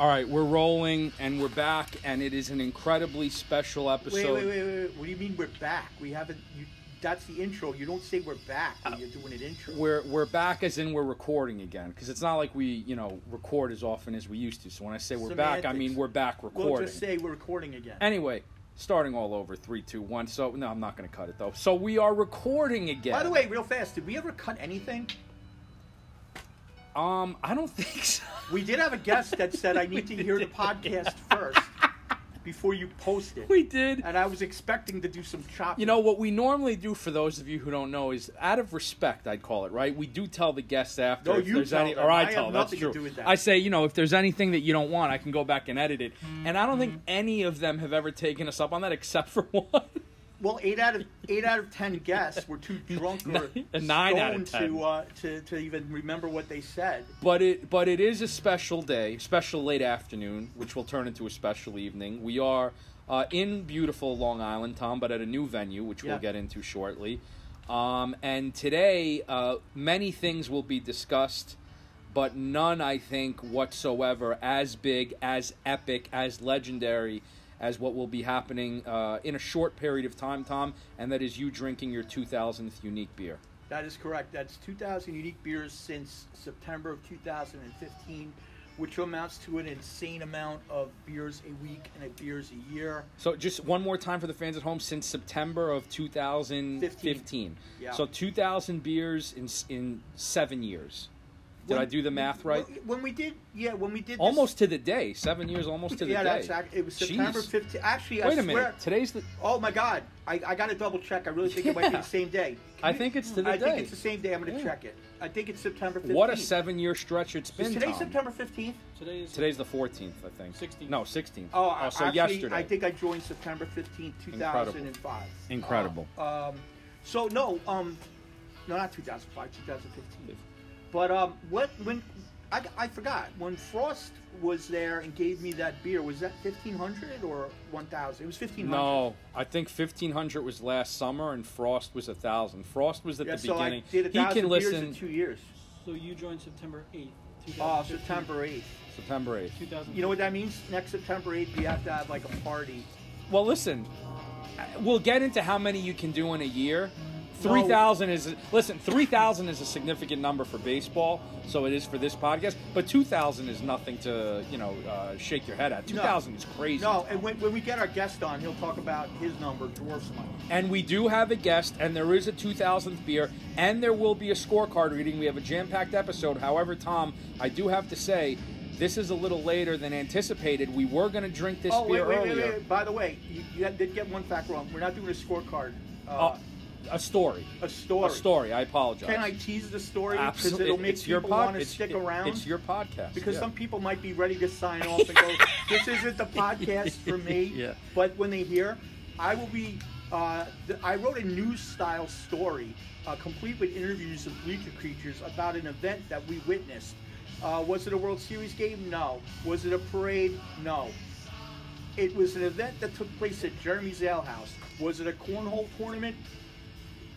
right, we're rolling and we're back, and it is an incredibly special episode. Wait, wait, wait, wait, wait. What do you mean we're back? We haven't. You, that's the intro. You don't say we're back when you're doing an intro. We're we're back as in we're recording again because it's not like we you know record as often as we used to. So when I say we're back, I Semantics. mean we're back recording. we'll just say we're recording again. Anyway, starting all over. Three, two, one. So no, I'm not going to cut it though. So we are recording again. By the way, real fast, did we ever cut anything? um, I don't think so. We did have a guest that said I need to hear the podcast first before you post it. We did. and I was expecting to do some chopping. You know what we normally do for those of you who don't know is out of respect, I'd call it right. We do tell the guests after No, if you there's tell any, them. or I, I have tell. that's nothing to true. do with that. I say, you know, if there's anything that you don't want, I can go back and edit it. And I don't Mm. think any of them have ever taken us up on that except for one. well, eight out of eight out of ten guests were too drunk or Nine out of stoned 10. to, uh, to to even remember what they said. But it but it is a special day, special late afternoon, which will turn into a special evening. We are uh, in beautiful Long Island, Tom, but at a new venue, which Yeah. we'll get into shortly. Um, and today, uh, many things will be discussed, but none, I think, whatsoever as big, as epic, as legendary as what will be happening uh, in a short period of time, Tom, and that is you drinking your 2000th unique beer. That is correct. That's 2,000 unique beers since September of 2015, which amounts to an insane amount of beers a week and a beers a year. So just one more time for the fans at home since September of 2015. Yeah. So 2000 beers in s- in 7 years. Did I do the math right? When we did, yeah, when we did this- almost to the day. 7 years almost to the yeah, day. that's ac- it was September Jeez. 15. Actually, I Wait a swear. minute. Today's the Oh my God! I, I got to double check. I really think it might be Yeah. the same day. Can I you- think it's to the I think day. it's the same day. I'm going to Yeah. check it. I think it's September 15th. What a 7-year stretch it's Is been. today Tom. September 15th? Today is Today's the 14th, I think. 16th. No, 16th. Oh, I- so actually, yesterday. I think I joined September 15th, 2005. Incredible. Uh, um, so no, um, no, not 2005, 2015. But um, what when I, I forgot when Frost was there and gave me that beer was that 1500 or 1000? It was 1500. No, I think fifteen hundred was last summer, and Frost was a thousand. Frost was at Yeah, the so beginning. I did a he thousand can beers listen in two years. so you joined September eighth, two Oh, thousand. September 8th. September eighth. Two thousand. You know what that means? Next September 8th, we have to have like a party. Well, listen, we'll get into how many you can do in a year. Three thousand is listen. Three thousand is a significant number for baseball, so it is for this podcast. But two thousand is nothing to you know uh, shake your head at. Two thousand is crazy. No, and when, when we get our guest on, he'll talk about his number, Dwarf's number. And we do have a guest, and there is a 2000th beer, and there will be a scorecard reading. We have a jam packed episode. However, Tom, I do have to say, this is a little later than anticipated. We were going to drink this Oh, wait, beer wait, earlier. wait, wait, wait. By the way, you, you did get one fact wrong. We're not doing a scorecard. Uh, Uh, a story. a story. A story. I apologize. Can I tease the story? Because Absolutely. it'll make it's your people pod- want to it's- stick it- around. It's your podcast. because yeah. some people might be ready to sign off and go, this isn't the podcast for me. Yeah. But when they hear, I will be, uh, th- I wrote a news style story, uh, complete with interviews of bleacher creatures about an event that we witnessed. Uh, was it a World Series game? No. Was it a parade? No. It was an event that took place at Jeremy's Ale House. Was it a cornhole tournament?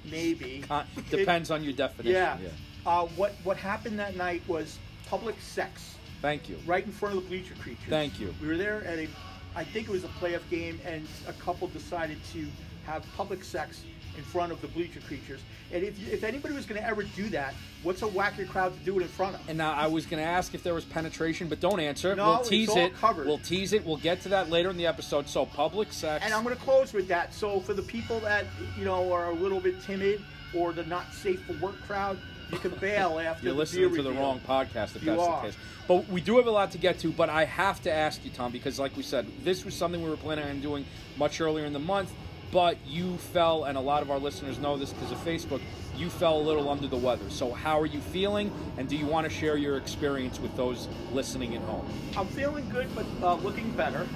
Maybe. Con- It- Uh, depends on your definition. yeah. Uh, what what happened that night was public sex Thank you. right in front of the bleacher creatures. Thank you. We were there at a, I think it was a playoff game, and a couple decided to have public sex in front of the bleacher creatures. And if, you- if anybody was going to ever do that, what's a wackier crowd to do it in front of? And now I was going to ask if there was penetration, but don't answer. No, we'll it's tease all it. covered. We'll tease it. We'll get to that later in the episode. So public sex. And I'm going to close with that. So for the people that you know are a little bit timid or the not safe for work crowd, you can bail after You're the listening beer to the reveal. wrong podcast if You that's are. the case. But we do have a lot to get to, but I have to ask you, Tom, because like we said, this was something we were planning on doing much earlier in the month, but you fell, and a lot of our listeners know this because of Facebook, you fell a little under the weather. So how are you feeling, and do you want to share your experience with those listening at home? I'm feeling good, but uh, looking better.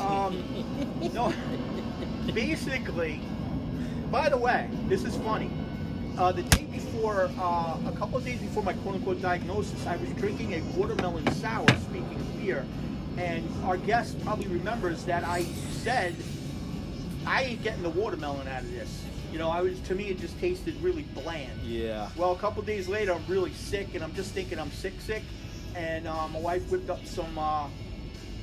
Um, no, basically, by the way, this is funny. Uh, the day before, uh, a couple of days before my quote unquote diagnosis, I was drinking a watermelon sour, speaking of beer. And our guest probably remembers that I said, I ain't getting the watermelon out of this. You know, I was to me it just tasted really bland. Yeah. Well, a couple days later, I'm really sick, and I'm just thinking I'm sick, sick. And uh, my wife whipped up some uh,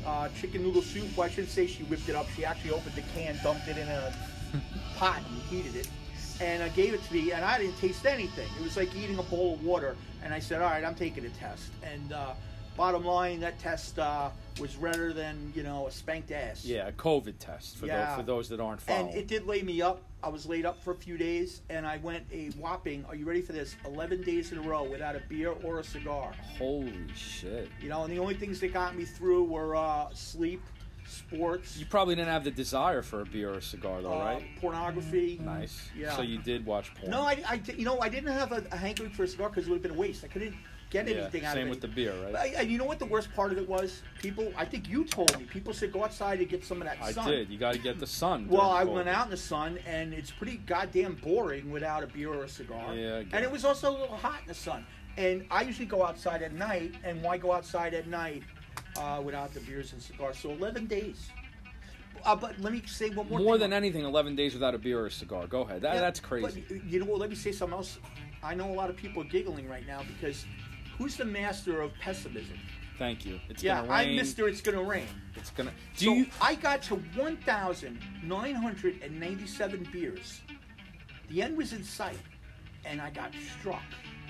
uh, chicken noodle soup. Well, I shouldn't say she whipped it up. She actually opened the can, dumped it in a pot, and heated it. And I gave it to me, and I didn't taste anything. It was like eating a bowl of water. And I said, "All right, I'm taking a test." And uh, bottom line, that test uh, was redder than you know a spanked ass. Yeah, a COVID test for, Yeah. those, for those that aren't And following. it did lay me up. I was laid up for a few days, and I went a whopping. Are you ready for this? Eleven days in a row without a beer or a cigar. Holy shit. You know, and the only things that got me through were uh, sleep, sports, You probably didn't have the desire for a beer or a cigar, though, uh, right? pornography. Nice. yeah. So you did watch porn. No, I, I di- you know, I didn't have a, a hankering for a cigar because it would have been a waste. I couldn't get yeah, anything out Same of it. with the beer, right? I, and you know what the worst part of it was? People, I think you told me, people said go outside and get some of that I sun. did. You got to get the sun. Well, during I COVID. went out in the sun, and it's pretty goddamn boring without a beer or a cigar. Yeah, I get and it. it was also a little hot in the sun. And I usually go outside at night, and why go outside at night uh, without the beers and cigars? So 11 days. Uh, but let me say one more. More thing. than anything, 11 days without a beer or a cigar. Go ahead. That, Yeah, that's but crazy. you know what? Let me say something else. I know a lot of people are giggling right now because who's the master of pessimism? Thank you. It's yeah, gonna I'm rain. Mister. It's gonna rain. It's gonna. Do so you? I got to 1,997 beers. The end was in sight, and I got struck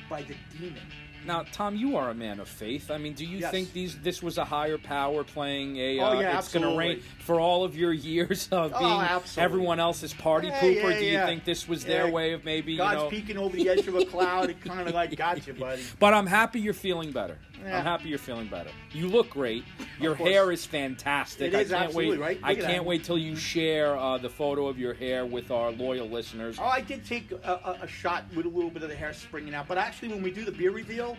by the demon. Now, Tom, you are a man of faith. I mean, do you Yes. think these this was a higher power playing a? Oh, uh, yeah, it's going to rain absolutely. for all of your years of Oh, being absolutely. everyone else's party Yeah, pooper. yeah, do you yeah. think this was their Yeah. way of maybe? God's you know, peeking over the edge of a cloud. It kind of like got you, buddy. But I'm happy you're feeling better. Yeah. I'm happy you're feeling better. You look great. Your course. hair is fantastic. It is, I can't absolutely, wait. right? Look I at that. can't wait till you share uh, the photo of your hair with our loyal listeners. Oh, I did take a, a, a shot with a little bit of the hair springing out. But actually, when we do the beer reveal,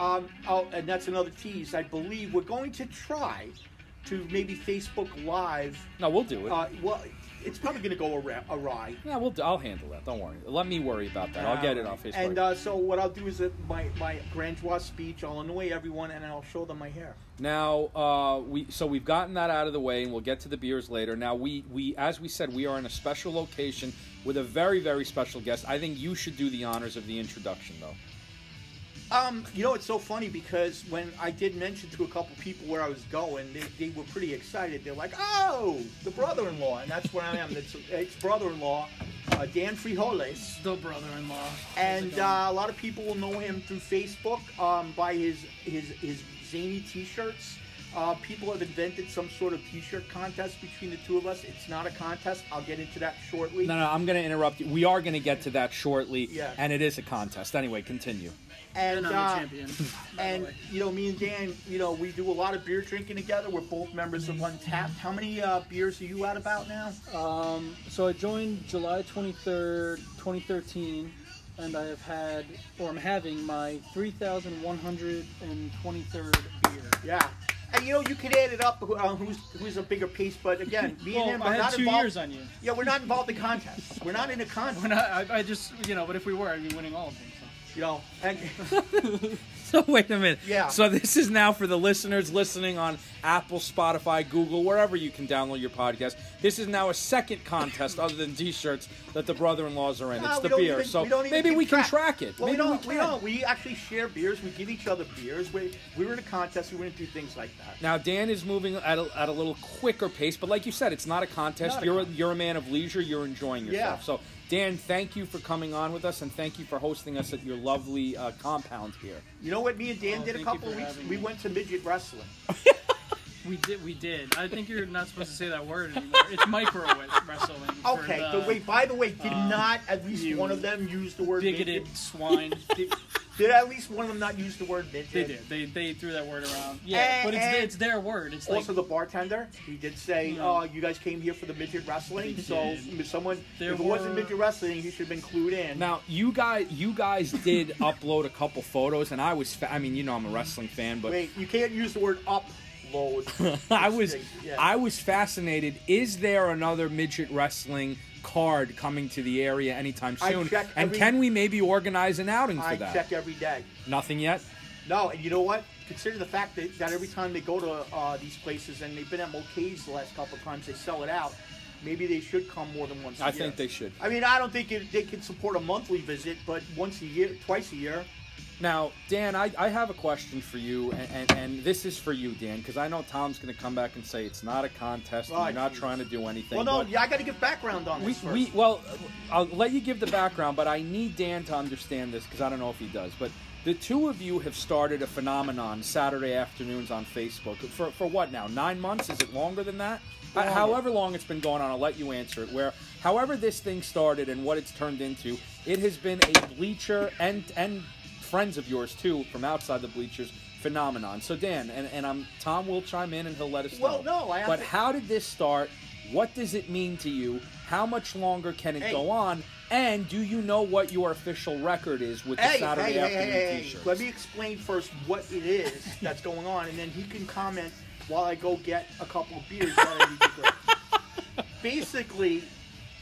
um, oh, and that's another tease. I believe we're going to try to maybe Facebook Live. No, we'll do it. Uh, well, it's probably going to go awry. awry. yeah, we'll. Do, I'll handle that. Don't worry. Let me worry about that. I'll get it off Facebook. And uh, so what I'll do is that my my grandiose speech. I'll annoy everyone, and I'll show them my hair. Now uh, we so we've gotten that out of the way, and we'll get to the beers later. Now we we as we said, we are in a special location with a very very special guest. I think you should do the honors of the introduction, though. Um, you know, it's so funny because when I did mention to a couple people where I was going, they, they were pretty excited. They're like, "Oh, the brother-in-law," and that's where I am. It's, it's brother-in-law, uh, Dan Frijoles, Still brother-in-law. How's it and going? uh, a lot of people will know him through Facebook um, by his his his zany T-shirts. Uh, people have invented some sort of T-shirt contest between the two of us. It's not a contest. I'll get into that shortly. No, no, I'm going to interrupt you. We are going to get to that shortly, Yeah. and it is a contest. Anyway, continue. And, and I'm uh, the champion. by the And way. you know, me and Dan, you know, we do a lot of beer drinking together. We're both members of Untapped. How many uh, beers are you at about now? Um, so I joined July 23rd, 2013, and I have had, or I'm having, my 3,123rd beer. Yeah. And you know, you could add it up. who- Uh, who's who's a bigger piece? But again, me and Well, him I are had not two involved. years on you. Yeah, we're not involved in contests. We're not in a When contest. I, I, I just, you know, but if we were, I'd be winning all of them. So. You know, and, So wait a minute. Yeah. So this is now for the listeners listening on Apple, Spotify, Google, wherever you can download your podcast. This is now a second contest other than T-shirts that the brother-in-laws are in. No, it's we the don't beer. even- so we don't even maybe keep we can track. track it. well, we maybe don't. We, can. don't. We actually share beers. We give each other beers. We we were in a contest. We were gonna do things like that. Now Dan is moving at a, at a little quicker pace, but like you said, it's not a contest. Not a you're a, contest. you're a man of leisure. You're enjoying yourself. Yeah. So Dan, thank you for coming on with us, and thank you for hosting us at your lovely uh, compound here. You know what? Me and Dan Oh, did thank a you couple for of weeks. having We me. went to midget wrestling. We did, we did. I think you're not supposed to say that word anymore. It's microwave wrestling. for Okay, the but wait. By the way, did um, not at least you one of them use the word bigoted midget? swine. They, Did at least one of them not use the word midget? they did. They, they threw that word around. Yeah, Eh, but it's, eh. it's their word. It's like Also, the bartender he did say, Hmm. "Oh, you guys came here for the midget wrestling." They So did. if someone, There if it wasn't were- midget wrestling, he should have been clued in. Now you guys, you guys did upload a couple photos, and I was, fa- I mean, you know, I'm a wrestling fan, but wait, you can't use the word upload. I was, Yeah. I was fascinated. Is there another midget wrestling card coming to the area anytime I soon? check and every- can we maybe organize an outing for I that? check every day. Nothing yet. No, and you know what? Consider the fact that, that every time they go to uh, these places, and they've been at Mulcahy's the last couple of times, they sell it out. Maybe they should come more than once. I I think they should. I mean, I don't think it, they can support a monthly visit, but once a year, twice a year, Now, Dan, I, I have a question for you, and, and, and this is for you, Dan, because I know Tom's going to come back and say it's not a contest, and Oh, you're not geez. trying to do anything. Well, no, but yeah, I got to give background on we, this first. we well, I'll let you give the background, but I need Dan to understand this because I don't know if he does. But the two of you have started a phenomenon Saturday afternoons on Facebook for for what now? Nine months? Is it longer than that? Uh, Longer. however long it's been going on, I'll let you answer it. Where, however, this thing started and what it's turned into, it has been a bleacher and and friends of yours too from outside the bleachers phenomenon. So Dan and and I'm Tom will chime in and he'll let us Well, know. no, I have but to- how did this start? What does it mean to you? How much longer can it Hey. go on? And do you know what your official record is with the hey, Saturday hey, hey, afternoon hey, hey, t-shirts? let me explain first what it is that's going on, and then he can comment while I go get a couple of beers. while I need to go. Basically,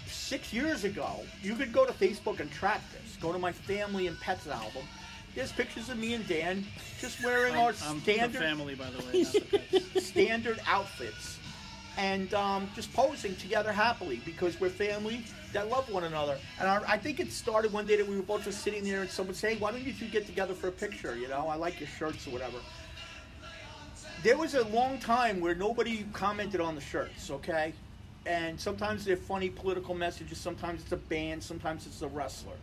six years ago, you could go to Facebook and track this. Go to my family and pets album. There's pictures of me and Dan just wearing I'm, our I'm the standard family, by the way. Not the pets. standard outfits and um, just posing together happily because we're family that love one another. And I, I think it started one day that we were both just sitting there and someone said, hey, why don't you two get together for a picture? You know, I like your shirts or whatever. There was a long time where nobody commented on the shirts, okay? And sometimes they're funny political messages, sometimes it's a band, sometimes it's a wrestler.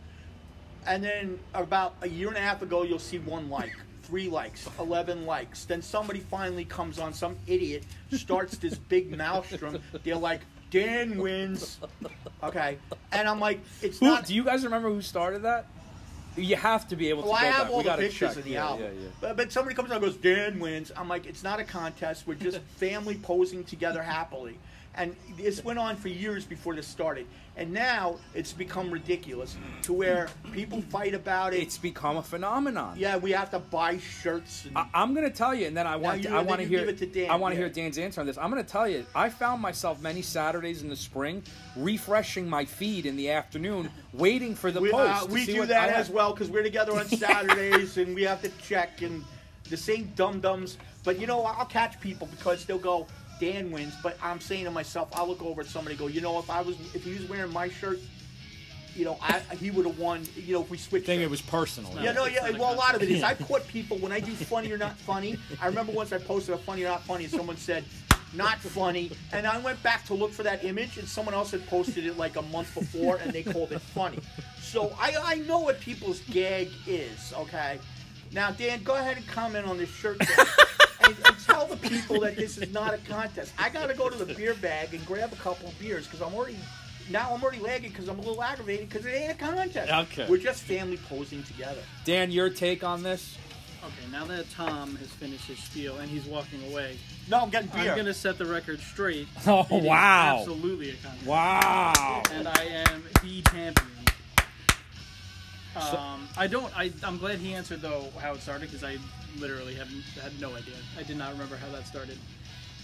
And then about a year and a half ago, you'll see one like, three likes, 11 likes. Then somebody finally comes on, some idiot starts this big maelstrom. They're like, Dan wins. Okay. And I'm like, it's Who, not. do you guys remember who started that? You have to be able to well, Oh, I go have back. all we the gotta pictures check. of the yeah, album. Yeah, yeah. But, but somebody comes on and goes, Dan wins. I'm like, it's not a contest. We're just family posing together happily. And this went on for years before this started. And now it's become ridiculous to where people fight about it. It's become a phenomenon. Yeah, we have to buy shirts. And, I, I'm going to tell you, and then I want you- I then want to you hear give it to Dan, I want to yeah. hear Dan's answer on this. I'm going to tell you, I found myself many Saturdays in the spring refreshing my feed in the afternoon, waiting for the we, post. uh, to we see do what that I- as well because we're together on Saturdays and we have to check and the same dum dums. But you know, I'll catch people because they'll go, Dan wins. But I'm saying to myself, I'll look over at somebody and go, you know, if I was, if he was wearing my shirt, you know, I he would have won. You know, if we switched. Thing shirts. it was personal. It's Yeah, no, It's yeah. not a Well, a lot of it is. contest. I've caught people when I do funny or not funny. I remember once I posted a funny or not funny, and someone said not funny, and I went back to look for that image, and someone else had posted it like a month before, and they called it funny. So I, I know what people's gag is. Okay, now Dan, go ahead and comment on this shirt. thing. And, and tell the people that this is not a contest. I gotta go to the beer bag and grab a couple of beers because I'm already now I'm already lagging because I'm a little aggravated because it ain't a contest. Okay. we're just family posing together. Dan, your take on this? Okay, now that Tom has finished his spiel and he's walking away, No, I'm getting beer. I'm gonna set the record straight. Oh It is absolutely a contest. Wow! And I am the champion. Um, I don't. I, I'm glad he answered though how it started because I literally have had no idea. I did not remember how that started.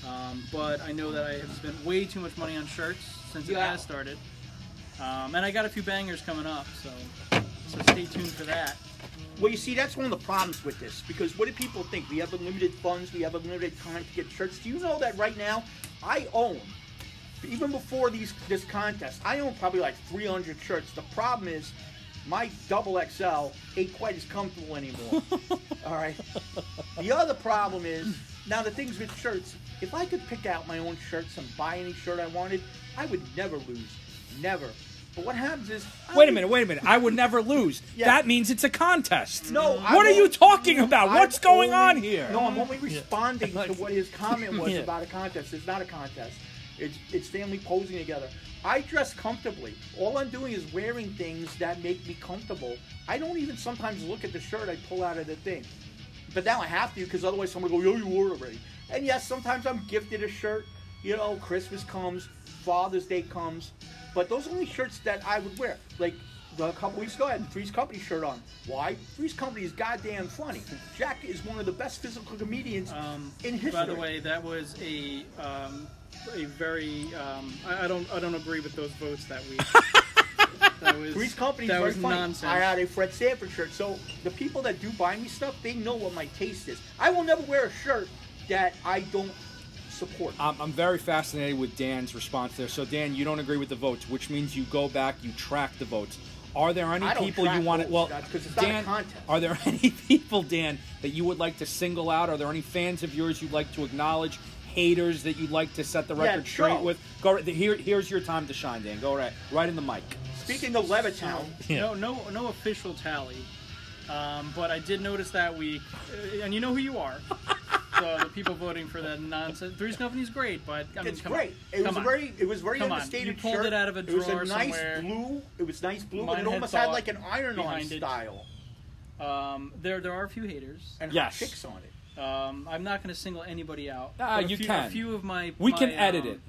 Um, but I know that I have spent way too much money on shirts since it Yeah. has started. Um, and I got a few bangers coming up, so so stay tuned for that. Well, you see, that's one of the problems with this because what do people think? We have unlimited funds, we have unlimited time to get shirts. Do you know that right now, I own, even before these this contest, I own probably like 300 shirts. The problem is, my double XL ain't quite as comfortable anymore. All right. The other problem is now the things with shirts. If I could pick out my own shirts and buy any shirt I wanted, I would never lose, never. But what happens is I Wait a don't- minute, wait a minute. I would never lose. Yeah. That means it's a contest. No, I What are you won't- talking about? I'm What's going only- on here? No, I'm only responding to what his comment was Yeah. about a contest. It's not a contest. It's it's family posing together. I dress comfortably. All I'm doing is wearing things that make me comfortable. I don't even sometimes look at the shirt I pull out of the thing. But now I have to because otherwise someone will go, yo, you wore it already. And yes, sometimes I'm gifted a shirt. You know, Christmas comes, Father's Day comes. But those are only shirts that I would wear. Like a couple weeks ago, I had the Three's Company shirt on. Why? Three's Company is goddamn funny. Jack is one of the best physical comedians Um, in history. By the way, that was a um, a very um, I, I don't I don't agree with those votes that week. that was Three's Company is that very was funny. nonsense. I had a Fred Sanford shirt. So the people that do buy me stuff, they know what my taste is. I will never wear a shirt that I don't support. Uh, I'm, I'm very fascinated with Dan's response there. So, Dan, you don't agree with the votes, which means you go back, you track the votes. Are there any I don't people you track want to? old Well, stats 'cause it's not a Dan, contest. are there any people, Dan, that you would like to single out? Are there any fans of yours you'd like to acknowledge? Haters that you'd like to set the Yeah, record straight Joe. with? Go right, here. Here's your time to shine, Dan. Go right, right in the mic. Speaking of Levittown, Yeah. No, no, no official tally. Um, but I did notice that week, uh, and you know who you are. so the people voting for that nonsense. Three's Company's great, but I mean, it's come great. On. It come was on. very, it was very Come on. understated You pulled shirt. it out of a It drawer was a nice somewhere. blue. It was nice blue, Mine but it had almost had thought like an iron-on behind it. style Um, there, there are a few haters. and Yes. chicks on it. Um, I'm not going to single anybody out. Ah, But a you few, can. A few of my We my, can edit um, it.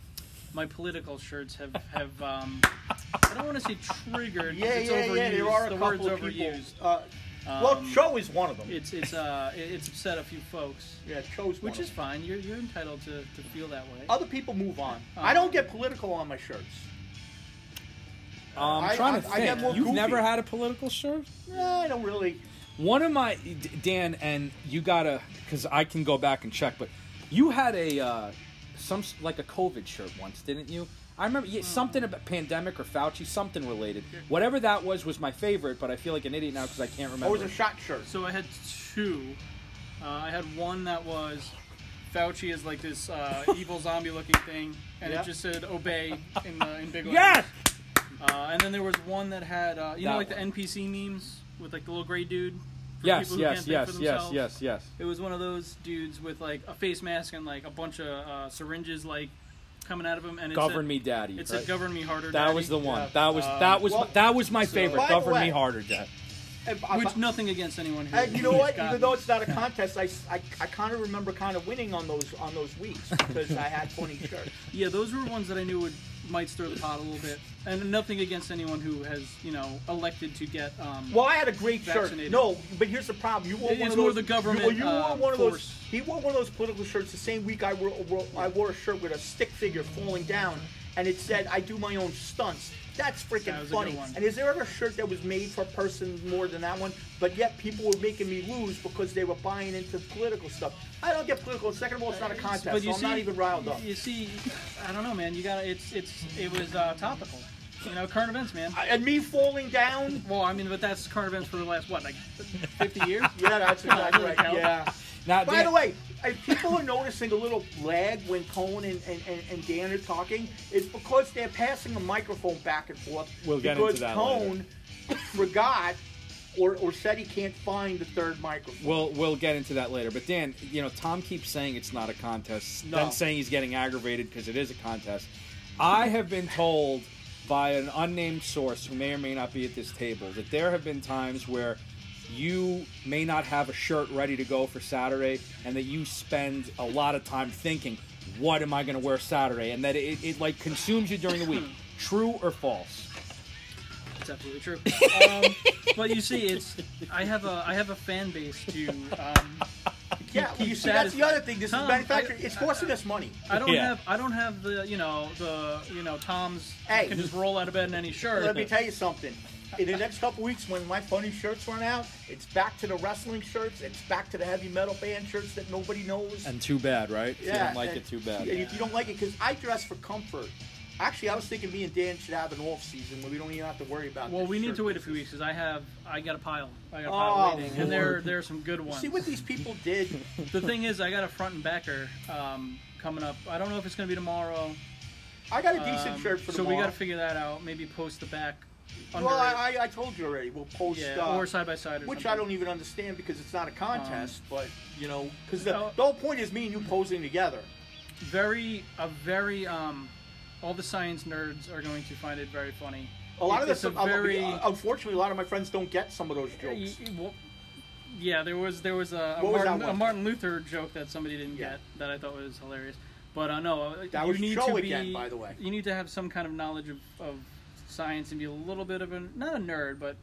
My political shirts have have. Um, I don't want to say triggered. 'cause Yeah, it's yeah, overused. yeah. There are a the couple word's of people. overused. Uh, well, Um, Cho is one of them. It's it's uh it- it's upset a few folks, yeah, Cho's one which of is them. fine. You're you're entitled to, to feel that way. Other people move on. Oh. I don't get political on my shirts. Um, I'm I- trying to I- I get think. more You've goofy. never had a political shirt. Eh, I don't really. One of my D- Dan and you gotta because I can go back and check, but you had a uh, some s- like a COVID shirt once, didn't you? I remember yeah, something about pandemic or Fauci, something related. Whatever that was was my favorite, but I feel like an idiot now because I can't remember. Or was a shot shirt. So I had two. Uh, I had one that was Fauci is like this uh, evil zombie looking thing, and Yeah. it just said obey in the in big letters. yes, Uh, and then there was one that had uh, you That know like one. the NPC memes with like the little gray dude. for yes, people who yes, can't think yes, for yes, themselves. yes, yes. It was one of those dudes with like a face mask and like a bunch of uh, syringes like coming out of him, and it Govern said, me, daddy. It right? said "Govern me harder." that Daddy." was the one. Yeah. That was Um, that was well, that was my favorite. by the Govern me way- harder, dad. And I- Which nothing against anyone here. And you know who's what? gotten- Even though it's not a contest, I, I, I kind of remember kind of winning on those on those weeks because I had funny shirts. yeah, those were ones that I knew would might stir the pot a little bit, and nothing against anyone who has you know elected to get. Um, Well, I had a great shirt. Vaccinated. No, but here's the problem. You wore It- one it's of more those, the government, You, you wore uh, one of force. those. He wore one of those political shirts the same week I wore, wore I wore a shirt with a stick figure falling down, and it said, "I do my own stunts." That's freaking That was a good funny. one. And is there ever a shirt that was made for a person more than that one? But yet people were making me lose because they were buying into political stuff. I don't get political. Second of all, it's not a contest, Uh, but you so see, I'm not even riled up. You see, I don't know, man. You got to it's it's it was uh, topical, you know, current events, man. I- And me falling down? Well, I mean, but that's current events for the last what, like, fifty years? Yeah, that's exactly right. Count. Yeah. Now, By Dan- the way, if people are noticing a little lag when Cohen and, and, and, and Dan are talking, it's because they're passing the microphone back and forth. We'll get into because that Cohen forgot or, or said he can't find the third microphone. We'll we'll get into that later. But Dan, you know, Tom keeps saying it's not a contest. No. Then saying he's getting aggravated because it is a contest. I have been told by an unnamed source who may or may not be at this table that there have been times where you may not have a shirt ready to go for Saturday and that you spend a lot of time thinking, what am I going to wear Saturday? And that it, it like consumes you during the week. True or false? It's absolutely true. Um, but you see, it's I have a I have a fan base to. Um, yeah, keep you see, that's the satisfied. other thing. This Tom, is manufacturing. I- it's costing us money. I don't Yeah. have I don't have the you know the you know Tom's Hey. can just roll out of bed in any shirt. Let me tell you something. In the next couple weeks, when my funny shirts run out, it's back to the wrestling shirts. It's back to the heavy metal band shirts that nobody knows. And too bad, right? If you Yeah, don't like and- it, too bad. And if you don't like it, because I dress for comfort. Actually, I was thinking me and Dan should have an off season where we don't even have to worry about. Well, this we need shirt to wait a few weeks because I have I got a pile. I got a pile Oh, waiting, and there there are some good business. ones. See what these people did. the thing is, I got a front and backer um, coming up. I don't know if it's going to be tomorrow. I got a decent Um, shirt for so tomorrow. we got to figure that out. Maybe post the back. Under Well, it. I, I, I told you already. We'll post. yeah, uh, or side by side, or which something. Um, I don't even understand because it's not a contest, but you know, because the, No. the whole point is me and you posing together. e-, very a very um all the science nerds are going to find it very funny A lot It's of a this, very unfortunately, a lot of my friends don't get some of those Y- jokes. y- well, yeah there was there was a, a, What was martin, that a one? martin luther joke that somebody didn't Yeah. get that i thought was hilarious but uh no uh, That you was need Joe to be again, by the way. you need to have some kind of knowledge of, of science and be a little bit of a not a nerd but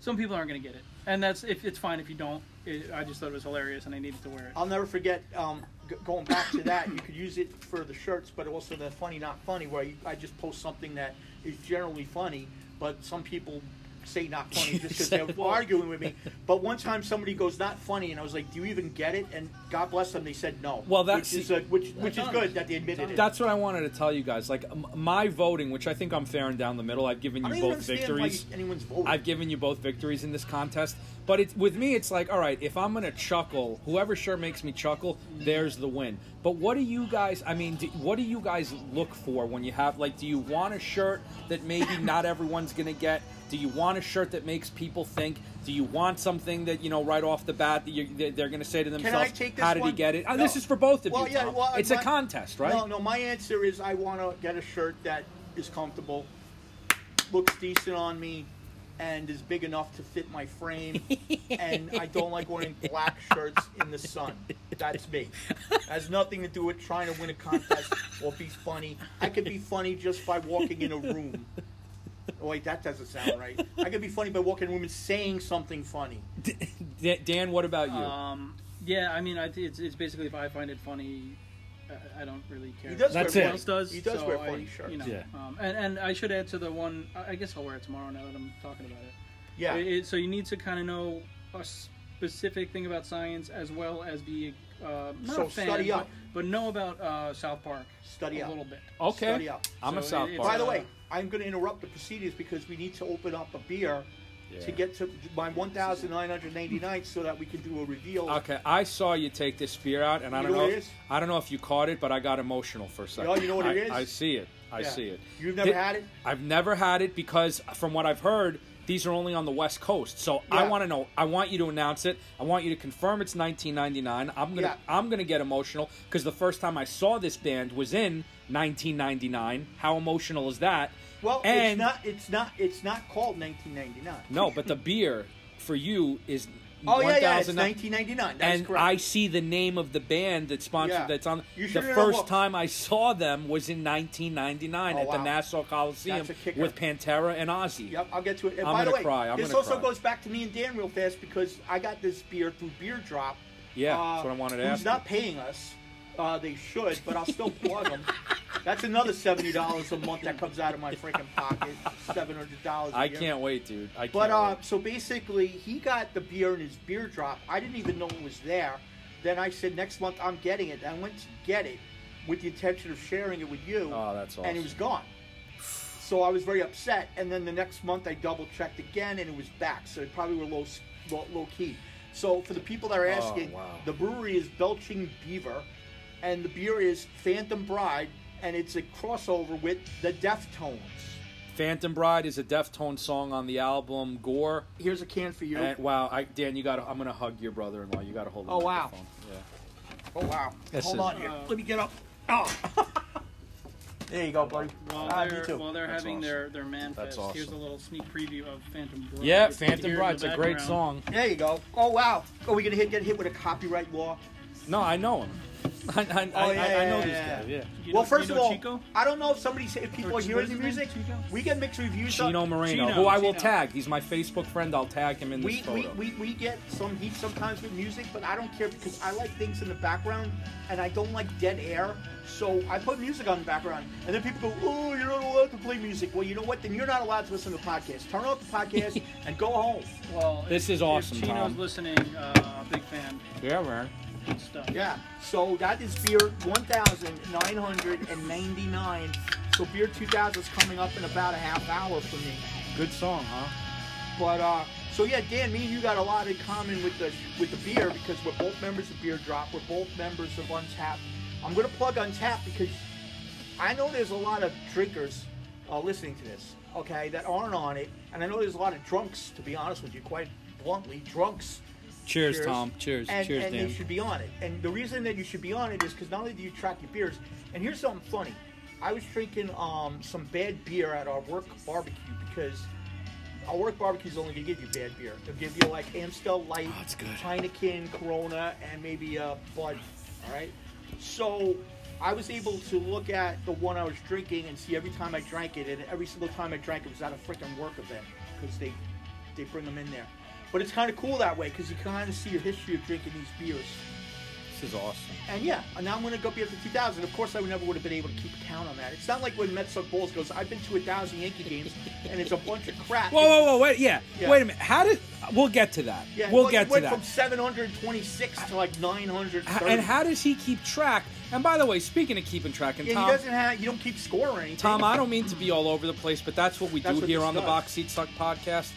some people aren't going to get it and that's if it's fine if you don't it, i just thought it was hilarious and i needed to wear it I'll never forget um, g- going back to that. You could use it for the shirts, but also the funny not funny, where you, I just post something that is generally funny, but some people say not funny just because said they were what? arguing with me. But one time somebody goes not funny, and I was like, "Do you even get it?" And God bless them, they said no. Well, that's- which is, uh, which, which is That's good that they admitted it. That's what I wanted to tell you guys. Like m- my voting, which I think I'm fair and down the middle. I've given I you don't even both understand victories. why anyone's voting. I've given you both victories in this contest. But it's with me, it's like, all right, if I'm gonna chuckle, whoever sure makes me chuckle, there's the win. But what do you guys? I mean, do, what do you guys look for when you have like? Do you want a shirt that maybe not everyone's gonna get? Do you want a shirt that makes people think? Do you want something that you know right off the bat that you, that they're gonna say to Can themselves, I take this "How did one? he get it?" Uh, No. This is for both of Well, you. yeah, Tom. well, it's my- a contest, right? No, no. My answer is I want to get a shirt that is comfortable, looks decent on me, and is big enough to fit my frame. and I don't like wearing black shirts in the sun. That's me. Has nothing to do with trying to win a contest or be funny. I could be funny just by walking in a room. Oh, wait, that doesn't sound right. I could be funny by walking in a room and saying something funny. Da- Dan, what about you? Uh, Um, yeah, I mean, I, it's, it's basically if I find it funny, I, I don't really care. He does That's wear it. Everyone else funny. does. He does so wear I- funny shirts. You know, Yeah. um, and, and I should add to the one, I I guess I'll wear it tomorrow now that I'm talking about it. yeah. It- it- so you need to kind of know a specific thing about science as well as be uh, not So a fan, study but, up. but know about uh, South Park Study a up. little bit. okay, Study up. I'm a So South it- it's- Park. By the Uh, way, I'm going to interrupt the proceedings because we need to open up a beer to get to my 1,999 so that we can do a reveal. Okay, I saw you take this spear out, and I You don't know know. what it if, is? I don't know if you caught it, but I got emotional for a second. No, you know what I, it is? I see it. I Yeah. see it. You've never Thi- had it? I've never had it because, from what I've heard, these are only on the West Coast. So I Yeah. want to know. I want you to announce it. I want you to confirm it's 1999. I'm gonna. Yeah. I'm gonna get emotional because the first time I saw this band was in 1999. How emotional is that? Well, and it's not. It's not. It's not called 1999. no, but the beer for you is. Oh yeah, yeah. It's 1000 1999. That's and correct. I see the name of the band that sponsored Yeah. that's on You the should've first looked. time I saw them was in 1999 Oh, at the wow. Nassau Coliseum That's a kicker. with Pantera and Ozzy. Yep, I'll get to it. And I'm by the gonna way, cry, I'm this gonna also cry. goes back to me and Dan real fast because I got this beer through Beer Drop. Yeah, uh, that's what I wanted to who's ask. not paying us. Uh, they should, but I'll still plug them. That's another seventy dollars a month that comes out of my freaking pocket. Seven hundred dollars. you. I can't wait, dude. I can't. But uh, wait. so basically, he got the beer in his beer drop. I didn't even know it was there. Then I said, next month I'm getting it. I went to get it with the intention of sharing it with you. Oh, that's And awesome. it was gone. So I was very upset. And then the next month I double checked again, and it was back. So it probably were low s- low, low key. So for the people that are asking, Oh, wow. the brewery is Belching Beaver, and the beer is Phantom Bride, and it's a crossover with the Deftones. Phantom Bride is a Deftone song on the album Gore. Here's a can for you. And wow, I, Dan, you got. to I'm gonna hug your brother-in-law. You got to hold. The Oh, wow. microphone. Yeah. Oh wow! This Hold is- on here. Let me get up. Oh. there you go, buddy. While Ah, me they're, too. while they're That's having their, their man That's fest, here's a awesome. little sneak preview of Phantom Bride. Yeah, You can hear Phantom in Bride's the a great background. song. There you go. Oh wow! Are we gonna hit, get hit with a copyright law? No, I know him. I, I, I, Oh, yeah, I, I know yeah, this yeah, guy. yeah. Yeah. You well, know- first you of know all, Chico? I don't know if somebody say, if people Or are hearing the what is his music. name? Chico? We get mixed reviews. on- Chino Moreno, Chino, who I will Chino. tag. He's my Facebook friend. I'll tag him in We, this photo. we, we, we get some heat sometimes with music, but I don't care because I like things in the background and I don't like dead air. So I put music on the background, and then people go, "Oh, you're not allowed to play music." Well, you know what? Then you're not allowed to listen to the podcast. Turn off the podcast and go home. Well, This if- is awesome, If Chino's Tom. listening, uh, big fan. yeah, man. Good stuff. Yeah. So that is beer 1999. So beer 2000 is coming up in about a half hour for me. Good song, huh? But uh, so yeah, Dan, me and you got a lot in common with the with the beer because we're both members of Beer Drop. We're both members of Untapped. I'm gonna plug Untapped because I know there's a lot of drinkers uh, listening to this, okay, that aren't on it, and I know there's a lot of drunks. To be honest with you, quite bluntly, drunks Cheers, Tom. Cheers. And, Cheers, and Dan. you should be on it. And the reason that you should be on it is because not only do you track your beers, and here's something funny. I was drinking um, some bad beer at our work barbecue because our work barbecue's only gonna give you bad beer. They'll give you like Amstel Light, Oh, it's good. Heineken, Corona, and maybe a Bud. All right. So I was able to look at the one I was drinking and see every time I drank it, and every single time I drank it was at a freaking work event because they they bring them in there. But it's kind of cool that way because you kind of see a history of drinking these beers. This is awesome. And yeah, and now I'm going to go up to 2,000. Of course, I would never would have been able to keep count on that. It's not like when Mets suck balls goes, I've been to a thousand Yankee games, and it's a bunch of crap. Whoa, whoa, whoa! Wait, yeah, Yeah. wait a minute. How did we'll get to that? Yeah, we'll well, get it to went that. from 726 to like 930. H- and how does he keep track? And by the way, speaking of keeping track, and Yeah, Tom, he doesn't have. You don't keep score or anything. Tom, I don't mean to be all over the place, but that's what we That's do what here this on the does. Box Seat Suck podcast.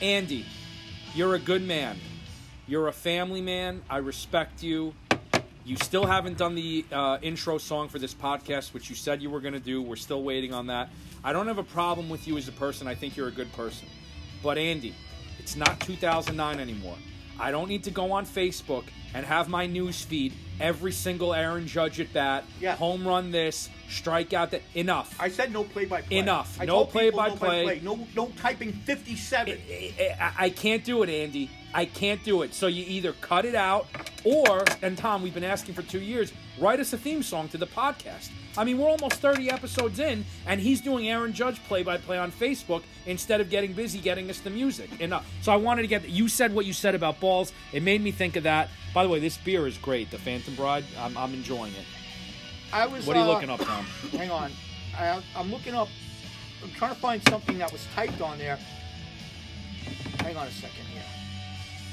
Andy, you're a good man. You're a family man. I respect you. You still haven't done the uh, intro song for this podcast, which you said you were going to do. We're still waiting on that. I don't have a problem with you as a person. I think you're a good person. But Andy, it's not 2009 anymore. I don't need to go on Facebook and have my news feed every single Aaron Judge at bat, Yeah. home run this, strike out that. Enough. I said no play by play. Enough. I No told people play-by-play. No, no typing 57. I, I- I can't do it, Andy. I can't do it. So you either cut it out, or and Tom, we've been asking for two years. Write us a theme song to the podcast. I mean, we're almost thirty episodes in, and he's doing Aaron Judge play-by-play on Facebook instead of getting busy getting us the music. And uh, so I wanted to get you said what you said about balls. It made me think of that. By the way, this beer is great. The Phantom Bride. I'm, I'm enjoying it. I was. What are you uh, looking up, Tom? Hang on. I, I'm looking up. I'm trying to find something that was typed on there. Hang on a second here.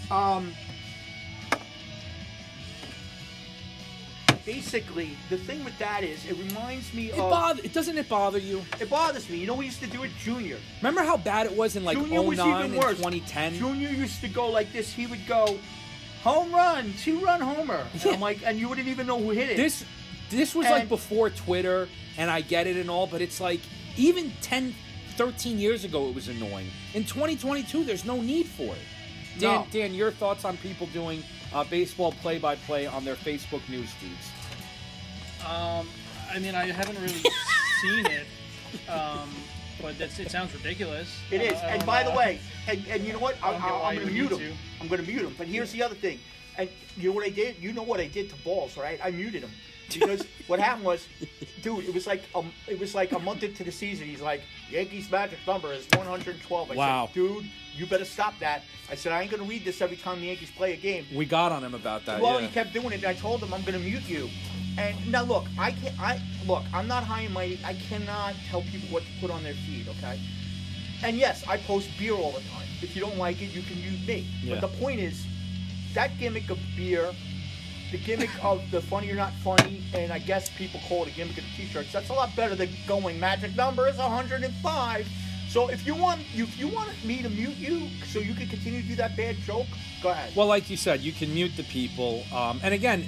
Um. Basically, the thing with that is, it reminds me It of. bother, it doesn't it bother you? it bothers me. You know, we used to do it junior. Remember how bad it was in like Junior 09 was even and worse. 2010? Junior used to go like this. He would go, home run, two run homer. And Yeah. I'm like, and you wouldn't even know who hit it. this this was like And- before twitter and i get it and all but it's like even 10 13 years ago it was annoying in 2022 there's no need for it dan, No. dan your thoughts on people doing uh, baseball play-by-play on their facebook news feeds Um, I mean, I haven't really seen it, um, but that's, it sounds ridiculous. It is. I- I And don't by the know. way, and, and you know what? I, I don't get why I, am going to you would mute need him. to. I'm going to mute him. But here's the other thing. And you know what I did? You know what I did to balls, right? I muted him because what happened was, dude, it was like um, it was like a month into the season. He's like, Yankees magic number is 112. I Wow. said, dude, you better stop that. I said, I ain't going to read this every time the Yankees play a game. we got on him about that Well, yeah. he kept doing it. And I told him I'm going to mute you. And now look, I can not I look, I'm not high and mighty. I cannot tell people what to put on their feed, okay? And yes, I post beer all the time. If you don't like it, you can mute me. Yeah. But the point is, that gimmick of beer, the gimmick of the funny or not funny, and I guess people call it a gimmick of the t-shirts. That's a lot better than going magic number is 105. So if you want, if you want me to mute you, so you can continue to do that bad joke, go ahead. well like you said you can mute the people um, and again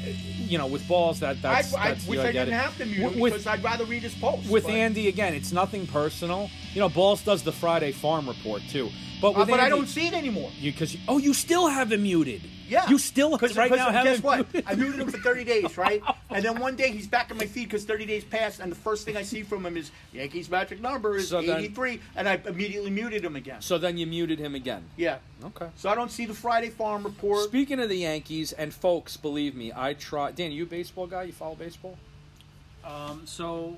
you know with balls that I, that's, I that's wish the, I get didn't it. have to mute him With- with- because I'd rather read his post. with but, Andy again, it's nothing personal. You know, Balls does the Friday Farm Report too, but Uh, with but I Andy- don't see it anymore. You because you, oh, you still have him muted. Yeah, you still have right now. Have Guess him what? muted. I muted him for 30 days, right? And then one day he's back on my feed because 30 days passed, and the first thing I see from him is Yankees magic number is So then- 83, and I immediately muted him again. So then you muted him again. yeah, Okay. so I don't see the Friday Farm report. Speaking of the Yankees and folks, believe me, I try. Dan, you a baseball guy? You follow baseball? Um, so,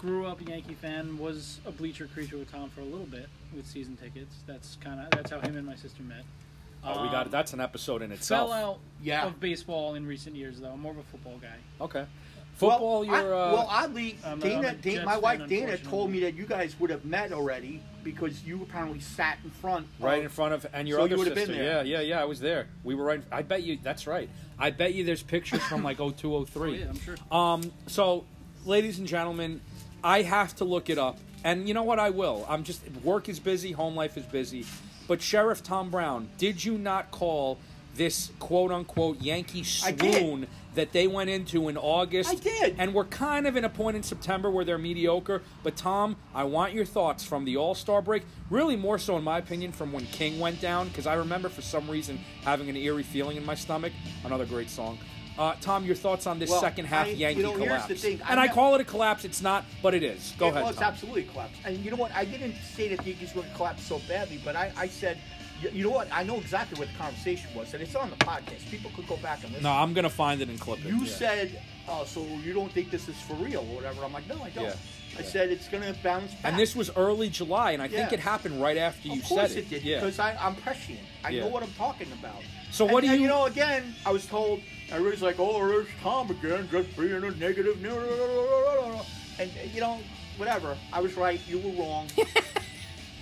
grew up a Yankee fan. Was a bleacher creature with Tom for a little bit with season tickets. That's kind of that's how him and my sister met. oh, we got Um, it. That's an episode in Fell itself. out Yeah. of baseball in recent years, though. I'm more of a football guy. Okay. Well, Football. I- you're. uh, well, oddly, I'm a- I'm Dana, a Da- Jets my fan, wife Dana unfortunately. told me that you guys would have met already because you apparently sat in front. Right of- in front of and your So other you would've sister. been there. Yeah, yeah, yeah. I was there. We were right. in- I bet you. That's right. I bet you. There's pictures from like 0203. Oh, yeah, I'm sure. Um. So, ladies and gentlemen, I have to look it up, and you know what? I will. I'm just work is busy, home life is busy, but Sheriff Tom Brown, did you not call this quote unquote Yankee I did. swoon that they went into in August? I did. and we're kind of in a point in September where they're mediocre. But Tom, I want your thoughts from the All Star break. Really, more so in my opinion, from when King went down, because I remember for some reason having an eerie feeling in my stomach. Another great song. Uh, Tom, your thoughts on this Well, second half I- you Yankee know, here's collapse? the thing. and I I know- call it a collapse. It's not, but it is. Go it ahead. was Tom. absolutely collapse. And you know what? I didn't say that the Yankees were going to collapse so badly, but I, I said, you, you know what? I know exactly what the conversation was, and it's on the podcast. People could go back and listen. No, I'm gonna find it and clip it. you yeah. said, oh, so you don't think this is for real or whatever? I'm like, no, I don't. Yeah. I Yeah. said it's going to bounce back. and this was early July, and I think Yeah. it happened right after you of course said it. did yeah. because I'm prescient. I Yeah. know what I'm talking about. So And- what do and, you- you know? Again, I was told Everybody's like, oh, there's Tom again, just being a negative. nu- nu- nu- nu- nu- nu- nu." And, uh, you know, whatever. I was right. You were wrong.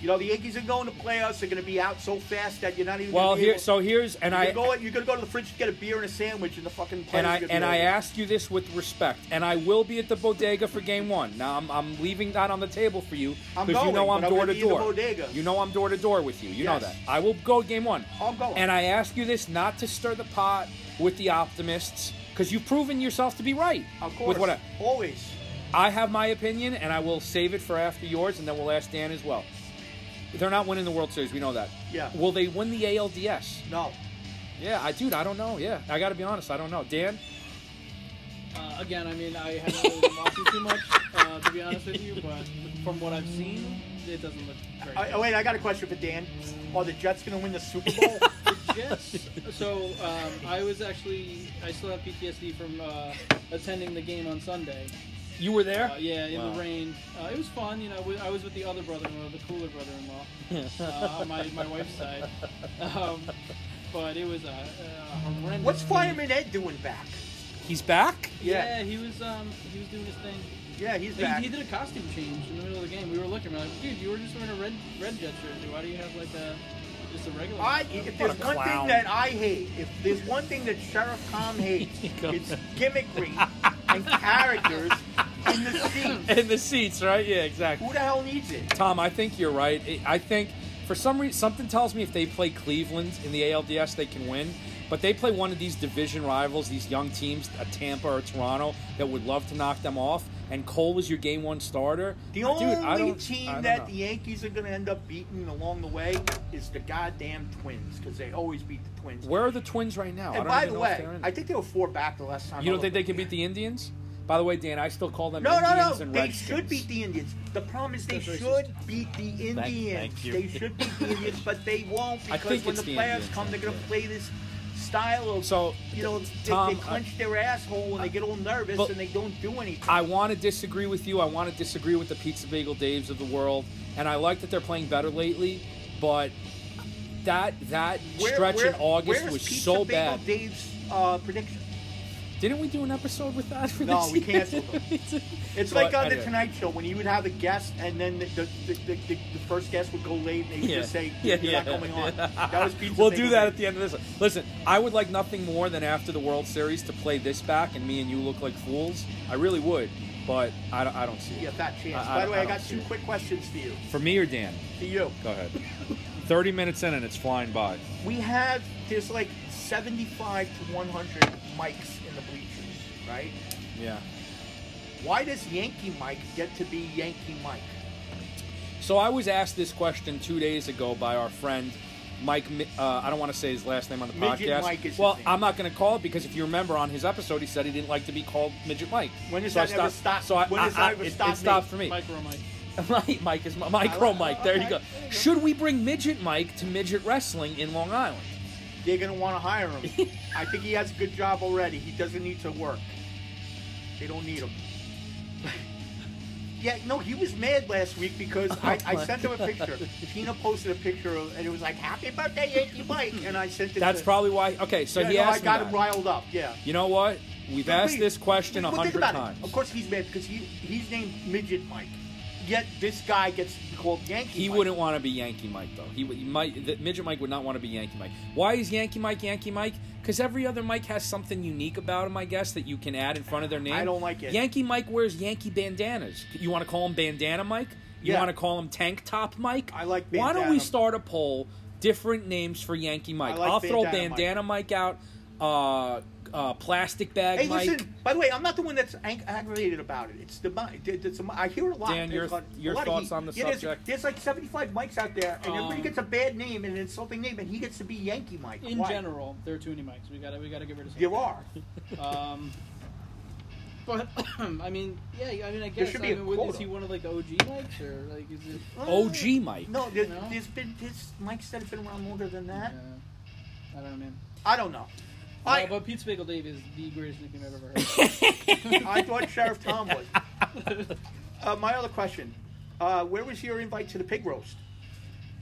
you know, the Yankees are going to playoffs. They're going to be out so fast that you're not even Well, going to be here. able- So here's and you're I going, you're going to go to the fridge to get a beer and a sandwich, and the fucking players and I are gonna be and I over. ask you this with respect, and I will be at the bodega for game one. Now I'm, I'm leaving that on the table for you I'm because you going, know but I'm I'm door gonna to be in the door. bodega. You know I'm door to door with you. You know Yes. that. I will go game one. I'm going. And I ask you this not to stir the pot with the optimists because you've proven yourself to be right. Of course. With what I, Always. I have my opinion, and I will save it for after yours, and then we'll ask Dan as well. They're not winning the World Series. We know that. Yeah. Will they win the ALDS? No. Yeah, I dude, I don't know. Yeah, I got to be honest, I don't know. Dan, Uh, again, I mean, I haven't really been watching too much, uh, to be honest with you, but from what I've seen, it doesn't look great. I, oh, wait, I got a question for Dan. Are the Jets going to win the Super Bowl? yes. So um, I was actually, I still have PTSD from uh, attending the game on Sunday. you were there. Uh, yeah, in Wow. the rain. Uh, it was fun, you know. we- I was with the other brother-in-law, the cooler brother-in-law, uh, on my, my wife's side. Um, but it was a, a horrendous. What's game. Fireman Ed doing back? He's back. Yeah. Yeah. he was um, he was doing his thing. Yeah, he's He, back. he did a costume change in the middle of the game. We were looking, we're like, dude, you were just wearing a red red jet jersey. Why do you have like a just a regular? I, if What there's a one clown. thing that I hate, if there's one thing that Sheriff Tom hates, it's gimmickry and characters in the scene. In the seats, right? Yeah, exactly. Who the hell needs it? Tom, I think you're right. I- I think for some reason something tells me if they play Cleveland in the ALDS, they can win. But they play one of these division rivals, these young teams, a Tampa or a Toronto, that would love to knock them off. And Cole was your game one starter. The Dude, only I don't- team I don't that know. the Yankees are going to end up beating along the way is the goddamn Twins because they always beat the Twins. where are the Twins right now? I and don't by even the know if way, they're in. I think they were four back the last time. you I don't think looked. they can beat the Indians? By the way, Dan, I still call them No, no, Indians no. and They Redskins. should beat the Indians. The problem is they That's racist. should beat the Indians. thank you. They should beat the Indians, but they won't I because think when it's the the playoffs Indians, come, they're going to yeah. play this style of So, you know they, Tom, they clench their asshole and they get all nervous but- and they don't do anything. I want to disagree with you. I want to disagree with the Pizza Bagel Daves of the world, and I like that they're playing better lately. But that that Where- stretch where- in August where's was Pizza so Bagel bad. Dave's uh, prediction. Didn't we do an episode with that? For No, this we year? canceled them. It's But like on anyway. the Tonight Show when you would have a guest and then the the, the, the, the, the first guest would go late and they would Yeah. just say Yeah, you're not yeah. going on. That was Pizza we'll Bagel do that Dave. at the end of this. Listen, I would like nothing more than after the World Series to play this back, and me and you look like fools. I really would, but I don't, I don't see it. Yeah, fat chance. I- I- By the way, I I, don't got see two it. quick questions for you. For me or Dan, For you. go ahead. Thirty minutes in, and it's flying by. We have there's like 75 to 100 mics in the bleachers, right? Yeah. Why does Yankee Mike get to be Yankee Mike? So I was asked this question two days ago by our friend Mike. Mi- Uh, I don't want to say his last name on the Midget podcast. Mike is his well, name. I'm not going to call it because if you remember on his episode, he said he didn't like to be called Midget Mike. When does so I that ever stopped- stop? So I, When I- does that I- ever it, it stop me? stopped for me. micro mic. Mike, Mike is my, micro I like- Mike. There you okay, go. there you go. Should we bring Midget Mike to midget wrestling in Long Island? They're gonna want to hire him. I think he has a good job already. He doesn't need to work. They don't need him. Yeah, no, he was mad last week because Oh I, I sent him a picture. Tina posted a picture of, and it was like, "Happy birthday, Yankee Mike," and I sent it. That's to, probably why. Okay, so Yeah, he no, asked I got me him that. riled up. Yeah. You know what? We've asked Wait, this question a well, think hundred about it. times. Of course, he's mad because he he's named Midget Mike. Yet this guy gets called Yankee. He Mike. wouldn't want to be Yankee Mike though. He would. Mike, the, midget Mike would not want to be Yankee Mike. Why is Yankee Mike Yankee Mike? Because every other Mike has something unique about him, I guess, that you can add in front of their name. I don't like it. Yankee Mike wears Yankee bandanas. You want to call him Bandana Mike? You Yeah. want to call him Tank Top Mike? I like Why don't we bandana. start a poll? Different names for Yankee Mike. I like I'll throw bandana Mike. Bandana Mike, out. Uh, uh, plastic bag Hey, Mike. listen. By the way, I'm not the one that's ang- aggravated about it. It's the mi- it- it's a mi- I hear a lot. Dan, There's your- a lot- a your lot of thoughts heat. on the Yeah, there's- subject? There's, like 75 mics out there, and everybody Um, gets a bad name and an insulting name, and he gets to be Yankee Mike. In Why? general, there are too many mics. We gotta we gotta get rid of. some. there are. Um, but I mean, yeah, I mean, I There guess should I be a mean, would- quota. is he one of like the OG likes or like is it? OG Mike. Mm. No, there, No. there's been there's mics that have been around longer than that. I don't know, man. I don't know. Uh, I but Pete Bagel Dave is the greatest nickname I've ever heard. I thought Sheriff Tom was. Uh, my other question: uh, Where was your invite to the pig roast?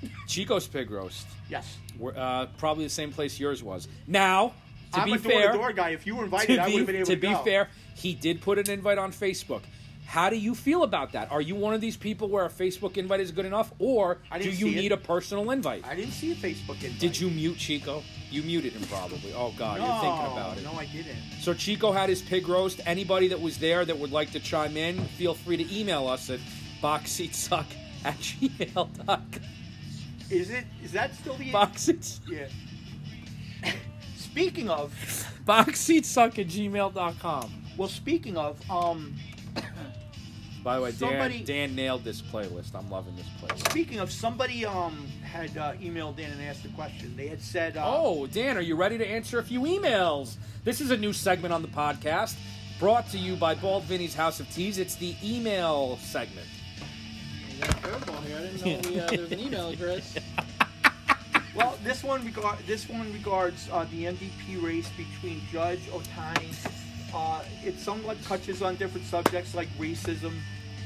Chico's Pig Roast. Yes. We're, uh, probably the same place yours was. Now, To I'm be a fair, door-to-door guy. If you were invited, to I would be, have been able to to, be go. fair, he did put an invite on Facebook. How do you feel about that? Are you one of these people where a Facebook invite is good enough, or I do didn't you see it. need a personal invite? I didn't see a Facebook invite. Did you mute Chico? You muted him probably. Oh God, No, you're thinking about it. No, I didn't. So Chico had his pig roast. Anybody that was there that would like to chime in, feel free to email us at boxseatsuck at gmail.com. Is it? Is that still the? Boxseats, Yeah. speaking of, boxseatsuck at gmail.com. well, speaking of, um, By the way, Dan, Somebody- Dan nailed this playlist. I'm loving this playlist. speaking of, somebody um had uh, emailed in and asked a question. They had said, uh, Oh, Dan, are you ready to answer a few emails? This is a new segment on the podcast brought to you by Bald Vinny's House of Teas. It's the email segment. We got a curveball here. I didn't know we, uh, there's an email address. Well, this one regard this one regards uh, the MVP race between Judge Otani. Uh, it somewhat touches on different subjects like racism.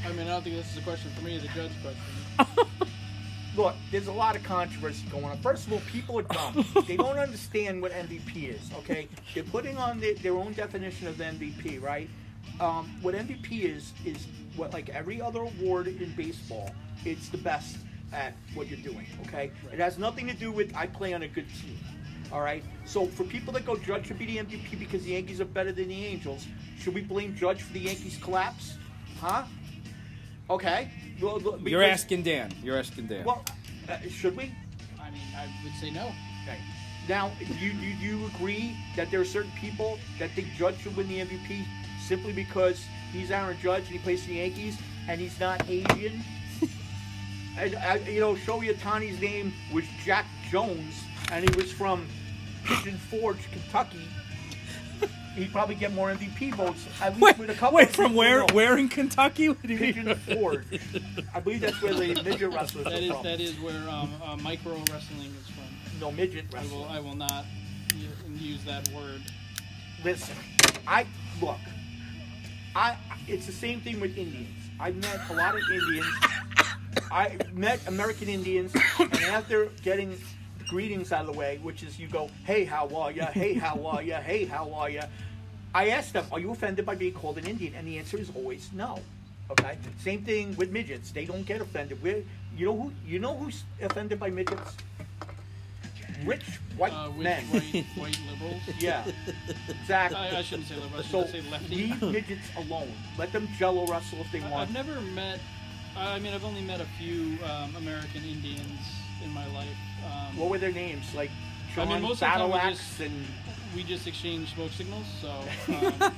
I mean, I don't think this is a question for me. It's a judge question. Look, there's a lot of controversy going on. First of all, people are dumb. they don't understand what MVP is. Okay, they're putting on their, their own definition of MVP, right? Um, what MVP is is what like every other award in baseball. It's the best at what you're doing. Okay, it has nothing to do with I play on a good team. All right. So for people that go Judge should be the MVP because the Yankees are better than the Angels, should we blame Judge for the Yankees collapse? Huh? Okay. Well, You're well, because- asking Dan. You're asking Dan. Well, uh, should we? I mean, I would say no. Okay. Now, do you, do you agree that there are certain people that think Judge should win the MVP simply because he's Aaron Judge and he plays for the Yankees and he's not Asian? and, I, you know, Shohei Otani's name was Jack Jones and he was from Pigeon Forge, Kentucky. He'd probably get more MVP votes. At least Wait, with a couple wait, of from people where? know. Where in Kentucky? What do you mean? Pigeon Forge. I believe that's where the midget wrestlers That are is from. that is where um, uh, micro wrestling is from. No midget I will wrestling. I will not u- use that word. Listen, I look. I it's the same thing with Indians. I met a lot of Indians. I met American Indians, and after getting greetings out of the way, which is you go, "Hey, how are ya? Hey, how are ya? Hey, how are ya?" I asked them, "Are you offended by being called an Indian?" And the answer is always no. Okay. Same thing with midgets. They don't get offended. We're, you know who? You know who's offended by midgets? Rich white Uh, which men. white, white liberals? Yeah. Exactly. I, I shouldn't say liberals. I So should say lefty. leave midgets alone. Let them jello wrestle if they I- want. I've never met. I I mean, I've only met a few um, American Indians in my life. Um, What were their names? Like I John mean, most of the time Battle we Axe just- and we just exchanged smoke signals, so um, I,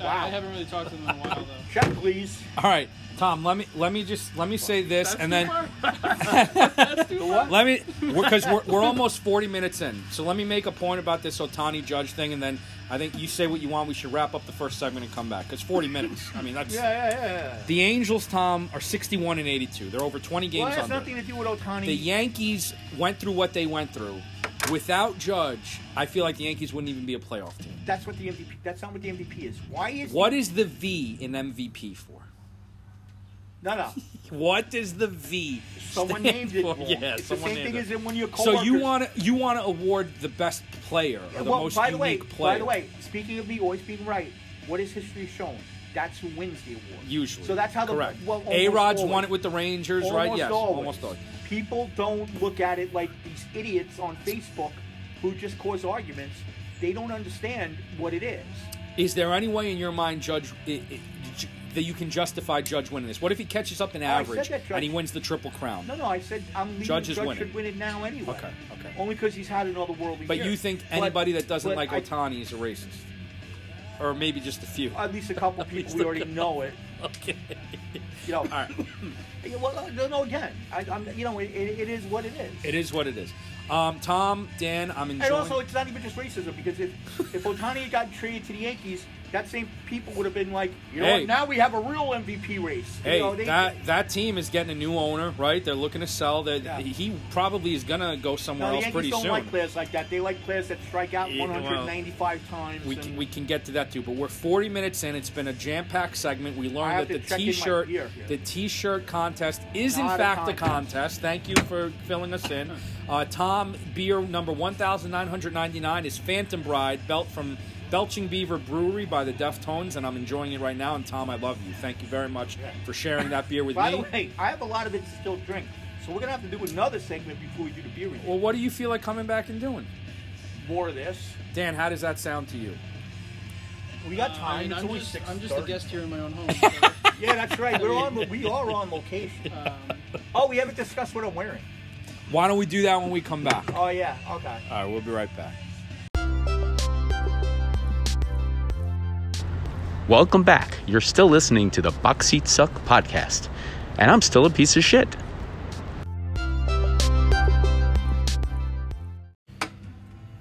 I Wow. haven't really talked to them in a while though. Check, please. All right, Tom. Let me let me just let me say this, and then That's too far. let me because we're, we're almost forty minutes in. So let me make a point about this Otani Judge thing, and then I think you say what you want. We should wrap up the first segment and come back because forty minutes. I mean, that's Yeah, yeah, yeah. the Angels. Tom are sixty-one and eighty-two. They're over twenty Well, games it has under. nothing to do with Otani. the Yankees went through what they went through. Without Judge, I feel like the Yankees wouldn't even be a playoff team. that's what the MVP. That's not what the MVP is. Why is What is the V in MVP for? No, no. What does the V? Someone stand named it. for? Wrong. Yeah, it's the someone same named thing it. as in one of your coworkers. So you want to you want to award the best player or the well, most by the unique way, player? by the way, speaking of me always being right, what has history shown? That's who wins the award. usually. So that's how the correct. well, almost A Rod's always. won it with the Rangers, right? Yes, always. almost always. People don't look at it like these idiots on Facebook who just cause arguments. They don't understand what it is. Is there any way in your mind, Judge, i i j that you can justify Judge winning this? What if he catches up an I said average that, Judge. and he wins the Triple Crown? No, no, I said I'm leaving. Judge is winning. should win it now anyway. Okay, okay. Only because he's had another worldly. but year. you think But- anybody that doesn't but like I- Otani is a racist, or maybe just a few? at least a couple people least we a already know it. okay. You know, All right. Yeah, well, uh, no, no, again, I, I'm, you know, it, it, it is what it is. It is what it is. Um, Tom, Dan, I'm enjoying. And also, it's not even just racism because if if Otani had gotten traded to the Yankees, that same people would have been like, you know, Hey. what, now we have a real MVP race. You Hey, know, they- that that team is getting a new owner, right? They're looking to sell. That Yeah. he probably is gonna go No, somewhere the else Yankees pretty don't soon. like players like that. They like players that strike out Yeah, well, 195 times. we and can, we can get to that too, but we're 40 minutes in. It's been a jam-packed segment. We I learned have that the to check in my T-shirt, beer here. the T-shirt contest is Not in a fact a contest. contest. Thank you for filling us in, uh, Tom. Tom beer number 1999 is Phantom Bride, belt from Belching Beaver Brewery by the Deftones, and I'm enjoying it right now. And Tom, I love you. Thank you very much for sharing that beer with By me. the way, I have a lot of it to still drink, so we're gonna have to do another segment before we do the beer review. Well, what do you feel like coming back and doing? More of this. Dan, how does that sound to you? We Uh, got I time. mean, it's I'm only just, six. I'm just a guest here in my own home. Yeah, that's right. We're on. We are on location. so, Uh, um, Oh, we haven't discussed what I'm wearing. Why don't we do that when we come back? Oh yeah. Okay. All right, we'll be right back. Welcome back. You're still listening to the Box Seat Suck podcast, and I'm still a piece of shit.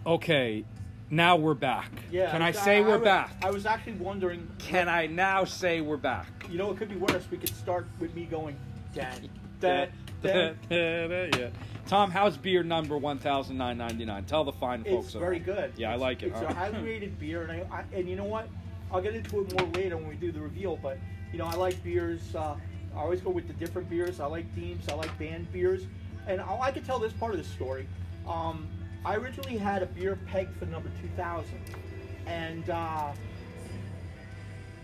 Okay, now we're back. Yeah. Can I was- say we're was- back? I was actually wondering. Can I now say we're back? You know, it could be worse. We could start with me going. Dan. Dan. Dan. yeah. Tom, how's beer number 1999? Tell the fine folks. It's at very home. good. Yeah, I It's- like it. It's huh? a highly rated beer, and I, I and you know what? I'll get into it more later when we do the reveal. But you know, I like beers. Uh, I always go with the different beers. I like themes. I like band beers, and I, I can tell this part of the story. Um, I originally had a beer pegged for number two thousand, and uh,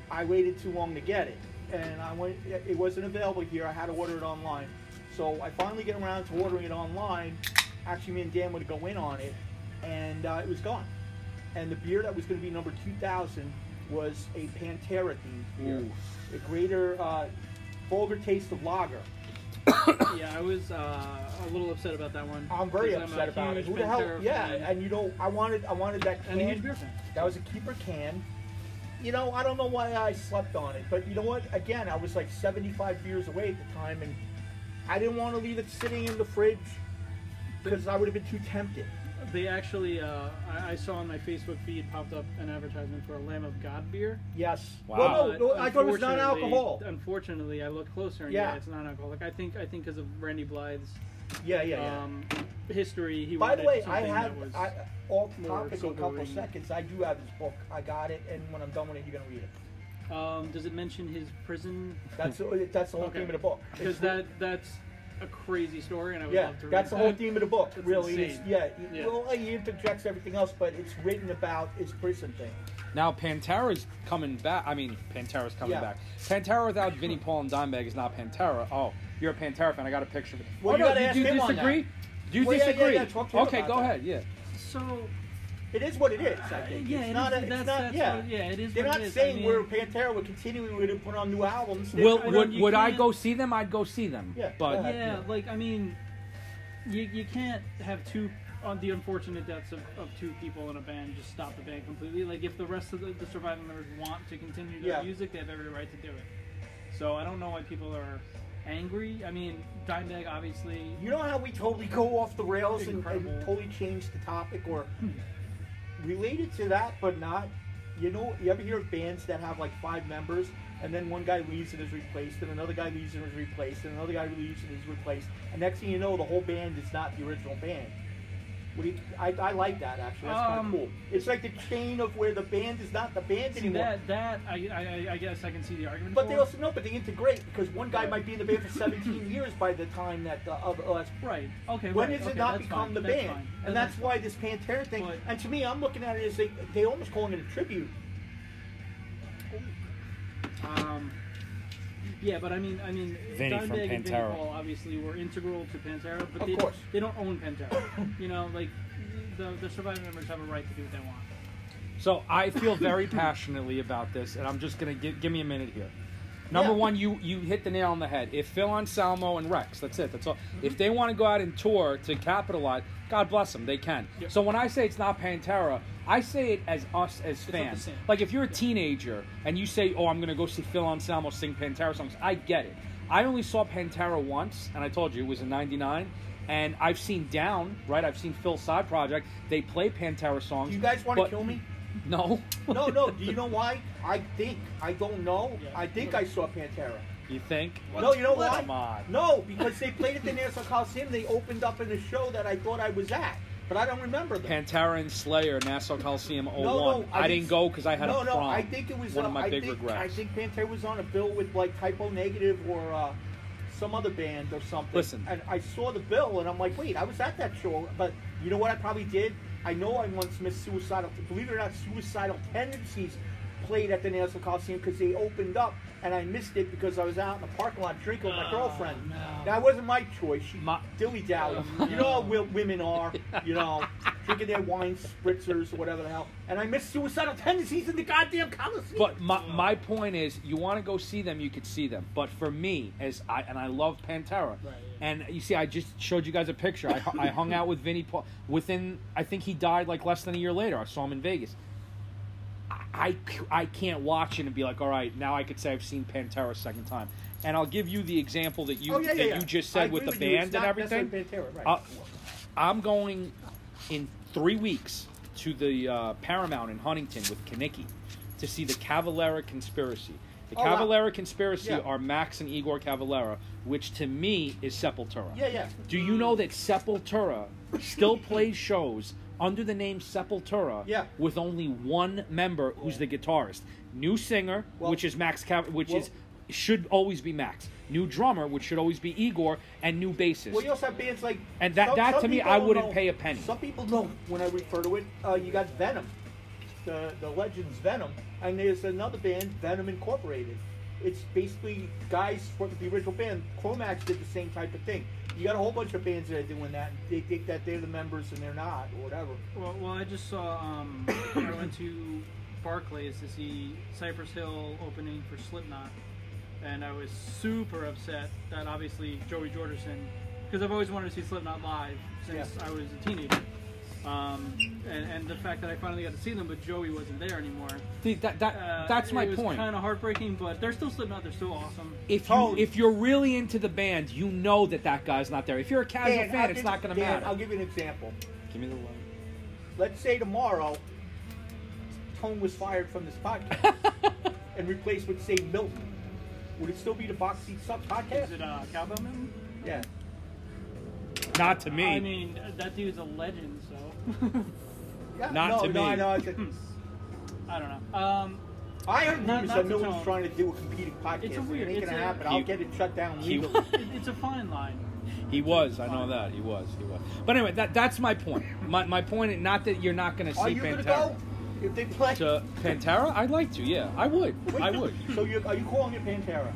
I waited too long to get it, and I went. It wasn't available here. I had to order it online. So I finally get around to ordering it online. Actually, me and Dan would go in on it, and uh, it was gone. And the beer that was going to be number 2,000 was a Pantera themed beer, a greater uh, vulgar taste of lager. yeah, I was uh, a little upset about that one. I'm very 'cause upset a about it. huge Who the hell? Pantera Yeah, fan and you know, I wanted, I wanted that and a huge can. beer fan. That was a keeper can. You know, I don't know why I slept on it, but you know what? Again, I was like 75 beers away at the time, and I didn't want to leave it sitting in the fridge because I would have been too tempted. They actually, uh, I, I saw on my Facebook feed popped up an advertisement for a Lamb of God beer. Yes. Wow. Well, Oh, no, But no, I thought it was unfortunately- um, non-alcohol. Unfortunately, I looked closer and Yeah. yeah, it's non-alcoholic. I think I think because of Randy Blythe's Yeah, yeah, yeah. um, history, he By the wanted way, I something have that was I, off more topic a couple sobering. seconds. I do have his book. I got it, and when I'm done with it, you're gonna read it. Um, does it mention his prison? That's that's the whole Okay. theme of the book. It's Because that that's a crazy story, and I would Yeah, love to read that's the whole that. theme of the book. That's really, insane. is, yeah. Yeah. Well, he interjects everything else, but it's written about its prison thing. Now Pantera's coming back. I mean, Pantera's coming Yeah. back. Pantera without Vinnie Paul and Dimebag is not Pantera. Oh, you're a Pantera fan. I got a picture. of it. Well, oh, you no, gotta ask do you him on disagree? Do you Well, yeah, yeah, disagree? yeah, talk to him okay, about go that. ahead. Yeah. So It is what it is. I think. Uh, yeah, it's it not. is- a, it's that's- not. that's yeah. what- yeah, it is They're what not it is. I saying mean- we're Pantera. We're continuing. We're gonna put on new albums. They're Will, I don't- would you would I can't- go see them? I'd go see them. Yeah, But go ahead. yeah, like I mean, you you can't have two on the unfortunate deaths of, of two people in a band just stop the band completely. Like if the rest of the, the surviving members want to continue their Yeah. music, they have every right to do it. So I don't know why people are angry. I mean, Dimebag obviously. You know how we totally go off the rails and, and Incredible. totally change the topic or related to that, but not. You know, you ever hear of bands that have like five members and then one guy leaves and is replaced, and another guy leaves and is replaced, and another guy leaves and is replaced, and next thing you know, the whole band is not the original band. What do you, I, I like that actually. That's kind Um, of cool. It's like the chain of where the band is not the band See anymore. that that I, I I- I guess I can see the argument. But for. they also no, but they integrate because one guy might be in the band for 17 years by the time that the other. Oh, that's right. Okay. when right, does it okay, not that's become fine, the that's band? fine, then And that's fine. why this Pantera thing. But- and to me, I'm looking at it as they they almost calling it a tribute. Um, yeah, but I mean, I mean, Vinny Dimebag from and Vinny Pantera. Paul obviously were integral to Pantera, but Of they, course. they don't own Pantera. you know, like the the surviving members have a right to do what they want. So I feel very passionately about this, and I'm just gonna give, give me a minute here. Number Yeah. one, you you hit the nail on the head. If Phil Anselmo and Rex, that's it, that's all. If they want to go out and tour to capitalize, God bless them, they can. Yep. So when I say it's not Pantera, I say it as us as not the fans. same. Like if you're a teenager and you say, "Oh, I'm gonna go see Phil Anselmo sing Pantera songs," I get it. I only saw Pantera once, and I told you it was in '99. And I've seen Down, right? I've seen Phil's side project. They play Pantera songs. Do you guys want to but- kill me? No. No, no. Do you know why? I think I don't know. Yeah. I think I saw Pantera. You think? No, you know What? why? Come on. No, because they played at the Nassau Coliseum. They opened up in a show that I thought I was at, but I don't remember them. Pantera and Slayer, Nassau Coliseum 01. I, didn't go because I had no, a no. prom. I think it was one uh, of my I big think, regrets. I think Pantera was on a bill with like typo negative or uh, some other band or something. Listen. And I saw the bill and I'm like, wait, I was at that show. But you know what I probably did? I know I once missed Suicidal, believe it or not, Suicidal Tendencies played at the Nassau Coliseum because they opened up and I missed it because I was out in the parking lot drinking Oh, with my girlfriend. That wasn't my choice. She My- dilly dally. Oh, You know how wi- women are, you know, drinking their wine spritzers or whatever the hell. And I missed Suicidal Tendencies in the goddamn Coliseum. But my, my point is, you want to go see them, you could see them. But for me, as I and I love Pantera, yeah. and you see, I just showed you guys a picture. I, hu- I hung out with Vinny Paul. Within, I think he died like less than a year later. I saw him in Vegas. I, c- I can't watch it and be like, all right, now I could say I've seen Pantera a second time. And I'll give you the example that you Oh, yeah, yeah, that yeah. you just I said agree with the with you. It's band and not everything. necessarily Pantera, right. Uh, I'm going in three weeks to the uh, Paramount in Huntington with Kanicki to see the Cavalera Conspiracy. The Oh, wow. Cavalera Conspiracy Yeah. are Max and Igor Cavalera, which to me is Sepultura. Yeah, yeah. Do you know that Sepultura still plays shows under the name Sepultura Yeah. with only one member who's the guitarist? New singer, Well- which is Max Cav- which Well- is should always be Max. New drummer, which should always be Igor, and new bassist. Well, you also have bands like And that- that to me, people I don't wouldn't know- pay a penny. Some people know when I refer to it. Uh, you got Venom, the the Legends Venom, and there's another band, Venom Incorporated. It's basically guys from the original band. Chromax did the same type of thing. You got a whole bunch of bands that are doing that. They think that they're the members and they're not, or whatever. Well, well, I just saw. Um, I went to Barclays to see Cypress Hill opening for Slipknot, and I was super upset that obviously Joey Jordison, because I've always wanted to see Slipknot live since Yeah. I was a teenager, um, and, and the fact that I finally got to see them, but Joey wasn't there anymore. See, that, that, Uh, that's my it was point. Kind of heartbreaking, but they're still Slipknot. They're still awesome. if you Totally. if you're really into the band, you know that that guy's not there. If you're a casual Dan, I'll fan, it's give- not going to Dan, matter. I'll give you an example. give me the one. Let's say tomorrow, Tone was fired from this podcast and replaced with say Milton. Would it still be the Box Seat Sub podcast? Is it uh, Cowbell Mountain? Yeah. Not to me. I mean, that dude's a legend, so Yeah, Not no, to no, me. I know. I said- I don't know. Um, I heard Not- rumors not that to no one's tone. trying to do a competing podcast. It's a and weird- It ain't it's gonna a- happen. He- I'll get it shut down he- legally. it, it's a fine line. He was. I know that. He was. He was. But anyway, that that's my point. My, my point is not that you're not going to see Are you gonna Pantera. go if they play? To Pantera, I'd like to. Yeah, I would. Wait, I would. So you are you calling it Pantera?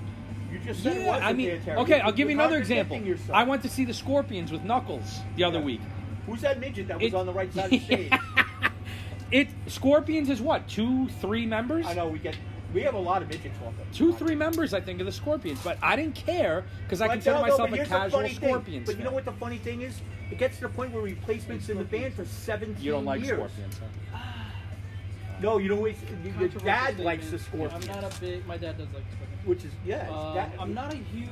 You just said it Yeah, wasn't I mean, Pantera. okay. You- I'll give you you're another contradicting example. yourself. I went to see the Scorpions with Knuckles the other Yeah. week. Who's that midget that was It- on the right side of the stage? It Scorpions is what two, three members? I know we get. We have a lot of midgets talking. two, three members, I think, of the Scorpions. But I didn't care because I But consider no, no, myself but a here's the casual funny thing. Scorpions But you know fan. what the funny thing is? It gets to the point where replacements in the band for 17 You don't like years. Scorpions, huh? No, you know, it's, your Controversial dad likes the statement. Scorpions, I'm not a big. My dad does like Scorpions. which is yeah. it's Um, that, I'm not a huge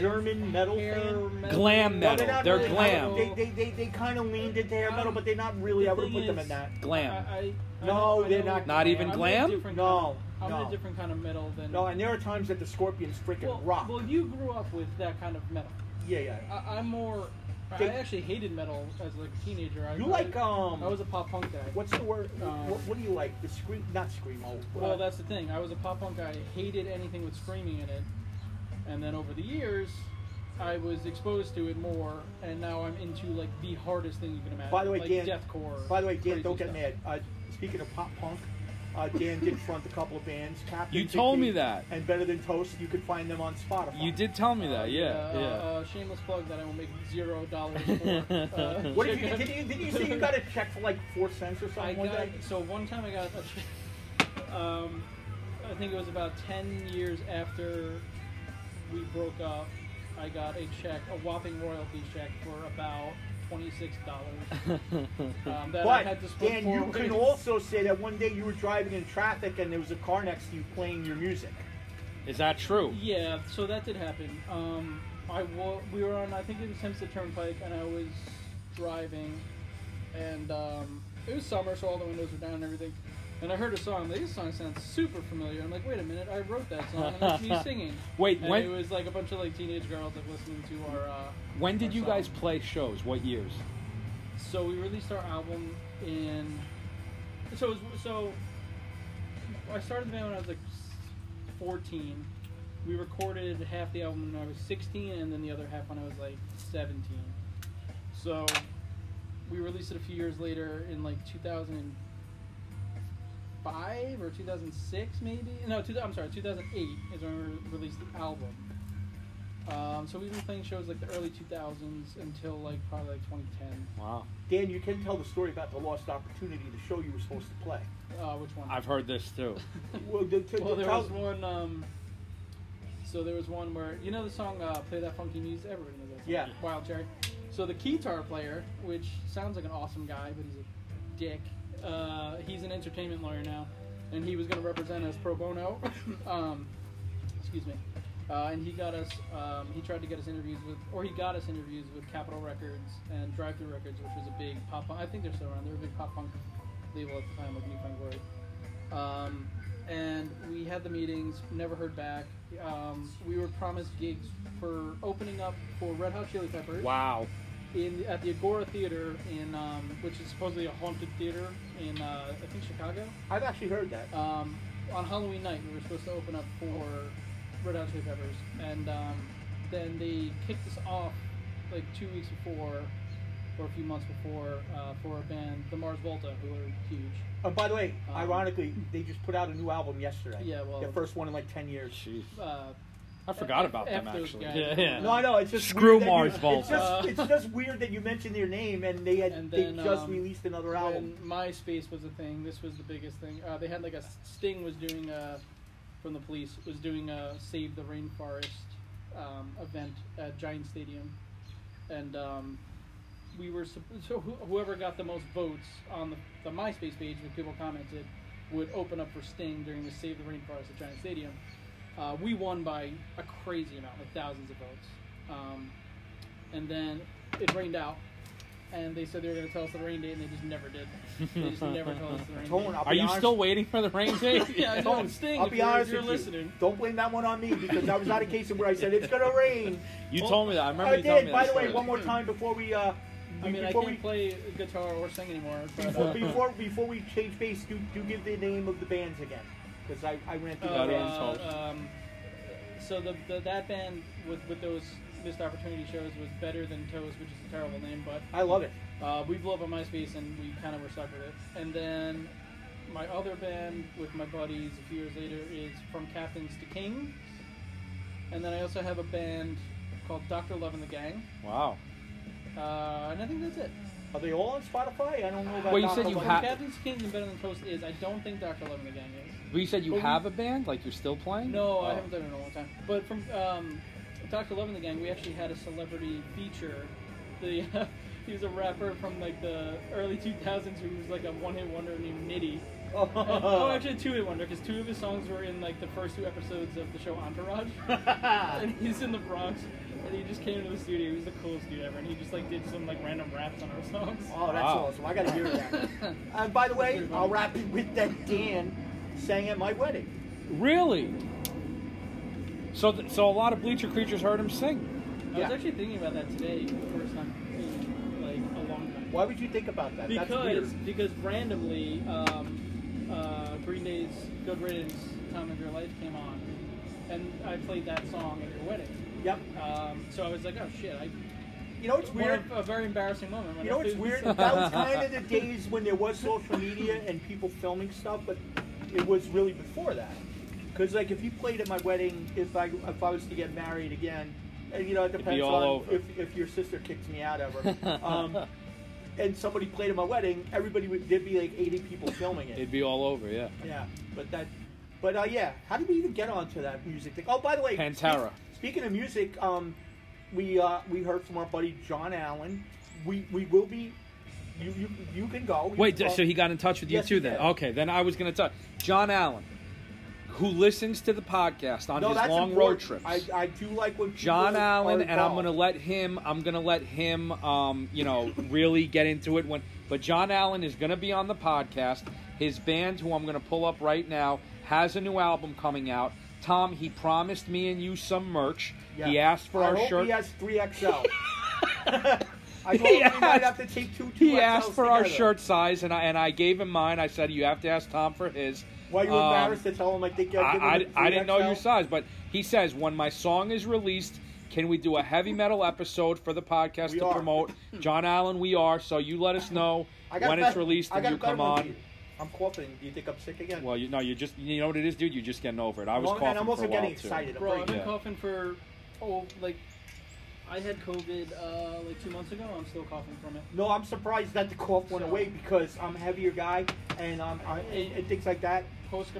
German metal hair fan. metal. Glam No, metal. they're not They're really- glam. They, they, they, they kind of leaned into hair metal, but they're not really. The I would thing put them is- in that. Glam. I- I- I No, know- I they're know- not Not even I'm in a glam? different No, kind of- I'm in no. a different kind of metal than. No, and there are times that the Scorpions freaking well, rock. well, you uh, grew up with that kind of metal. yeah, yeah. I, I'm more. I They- actually hated metal as like a teenager. I, You like um? I was a pop punk guy. what's the word? um, what, what do you like? The scream? Not screamo. Well, that's the thing. I was a pop punk guy. I hated anything with screaming in it. And then over the years, I was exposed to it more, and now I'm into like the hardest thing you can imagine. By the way, like Dan. deathcore. By the way, Dan, crazy don't get stuff. mad. Uh, speaking of pop punk, uh, Dan did front a couple of bands. Captain You told me Dickie that. And Better Than Toast. You could find them on Spotify. You did tell me that. Yeah, Uh, yeah. Uh, shameless plug that I will make zero dollars for. Uh, What did check you, out- did you did you say you got a check for like four cents or I something? one got, day? so one time I got a check. Um, I think it was about ten years after we broke up. I got a check, a whopping royalty check for about twenty six dollars. um, that I had But to split Dan, four you ways. can also say that one day you were driving in traffic and there was a car next to you playing your music. Is that true? Yeah, so that did happen. Um, I wa- we were on I think it was Hempstead Turnpike, and I was driving, and um, it was summer, so all the windows were down and everything. And I heard a song. I'm like, this song sounds super familiar. I'm like, wait a minute, I wrote that song, and that's me singing. Wait, and when- It was like a bunch of like teenage girls like listening to our. Uh, When did our you song. guys play shows? What years? So we released our album in. So it was, so. I started the band when I was like 14, we recorded half the album when I was 16, and then the other half when I was like 17. So we released it a few years later in like 2005 or 2006, maybe. No, two, I'm sorry, 2008 is when we released the album. Um, so we've been playing shows like the early 2000s until like probably like 2010. Wow. Dan, you can tell the story about the lost opportunity, the show you were supposed to play. Uh, which one? I've heard this too. Well, the, to, well, there tell- was one. Um, so there was one where you know the song uh, "Play That Funky Music." Everybody knows that. Song. Yeah. Wild Cherry. So the guitar player, which sounds like an awesome guy, but he's a dick. Uh, he's an entertainment lawyer now, and he was going to represent us pro bono. um, excuse me. Uh, and he got us. Um, he tried to get us interviews with, or he got us interviews with Capitol Records and Drive Through Records, which was a big pop. punk I think they're still around. They were a big pop punk label at the time, like New Found Glory. Um, and we had the meetings, never heard back. Um, we were promised gigs for opening up for Red Hot Chili Peppers Wow. in at the Agora Theater in um, which is supposedly a haunted theater in uh, I think Chicago. I've actually heard that. Um, on Halloween night, we were supposed to open up for Red Hot Chili Peppers, and um, then they kicked us off like two weeks before, or a few months before, uh, for a band, the Mars Volta, who are huge. Oh, by the way, Um, ironically, they just put out a new album yesterday. Yeah, well- their first one in like ten years. Jeez. Uh, I forgot F- about F them those actually. guys. Yeah, yeah. No, I know. It's just Screw weird that Mars you, Volta. It's just, it's just weird that you mentioned their name and they had Uh, And then, they just um, released another when album. MySpace was a thing, this was the biggest thing. Uh, they had like a Sting was doing a, from the police was doing a Save the Rainforest um, event at Giant Stadium, and um, we were sup- so wh- whoever got the most votes on the, the MySpace page when people commented would open up for Sting during the Save the Rainforest at Giant Stadium. Uh, we won by a crazy amount, like thousands of votes. Um, and then it rained out, and they said they were going to tell us the rain date, and they just never did. They just never told us the rain Tone, date. I'll be Are you honest- still waiting for the rain date? Yeah, I know. Tone, Sting, I'll if be you're- if honest you're with listening. you. Don't blame that one on me because that was not a case of where I said it's gonna rain. You told me that. I remember I you telling did. me By that the way, story. one more time before we uh, I mean, I before can't we play guitar or sing anymore. But, before, uh, before before we change base, do do give the name of the bands again because I I ran through uh, the That bands. is hope. um, so the, the that band with with those missed opportunity shows was better than Toast, which is a terrible name, but I love it. Uh, we blew up on MySpace and we kind of were stuck with it. And then my other band with my buddies a few years later is From Captains to Kings. And then I also have a band called Dr. Love and the Gang. Wow. Uh, and I think that's it. Are they all on Spotify? I don't know about. Well, you Dr. said you Love. From ha- Captains to Kings and Better Than Toast is. I don't think Dr. Love and the Gang is. But you said you But we- have a band? Like you're still playing? No, I Oh. haven't done it in a long time. But from um, Dr. Love and the Gang, we actually had a celebrity feature. The he was a rapper from like the early 2000s who was like a one-hit wonder named Nitty. oh, actually, two hit wonder because two of his songs were in like the first two episodes of the show Entourage, and he's in the Bronx, and he just came into the studio. He was the coolest dude ever, and he just like did some like random raps on our songs. Oh, that's Wow. awesome. I gotta hear that. and by the way, I'll wrap it with that Dan sang at my wedding. Really? So, th- so a lot of Bleacher Creatures heard him sing. I was Yeah. actually thinking about that today for the first time in like a long time. Why would you think about that? that's Because weird. because randomly, um, uh, Green Day's "Good Riddance" "Time of Your Life" came on, and I played that song at your wedding. Yep. Um, so I was like, oh shit, I. You know it's one weird. of- A very embarrassing moment. when You know I it's flew- weird. That was kind of the days when there was social media and people filming stuff, but it was really before that. Because like if you played at my wedding, if I if I was to get married again, and you know it be depends all on over. if if your sister kicks me out ever. Um, And somebody played at my wedding, everybody would there'd be like eighty people filming it. It'd be all over, yeah. Yeah, but that, but uh, yeah. How did we even get onto that music thing? Oh, by the way, Pantera. spe- speaking of music, um, we uh, we heard from our buddy John Allen. We we will be. You you, you can go. You Wait, can go. so he got in touch with you Yes, too he then? did. Okay, then I was going to talk. John Allen, who listens to the podcast on no, his that's long road important. trips. I, I do like when people John are Allen, and I'm involved. gonna let him. I'm gonna let him. Um, you know, really get into it when. But John Allen is gonna be on the podcast. His band, who I'm gonna pull up right now, has a new album coming out. Tom, he promised me and you some merch. Yeah. He asked for I our hope shirt. He has three XL. I He thought we might asked- have to take two. two He asked XLs for our together. shirt size, and I and I gave him mine. I said you have to ask Tom for his. Why are you Um, embarrassed to tell him? I think I've given I, him I, I three didn't know your XL? size, but he says when my song is released, can we do a heavy metal episode for the podcast We to are. promote John Allen? We are. So you let us know I got when a it's bet- released I and got you a better come one on. for you. I'm coughing. Do you think I'm sick again? Well, you no, you just you know what it is, dude. You're just getting over it. I was Well, coughing and I'm also for a while getting too. excited. I'm Bro, I've pretty- been Yeah. coughing for oh like I had COVID uh, like two months ago. I'm still coughing from it. No, I'm surprised that the cough went So- away because I'm a heavier guy and um, I, and, and things like that. Post,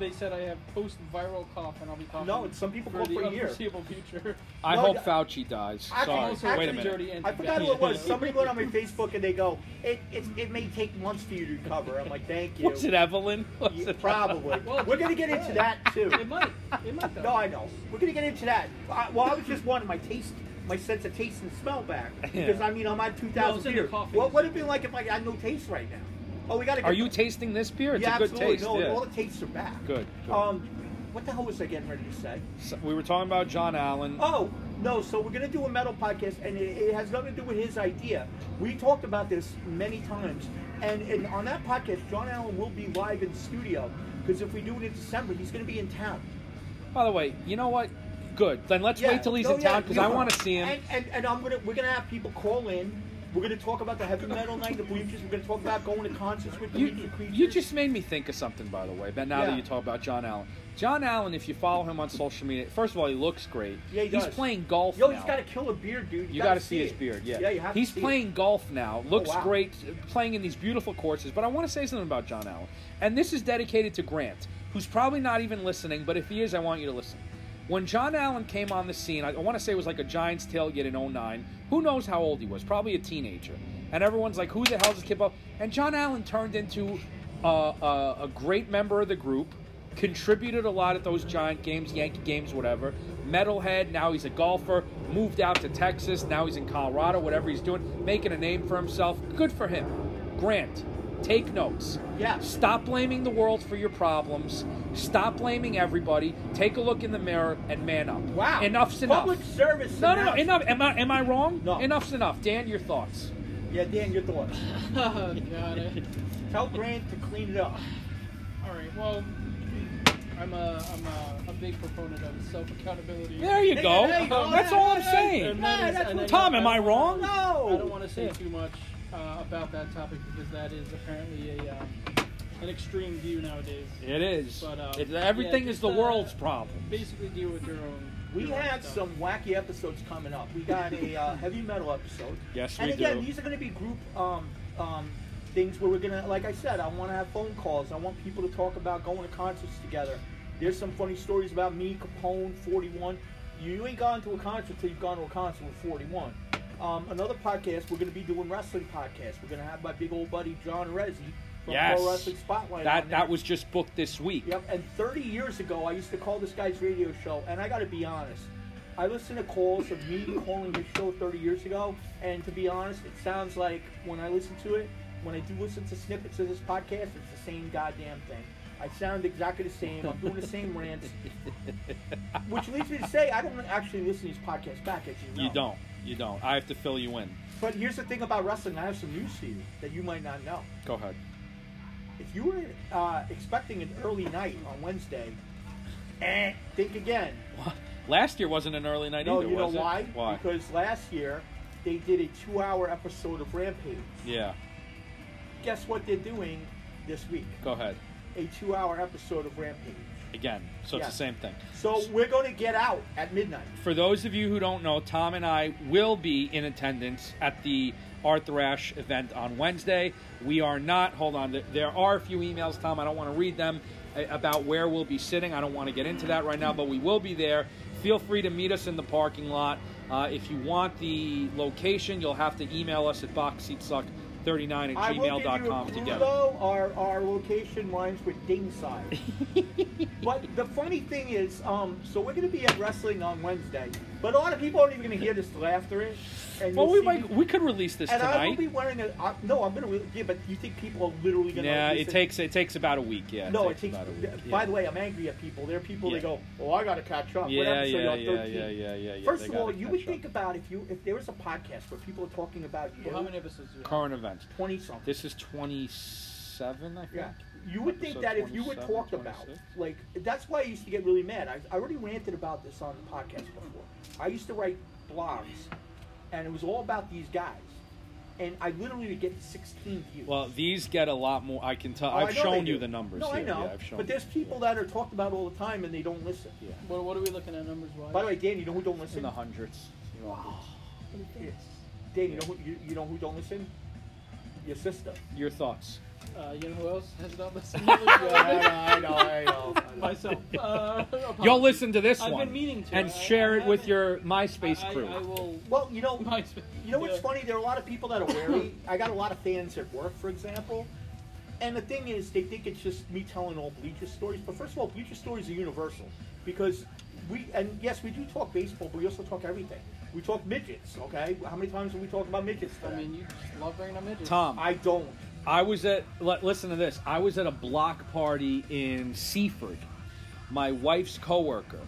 they said I have post viral cough, and I'll be coughing. No, it's- some people for cough the for a year. unforeseeable future. I No, hope I- Fauci dies. I- Sorry. also Wait a actually minute. dirty and I forgot who it was. bad. Somebody went on my Facebook and they go, "It it, it may take months for you to recover." I'm like, "Thank you." Was it Evelyn? Was Yeah, it- probably. Well, We're gonna get into that too. It might. It might. Though. No, I know. We're gonna get into that. I, well, I was just wanting my taste, my sense of taste and smell back because I mean I'm at 2,000 in the beer. coffee. What would it be like if I had no taste right now? Oh, we gotta. Are get- you tasting this beer? It's yeah, a good absolutely. taste. No, yeah. all the tastes are back. Good, good. Um, what the hell was I getting ready to say? So we were talking about John Allen. Oh no! So we're gonna do a metal podcast, and it, it has nothing to do with his idea. We talked about this many times, and, and on that podcast, John Allen will be live in studio because if we do it in December, he's gonna be in town. By the way, you know what? Good. Then let's wait till he's no, in town yeah, because you I are. want to see him. And, and, and I'm gonna we're gonna have people call in. We're gonna talk about the heavy metal night, the bleachers. We're gonna talk about going to concerts with the You, Bleacher Creatures. you just made me think of something, by the way. But now Yeah. that you talk about John Allen, John Allen, if you follow him on social media, first of all, he looks great. Yeah, he he's does. playing golf. yo, now. he's gotta kill a beard, dude. You gotta got to see his it. beard. Yeah, yeah, you have he's to see it. Oh, playing golf now. Looks wow. great, playing in these beautiful courses. But I want to say something about John Allen, and this is dedicated to Grant, who's probably not even listening. But if he is, I want you to listen. When John Allen came on the scene, I, I want to say it was like a Giants tailgate in 09. Who knows how old he was? Probably a teenager. And everyone's like, "Who the hell's this kid?" Bo-" And John Allen turned into uh, a, a great member of the group contributed a lot at those giant games, Yankee games, whatever. Metalhead, now he's a golfer, moved out to Texas, now he's in Colorado, whatever he's doing, making a name for himself. Good for him. Grant, take notes. Yeah. Stop blaming the world for your problems. Stop blaming everybody. Take a look in the mirror and man up. Wow. Enough's enough. Public service. no, no, no. announcement. Enough. Am I am I wrong? No. Enough's enough. Dan, your thoughts. Yeah, Dan, your thoughts. Oh, God. I- Tell Grant to clean it up. All right. Well, I'm a I'm a, a big proponent of self accountability. There you Hey, go. hey, hey, That's hey, all I'm hey, saying. And that Yeah, is- Ah, that's and what- I- Tom, am I wrong? No. I don't want to say too much uh, about that topic because that is apparently a um, an extreme view nowadays. It is. But, uh, It- everything yeah, is just, the uh, world's problem. Basically, deal with your own. We your own have stuff. some wacky episodes coming up. We got a uh, heavy metal episode. Yes, and we again, do. these are going to be group um, um, things where we're going to, like I said, I want to have phone calls. I want people to talk about going to concerts together. There's some funny stories about me, Capone, 41. You, you ain't gone to a concert till you've gone to a concert with 41. Um, another podcast, we're going to be doing wrestling podcast. We're going to have my big old buddy John Rezzi from Yes. Pro Wrestling Spotlight. on That there. that was just booked this week. Yep, and 30 years ago, I used to call this guy's radio show, and I gotta be honest. I listened to calls of me calling his show 30 years ago, and to be honest, it sounds like when I listen to it, when I do listen to snippets of this podcast, it's the same goddamn thing. I sound exactly the same. I'm doing the same rants, which leads me to say I don't actually listen to these podcasts back, as you know. You don't. You don't. I have to fill you in. But here's the thing about wrestling. I have some news to you that you might not know. Go ahead. If you were uh, expecting an early night on Wednesday, eh, think again. Last year wasn't an early night No, either, you know was it? why? Why? Because last year they did a two-hour episode of Rampage. yeah. Guess what they're doing this week? Go ahead. A two-hour episode of Rampage. Again. So Yeah. it's the same thing. So we're going to get out at midnight. For those of you who don't know, Tom and I will be in attendance at the Arthur Ashe event on Wednesday. We are not. Hold on. th- There are a few emails, Tom. I don't want to read them uh, about where we'll be sitting. I don't want to get into that right now, but we will be there. Feel free to meet us in the parking lot. Uh, if you want the location, you'll have to email us at boxseatsuck39 I at will give you a gmail.com clue, to get it. though. Our, our location rhymes with Dingside. but the funny thing is, um, so we're going to be at wrestling on Wedday, but a lot of people aren't even going to hear this till after it. And Well, you'll we see me- might, we could release this And I will tonight. be wearing a. I, no, I'm going to. Re- yeah, but you think people are literally going to? Yeah, it takes it takes about a week. Yeah. No, it takes. about a week. th- Yeah. By the way, I'm angry at people. There are people Yeah. that go, "Well, I got to catch up." Yeah, Whatever, so yeah, you're on yeah, 13. yeah, yeah, yeah, yeah. First They of gotta all, you catch would up. think about if you if there was a podcast where people are talking about you, Well, how many episodes do you have? current events. twenty something. This is 20. seven, I think. Yeah. You would think Episode that if you were 27, talked about, 26. like, that's why I used to get really mad. I, I already ranted about this on the podcast before. I used to write blogs, and it was all about these guys. And I literally would get 16 views. Well, these get a lot more. I can tell. Oh, I I've know shown they you do. the numbers. No, here. I know. Yeah, I've shown but there's you. people that are talked about all the time and they don't listen. Yeah. What, what are we looking at numbers wise? By the way, Dan, you know who don't It's in listen? the hundreds. You know, Yeah. Dan, you know who you, you know who don't listen? Your sister. Your thoughts? uh, you know who else has not listened? I know, I know. I know. Myself. Uh, Y'all listen to this I've one been meaning to. and I- share I it with haven't. your I- MySpace I- crew. I will. Well, you know, MySpace. You know what's Yeah. funny? There are a lot of people that are wary. I got a lot of fans at work, for example. And the thing is, they think it's just me telling all Bleacher stories. But first of all, Bleacher stories are universal because we and yes, we do talk baseball, but we also talk everything. We talk midgets. Okay, how many times have we talked about midgets? I Today? mean, you just love bringing up midgets. Tom, I don't. I was at li- listen to this. I was at a block party in Seaford. My wife's coworker.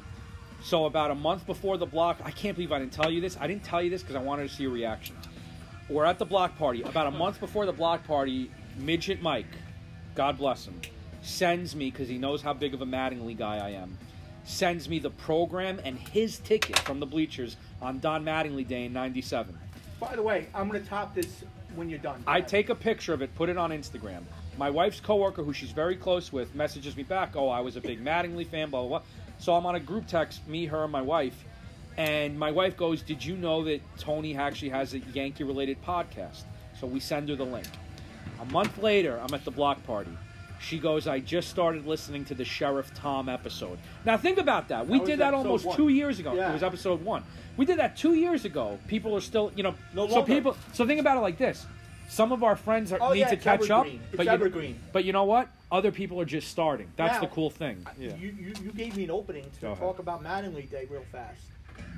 So about a month before the block, I can't believe I didn't tell you this. I didn't tell you this because I wanted to see your reaction. We're at the block party. About a month before the block party, midget Mike, God bless him, sends me because he knows how big of a Mattingly guy I am. Sends me the program and his ticket from the bleachers on Don Mattingly Day in '97. By the way, I'm gonna top this when you're done. I take a picture of it, put it on Instagram. My wife's coworker, who she's very close with, messages me back, "Oh, I was a big Mattingly fan, blah blah blah." So I'm on a group text, me, her, and my wife, and my wife goes, "Did you know that Tony actually has a Yankee-related podcast?" So we send her the link. A month later, I'm at the block party. She goes, "I just started listening to the Sheriff Tom episode." Now think about that. We That was did that episode almost one. two years ago. Yeah. It was episode one. We did that two years ago. People are still, you know, No so longer. people. So think about it like this: some of our friends are, Oh, need yeah, to it's catch up, evergreen. It's but you, evergreen. but you know what? Other people are just starting. That's Now- the cool thing. You, you you gave me an opening to Go ahead. talk about Mattingly Day real fast.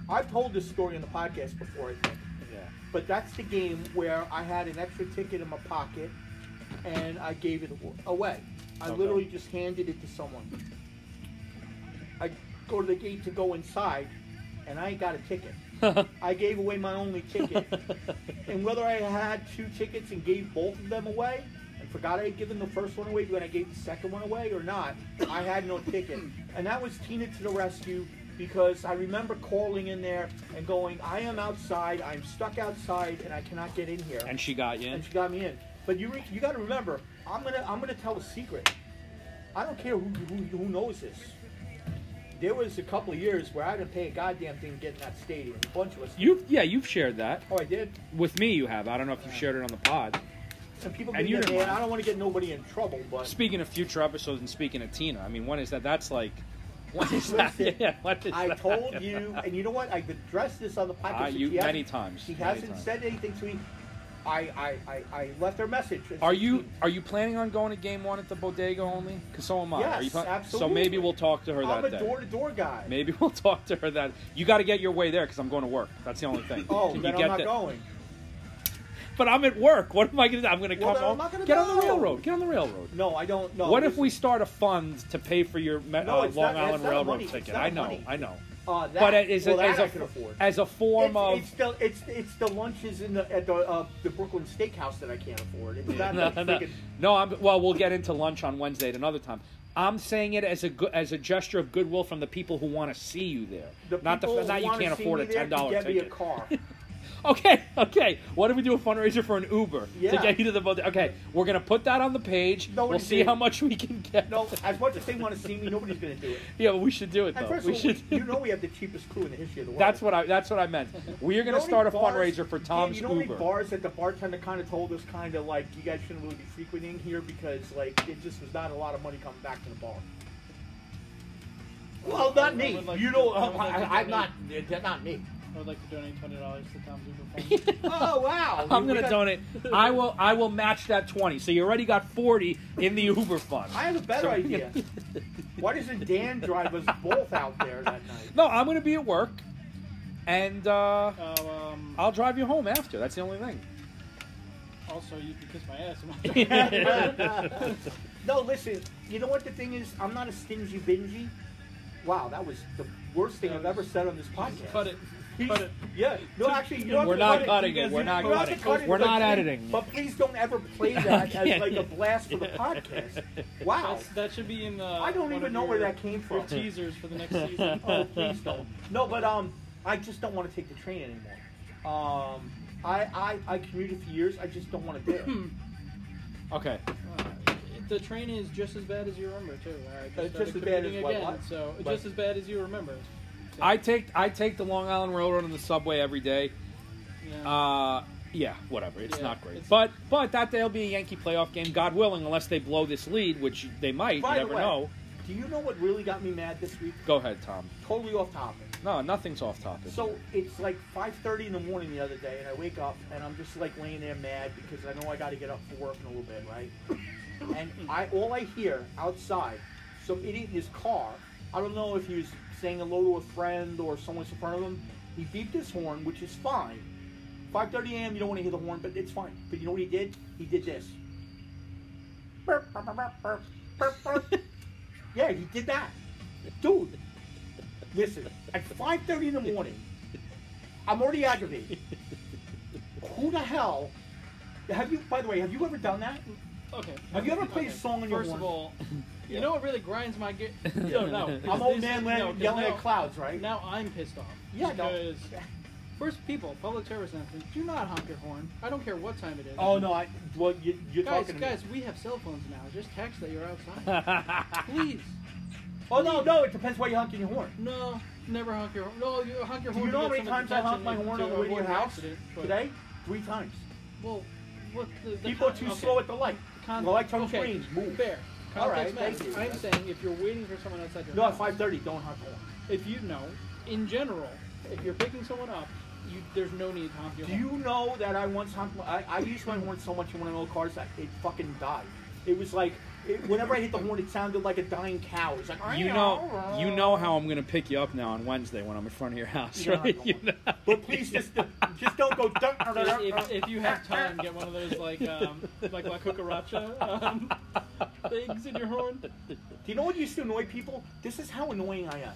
I've told this story on the podcast before, I think. But that's the game where I had an extra ticket in my pocket and I gave it away. I Okay. literally just handed it to someone. I go to the gate to go inside and I ain't got a ticket. I gave away my only ticket. and whether I had two tickets and gave both of them away and forgot I had given the first one away when I gave the second one away or not, I had no ticket. And that was Tina to the rescue because I remember calling in there and going, I am outside, I'm stuck outside, and I cannot get in here. And she got you. And In. she got me in. But you, re- you got to remember, I'm gonna, I'm gonna tell a secret. I don't care who, who, who knows this. There was a couple of years where I didn't pay a goddamn thing to get in that stadium. A bunch of us. You, yeah, you've shared that Oh, I did. with me. You have. I don't know if you've shared it on the pod. Some people And and you you didn't man, mind. I don't want to get nobody in trouble, but Speaking of future episodes and speaking of Tina, I mean, when is that? That's like, when is Listen, that? Yeah, when is I that? told you, and you know what? I've addressed this on the podcast. Ah, and you she hasn't- many times. She many hasn't times. said anything to me. I, I, I, I left her a message. and Are she- you are you planning on going to game one at the bodega only? Because so am I. Yes, Are you So absolutely. maybe we'll talk to her I'm that a day. door-to-door guy. Maybe we'll talk to her that you got to get your way there because I'm going to work. That's the only thing. Oh, Can you then get I'm not the- going. But I'm at work. What am I going to do? I'm going to Well, come then I'm home. not gonna Get on the go. railroad. Get on the railroad. No, I don't. No. what if we listen, start a fund to pay for your me- No, uh, it's Long not- it's Island not Railroad money. It's ticket? not I know. money. I know. Uh, that, but as, well, as that a I can afford. as a form it's, of it's the it's it's the lunches in the at the uh, the Brooklyn Steakhouse that I can't afford. It's not no, the no, freaking- uh, no. I'm well. We'll get into lunch on Wednesday at another time. I'm saying it as a go- as a gesture of goodwill from the people who want to see you there. The not the people f- not you wanna can't see afford me a there ten to dollar Get ticket. me a car. Okay, okay. What if we do a fundraiser for an Uber to Yeah. get you to the boat? Okay, we're gonna put that on the page. Nobody we'll see did. how much we can get. No, as much as they want to see me, nobody's going to do it. Yeah, but we should do it And though. first we of all, should. you know we have the cheapest crew in the history of the world. that's what I. That's what I meant. We are You gonna know how start a many bars- fundraiser for Dan, Tom's You know how many Uber. bars that the bartender kind of told us, kind of like, you guys shouldn't really be frequenting here because, like, it just was not a lot of money coming back to the bar. Well, I not me. would like you to- know, I would uh, like to I, I'm not. donate- They're not me. I would like to donate twenty dollars to Tom's Uber Fund. Oh wow! I'm We gonna got- donate. I will. I will match that twenty. So you already got forty in the Uber fund. I have a better So- idea. Why doesn't Dan drive us both out there that night? No, I'm gonna be at work, and uh, Oh, um, I'll drive you home after. That's the only thing. also, you can kiss my ass. I'm not- no, listen. You know what the thing is? I'm not a stingy bingy. Wow, that was the worst thing I've ever said on this podcast. Cut it. He's- yeah. No, actually, you don't have We're to not cut cutting because it. We're you- not you don't have cutting to it. cut We're but not please- editing. But please don't ever play that as like a blast for the podcast. Wow. That's, that should be in the. I don't one even of know where your- that came Your from. teasers for the next season. Oh, please don't. No, but um, I just don't want to take the train anymore. Um, I I I commuted for years. I just don't want to do it. Okay. Uh, the train is just as bad as you remember too. I just, It's started Uh, just as bad commuting as what- again, what? So it's What? just as bad as you remember. I take I take the Long Island Railroad and the subway every day. Yeah. Uh, yeah, whatever. It's Yeah, not great. it's- but but that there'll be a Yankee playoff game, God willing, unless they blow this lead, which they might. By you the never way- know. Do you know what really got me mad this week? Go ahead, Tom. Totally off topic. No, nothing's off topic. So it's like 5:30 in the morning the other day, and I wake up and I'm just like laying there mad because I know I got to get up for work in a little bit, right? And I all I hear outside, some idiot in his car. I don't know if he was saying hello to a friend or someone's in front of him. He beeped his horn, which is fine. 5:30 a.m. You don't want to hear the horn, but it's fine. But you know what he did? He did this. Burp, burp, burp, burp, burp, burp. yeah, he did that, dude. Listen, at 5:30 in the morning, I'm already aggravated. Who the hell? Have you? By the way, have you ever done that? okay. Have you ever played a song on your First of horn? all, you know what really grinds my get? No, no. I'm because old this man is- land- no, 'cause yelling now- at clouds, right? Now I'm pissed off. yeah, no. because First, people, public service announcements, do not honk your horn. I don't care what time it is. Oh no, I. Well, you, you're guys, talking to guys, me. we have cell phones now. Just text that you're outside. Please. Oh no, no. It depends why you're honking your horn. No, never honk your horn. No, you honk your Do you horn. to know how get many someone's times I honked attention my and horn to on the way to avoid your an house accidident, but- today? Three times. Well, what the, the People are con- too okay. slow at the light. Con- the light turns okay, green. Move. Fair. All right, Context thank matters. you. I'm saying if you're waiting for someone outside your No, at house, 5:30, don't honk your horn. if you know, in general, if you're picking someone up, you, there's no need to honk your Do horn. you know that I once honked my, I, I used my horn so much in one of my old cars that it fucking died. It was like it, whenever I hit the horn, it sounded like a dying cow. It's like you know you know how I'm gonna pick you up now on Wednesday when I'm in front of your house, You're not right? going. You know? But please just just don't go. Dun, dun, dun, dun, if, if you have time, get one of those like um, like La Cucaracha um, things in your horn. Do you know what used to annoy people? This is how annoying I am.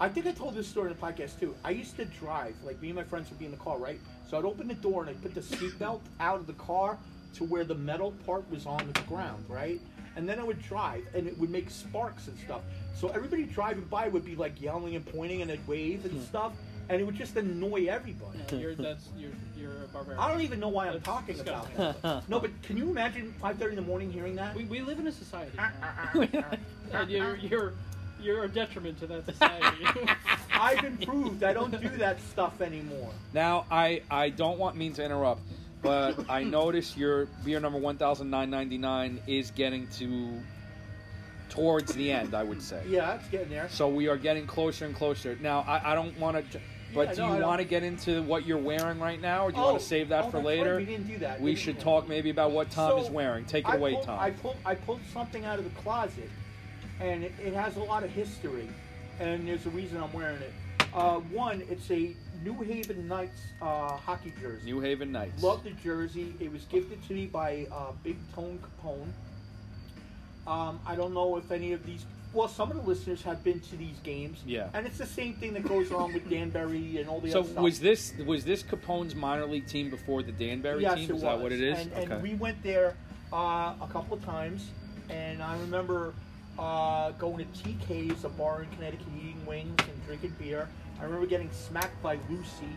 I think I told this story in the podcast too. I used to drive, like me and my friends would be in the car, right? So I'd open the door and I'd put the seatbelt out of the car to where the metal part was on the ground, right? And then I would drive and it would make sparks and stuff. So everybody driving by would be like yelling and pointing and they'd wave and stuff. And it would just annoy everybody. Hmm. Yeah, you're that's you're you're a barbarian. I don't even know why I'm That's talking disgusting. about that. No, but can you imagine 5.30 in the morning hearing that? We, we live in a society, now, and you're you're you're a detriment to that society. I've improved. I don't do that stuff anymore. Now I I don't want mean to interrupt, but I notice your beer number one thousand nine ninety nine is getting to towards the end. I would say. Yeah, it's getting there. So we are getting closer and closer. Now I, I don't want to, but Yeah, do no, I you don't- want to get into what you're wearing right now, or do you want Oh, to save that oh, for that's right, later? we didn't do that, We didn't should we? talk maybe about what Tom So, is wearing. Take it I away, pulled, Tom. I pulled, I pulled something out of the closet, and it, it has a lot of history, and there's a reason I'm wearing it. Uh, one, it's a New Haven Knights uh, hockey jersey. New Haven Knights. Love the jersey. It was gifted to me by uh, Big Tone Capone. Um, I don't know if any of these. Well, some of the listeners have been to these games. Yeah. And it's the same thing that goes on with Danbury and all the So other stuff. was this was this Capone's minor league team before the Danbury yes, team? It Is was. that what it is? And, and we went there uh, a couple of times, and I remember uh, going to TK's, a bar in Connecticut, eating wings and drinking beer. I remember getting smacked by Lucy.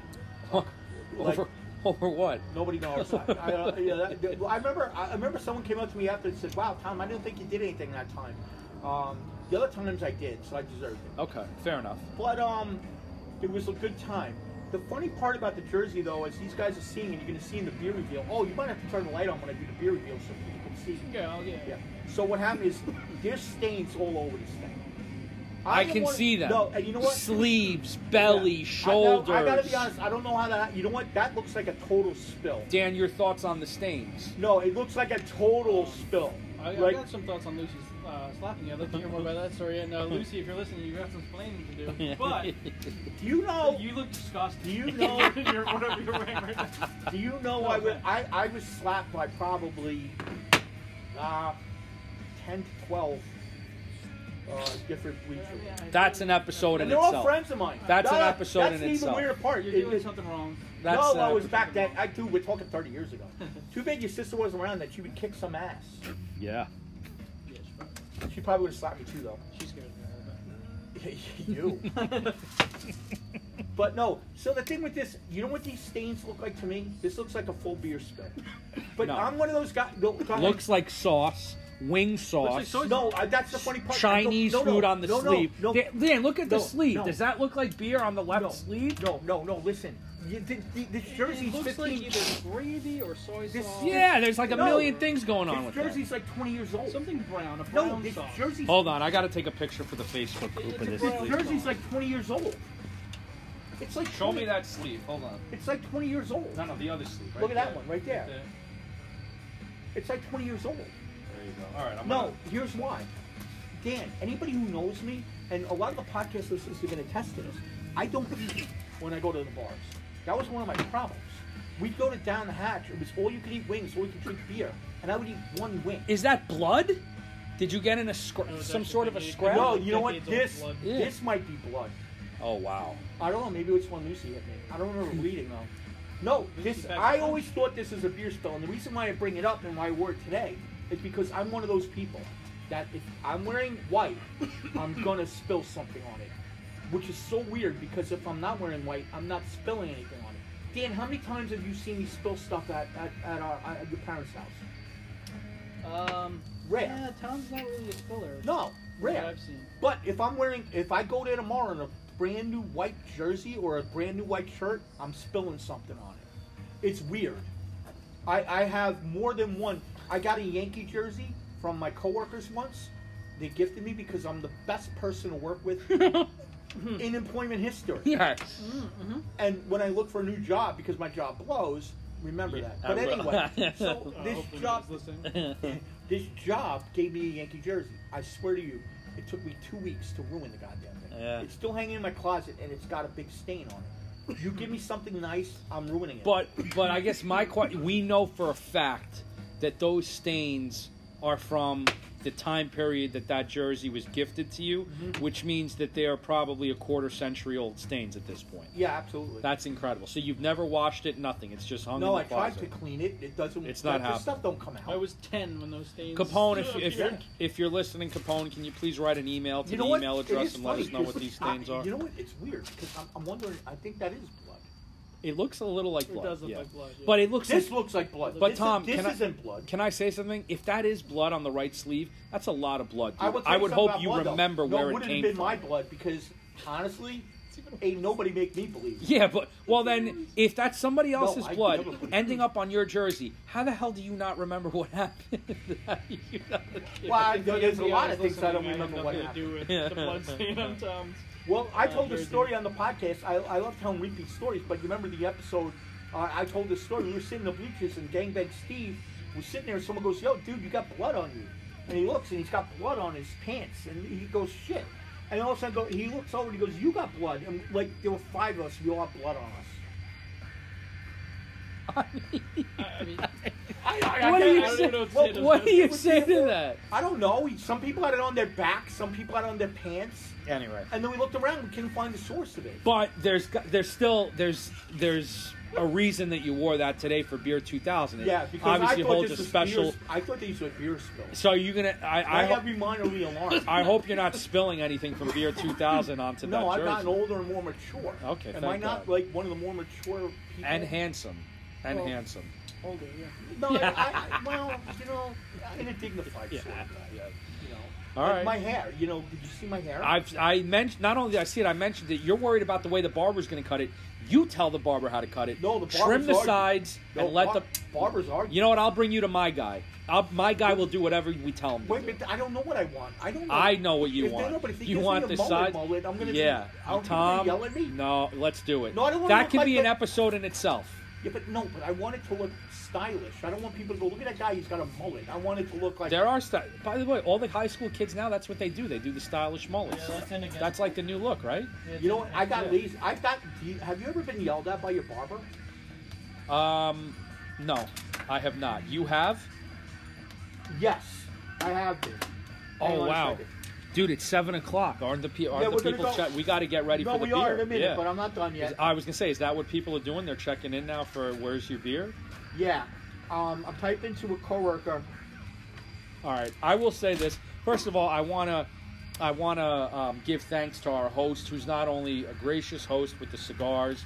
like- over over what? Nobody knows. I, I, don't- yeah, that, that- I remember. I remember someone came up to me after and said, "Wow, Tom, I didn't think you did anything that time." Um, the other times I did, so I deserved it. Okay, fair enough. But um, it was a good time. The funny part about the jersey, though, is these guys are seeing, and you're going to see in the beer reveal. Oh, you might have to turn the light on when I do the beer reveal so people can see. Okay, I'll get it. Yeah. So what happened is there's stains all over this thing. I, didn't can wanna- see them. No, and you know what? Sleeves, belly, I- now, shoulders. I, gotta be honest. I don't know how that. You know what? That looks like a total spill. Dan, your thoughts on the stains? No, it looks like a total spill. I, I like, got some thoughts on Lucy's uh, slapping you. I'd love to hear more about that story. And uh, Lucy, if you're listening, you have some explaining to do. But do you know? you look disgusted. Do you know- you're, whatever you're wearing right now. Do you know No, I was but- I, I was slapped by probably uh, ten to twelve uh, different bleachers. That's an episode in And they're all itself. friends of mine. That's No, an no, episode that's in the itself. even weird part. You're It- doing it- something wrong. That's no, an I was episode. back then. I too. We're talking 30 years ago. Too bad your sister wasn't around. That she would kick some ass. Yeah. Yeah, She she probably- probably would have slapped me too, though. she scares me a little bit. you. but no. So the thing with this, you know what these stains look like to me? This looks like a full beer spill. But No. I'm one of those guys. No, go ahead. Looks like sauce, wing sauce, No, I, that's the funny part. I don't- Chinese no, no, food on the no, no, sleeve. No, Dan, Dan, look at the No, sleeve. no. Does that look like beer on the left no, sleeve? No, no, no. Listen, you, the, the, this jersey's it looks 15. like either gravy or soy This- sauce. Yeah, there's like a No. million things going on this with jersey's like 20 years old. Something brown, a no, brown this sauce. that. jersey's Hold on, I got to take a picture for the Facebook group of It's a this. brown- Please. This jersey's like 20 years old. It's like 20, that sleeve. Hold on. It's like 20 years old. no, the other sleeve. Look at that one right there. It's like 20 years old. There you go. All right, I'm No, here's why. Dan, anybody who knows me, and a lot of the podcast listeners are going to test this, I don't eat when I go to the bars. That was one of my problems. We'd go to Down the Hatch, it was all you could eat wings, all you could drink beer, and I would eat one wing. Is that blood? Did you get in a scr- No, it's some actually sort of a pretty- scrap? no, you know what? Decades old This blood. Yeah. this might be blood. Oh wow. I don't know. Maybe it's one Lucy hit me. I don't remember bleeding though. No, Lucy this back I home. always thought this was a beer spill, and the reason why I bring it up and why I wore it today is because I'm one of those people that if I'm wearing white, I'm gonna spill something on it, which is so weird because if I'm not wearing white, I'm not spilling anything on it. Dan, how many times have you seen me spill stuff at at, at, our, at your parents' house? Um, Rare. Yeah, Tom's not really a spiller. No, What rare. I've seen. But if I'm wearing, if I go there tomorrow in a brand new white jersey or a brand new white shirt, I'm spilling something on it. It's weird. I, I have more than one. I got a Yankee jersey from my coworkers once. They gifted me because I'm the best person to work with in employment history. Yes. And when I look for a new job because my job blows, remember that. I But will. anyway, so Uh, this hopefully job, nobody's listening. this job gave me a Yankee jersey. I swear to you, it took me two weeks to ruin the goddamn thing. Yeah. It's still hanging in my closet, and it's got a big stain on it. You give me something nice, I'm ruining it. But but I guess my question we know for a fact that those stains are from the time period that that jersey was gifted to you, Mm-hmm. which means that they are probably a quarter century old stains at this point. yeah, absolutely. That's incredible. So you've never washed it, nothing. It's just hung no, I in the closet. tried to clean it. It doesn't. It's not the happening. stuff don't come out. I was 10 when those stains. Capone, if, if Yeah. you're if you're listening, Capone, can you please write an email to you know the what? email It address is and let funny, us know what 'cause these I- stains are? You know what? It's weird because I'm, I'm wondering. I think that is blood. it looks a little like It blood. does look yeah. like blood, yeah. But it looks. This like- looks like blood. But this, Tom, this can I- isn't blood. can I say something? If that is blood on the right sleeve, that's a lot of blood. Dude. I would, tell you something hope about you blood, though. remember no, where it it wouldn't came have been from. my blood because honestly, ain't nobody make me believe. Yeah, but well then, if that's somebody else's I could blood never put- ending up on your jersey, how the hell do you not remember what happened? How do you not- Well, I- there's a lot of things I don't remember what do with the blood stain on Tom's. Well, I Uh, told jersey. this story on the podcast. I, I love telling repeat stories, but you remember the episode uh, I told this story. We were sitting in the bleachers, and Gangbang Steve was sitting there, and someone goes, "Yo, dude, you got blood on you." And he looks, and he's got blood on his pants, and he goes, "Shit!" And all of a sudden, go, he looks over, and he goes, "You got blood!" And like there were five of us, we all had blood on us. I mean, I, I, what I, do you I, don't say? even know what to say What, to what do that. you What's say the to other- that? I don't know. Some people had it on their back, some people had it on their pants, Anyway, and then we looked around, we couldn't find the source of it. But there's there's still there's there's a reason that you wore that today for Beer 2000. It Yeah, because obviously I thought holds this a was special. Beer, I thought these were beer spills. So you're gonna I I, I, got hope, minorly alarmed. I hope you're not spilling anything from Beer 2000 onto no, that I've jersey. gotten older and more mature. Okay, am thank I not God. like one of the more mature people? and handsome, and Oh. handsome. older, yeah. No, I, I, I, well, you know, in a dignified Yeah, sort of way. yeah. You know, All Like right. my hair. You know, did you see my hair? I've I mentioned not only did I see it, I mentioned it. You're worried about the way the barber's gonna cut it. You tell the barber how to cut it. No, the trim barber's the arguing. sides No, and let bar- the. barbers are. You know what? I'll bring you to my guy. I'll, my guy will do whatever we tell him. to Wait, do. but I don't know what I want. I don't. Know. I know what you If they want. don't- but if he you gives want me a the mullet side? mullet, I'm gonna be- yeah. I'll- you're Tom, gonna yell at me? No, let's do it. No, I don't wanna that look could like be an the- episode in itself. Yeah, but no, but I want it to look stylish. I don't want people to go look at that guy. He's got a mullet. I want it to look like. There are st- by the way, all the high school kids now. That's what they do. They do the stylish mullets. Yeah, that's in again. That's like the new look, right? you know what? I got lazy. I got. Do you, have you ever been yelled at by your barber? Um, no, I have not. You have? Yes, I have been. Hang Oh, on a wow. second. Dude, it's seven o'clock. Aren't the, pe- aren't Yeah, we're the gonna people go- check? We got to get ready no, for the we beer. are in a minute, yeah. but I'm not done Is- yet. I was gonna say, is that what people are doing? They're checking in now for where's your beer? yeah, um, I'm typed into a coworker. All right, I will say this. First of all, I wanna, I wanna um, give thanks to our host, who's not only a gracious host with the cigars,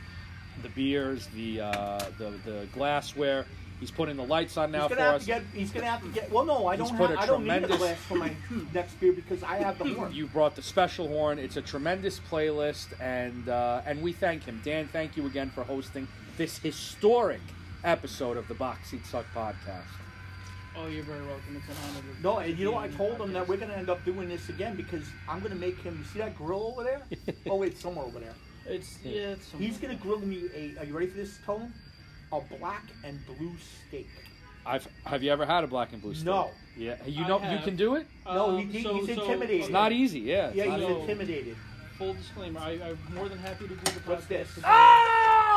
the beers, the uh, the, the glassware. He's putting the lights on now He's for gonna have us. to get. He's gonna have to get. Well, no, I He's don't. put Have, a I don't need a tremendous- glass for my next beer because I have the horn. You brought the special horn. It's a tremendous playlist, and uh, and we thank him. Dan, thank you again for hosting this historic episode of the Box Seat Suck podcast. Oh, you're very welcome. It's an honor. to No, and you know be I on your told him that podcast. we're gonna end up doing this again because I'm gonna make him. You see that grill over there? oh wait, somewhere over there. It's yeah. It's He's gonna grill me a. Are you ready for this, Tone? A black and blue steak. I've have you ever had a black and blue? Steak? No. Yeah, you I know you have. can do it. No, Um, he- so- he's so- intimidating. It's not e- easy. Yeah. it's Yeah, not he's easy. no. intimidated. Full disclaimer: I, I'm more than happy to do the podcast. What's this? today.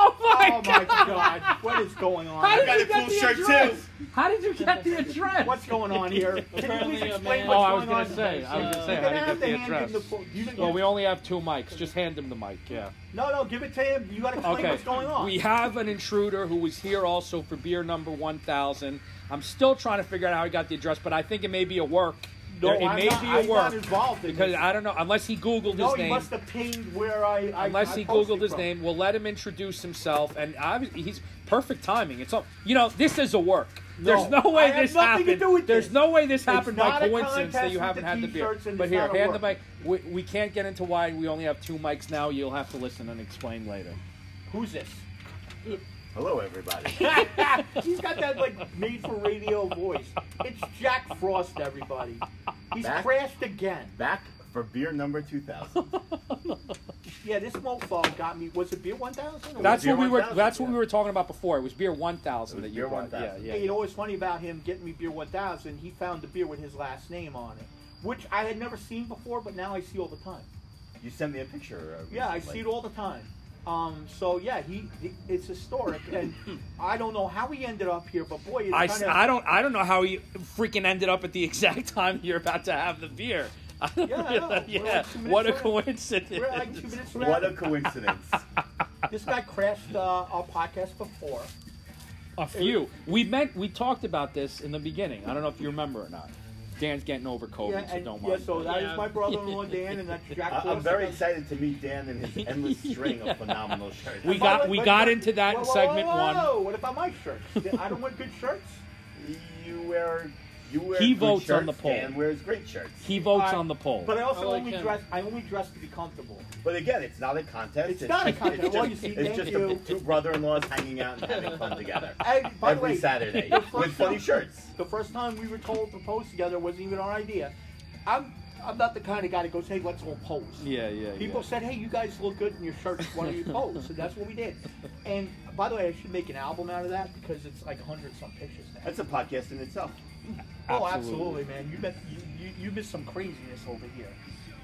Oh my oh my god! What is going on? How did got you a get cool the shirt, address? How did you get the address? What's going on here? Can you Apparently please a explain man- oh, I was what's going gonna say. on? I was Uh, gonna say. You're How gonna did you get have to the hand him address? the. po- You, you, Well, we only have two mics. Just hand him the mic. Yeah. no, no, give it to him. You gotta explain Okay. what's going on. We have an intruder who was here also for beer number 1000. I'm still trying to figure out how he got the address, but I think it may be a work. no, There- it I'm may not, be I'm a work. not involved in Because this. I don't know, unless he Googled no, his he name. must have pinged where I. I unless I he posted Googled his from. name, we'll let him introduce himself. And I, he's perfect timing. It's all, you know, this is a work. There's No, no way I have this nothing happened. to do with There's this. no way this happened by not a coincidence that contest you with haven't the had the beer. t-shirts and But it's here, not a hand the mic. work. We, we can't get into why we only have two mics now. You'll have to listen and explain later. Who's this? Hello, everybody. He's got that like made for radio voice. It's Jack Frost, everybody. He's Back? crashed again. Back for beer number 2000. Yeah, this mofo got me. Was it beer one thousand? That's beer what we were. 1000, That's what yeah. we were talking about before. It was beer one thousand It that was you beer brought. 1000. Yeah, Hey, you yeah. know what's funny about him getting me beer 1000? He found the beer with his last name on it, which I had never seen before, but now I see all the time. You sent me a picture. uh, Yeah, I recently. see it all the time. Um, so yeah, he it's historic, and I don't know how he ended up here, but boy, it's I, s- kinda, I don't I don't know how he freaking ended up at the exact time you're about to have the beer. I don't Yeah, I realize- know. We're yeah. like two minutes what a away. coincidence. We're like two minutes from What a coincidence. this guy crashed uh, our podcast before. Oh, A few. We meant we talked about this in the beginning. I don't know if you remember or not. Dan's getting over COVID, Yeah, so and, don't yeah, mind. so that is Yeah. my brother-in-law Dan, and that's Jack. I- I'm Frost. very excited to meet Dan and his endless string of phenomenal shirts. We By got- the way, we but- got but- into that in whoa, whoa, segment whoa, one. whoa, What about my shirts? I don't want good shirts. You wear. You wear He good votes on shirts, the poll. Dan wears great shirts. he votes Alright, on the poll. But I also I like only him. dress. I only dress to be comfortable. But again, it's not a contest. It's not a just- contest. It's Well, just, you see, it's thank just you. A, two brother-in-laws hanging out and having fun together And, by the every way, Saturday the first with funny time- shirts. The first time we were told to pose together wasn't even our idea. I'm I'm not the kind of guy that goes, hey, let's all pose. yeah, yeah. People yeah. said, hey, you guys look good in your shirts. Why don't you pose? And that's what we did. And by the way, I should make an album out of that because it's like 100 some pictures now. That's a podcast in itself. Oh, absolutely. absolutely, man. You, met, you, you, you missed some craziness over here.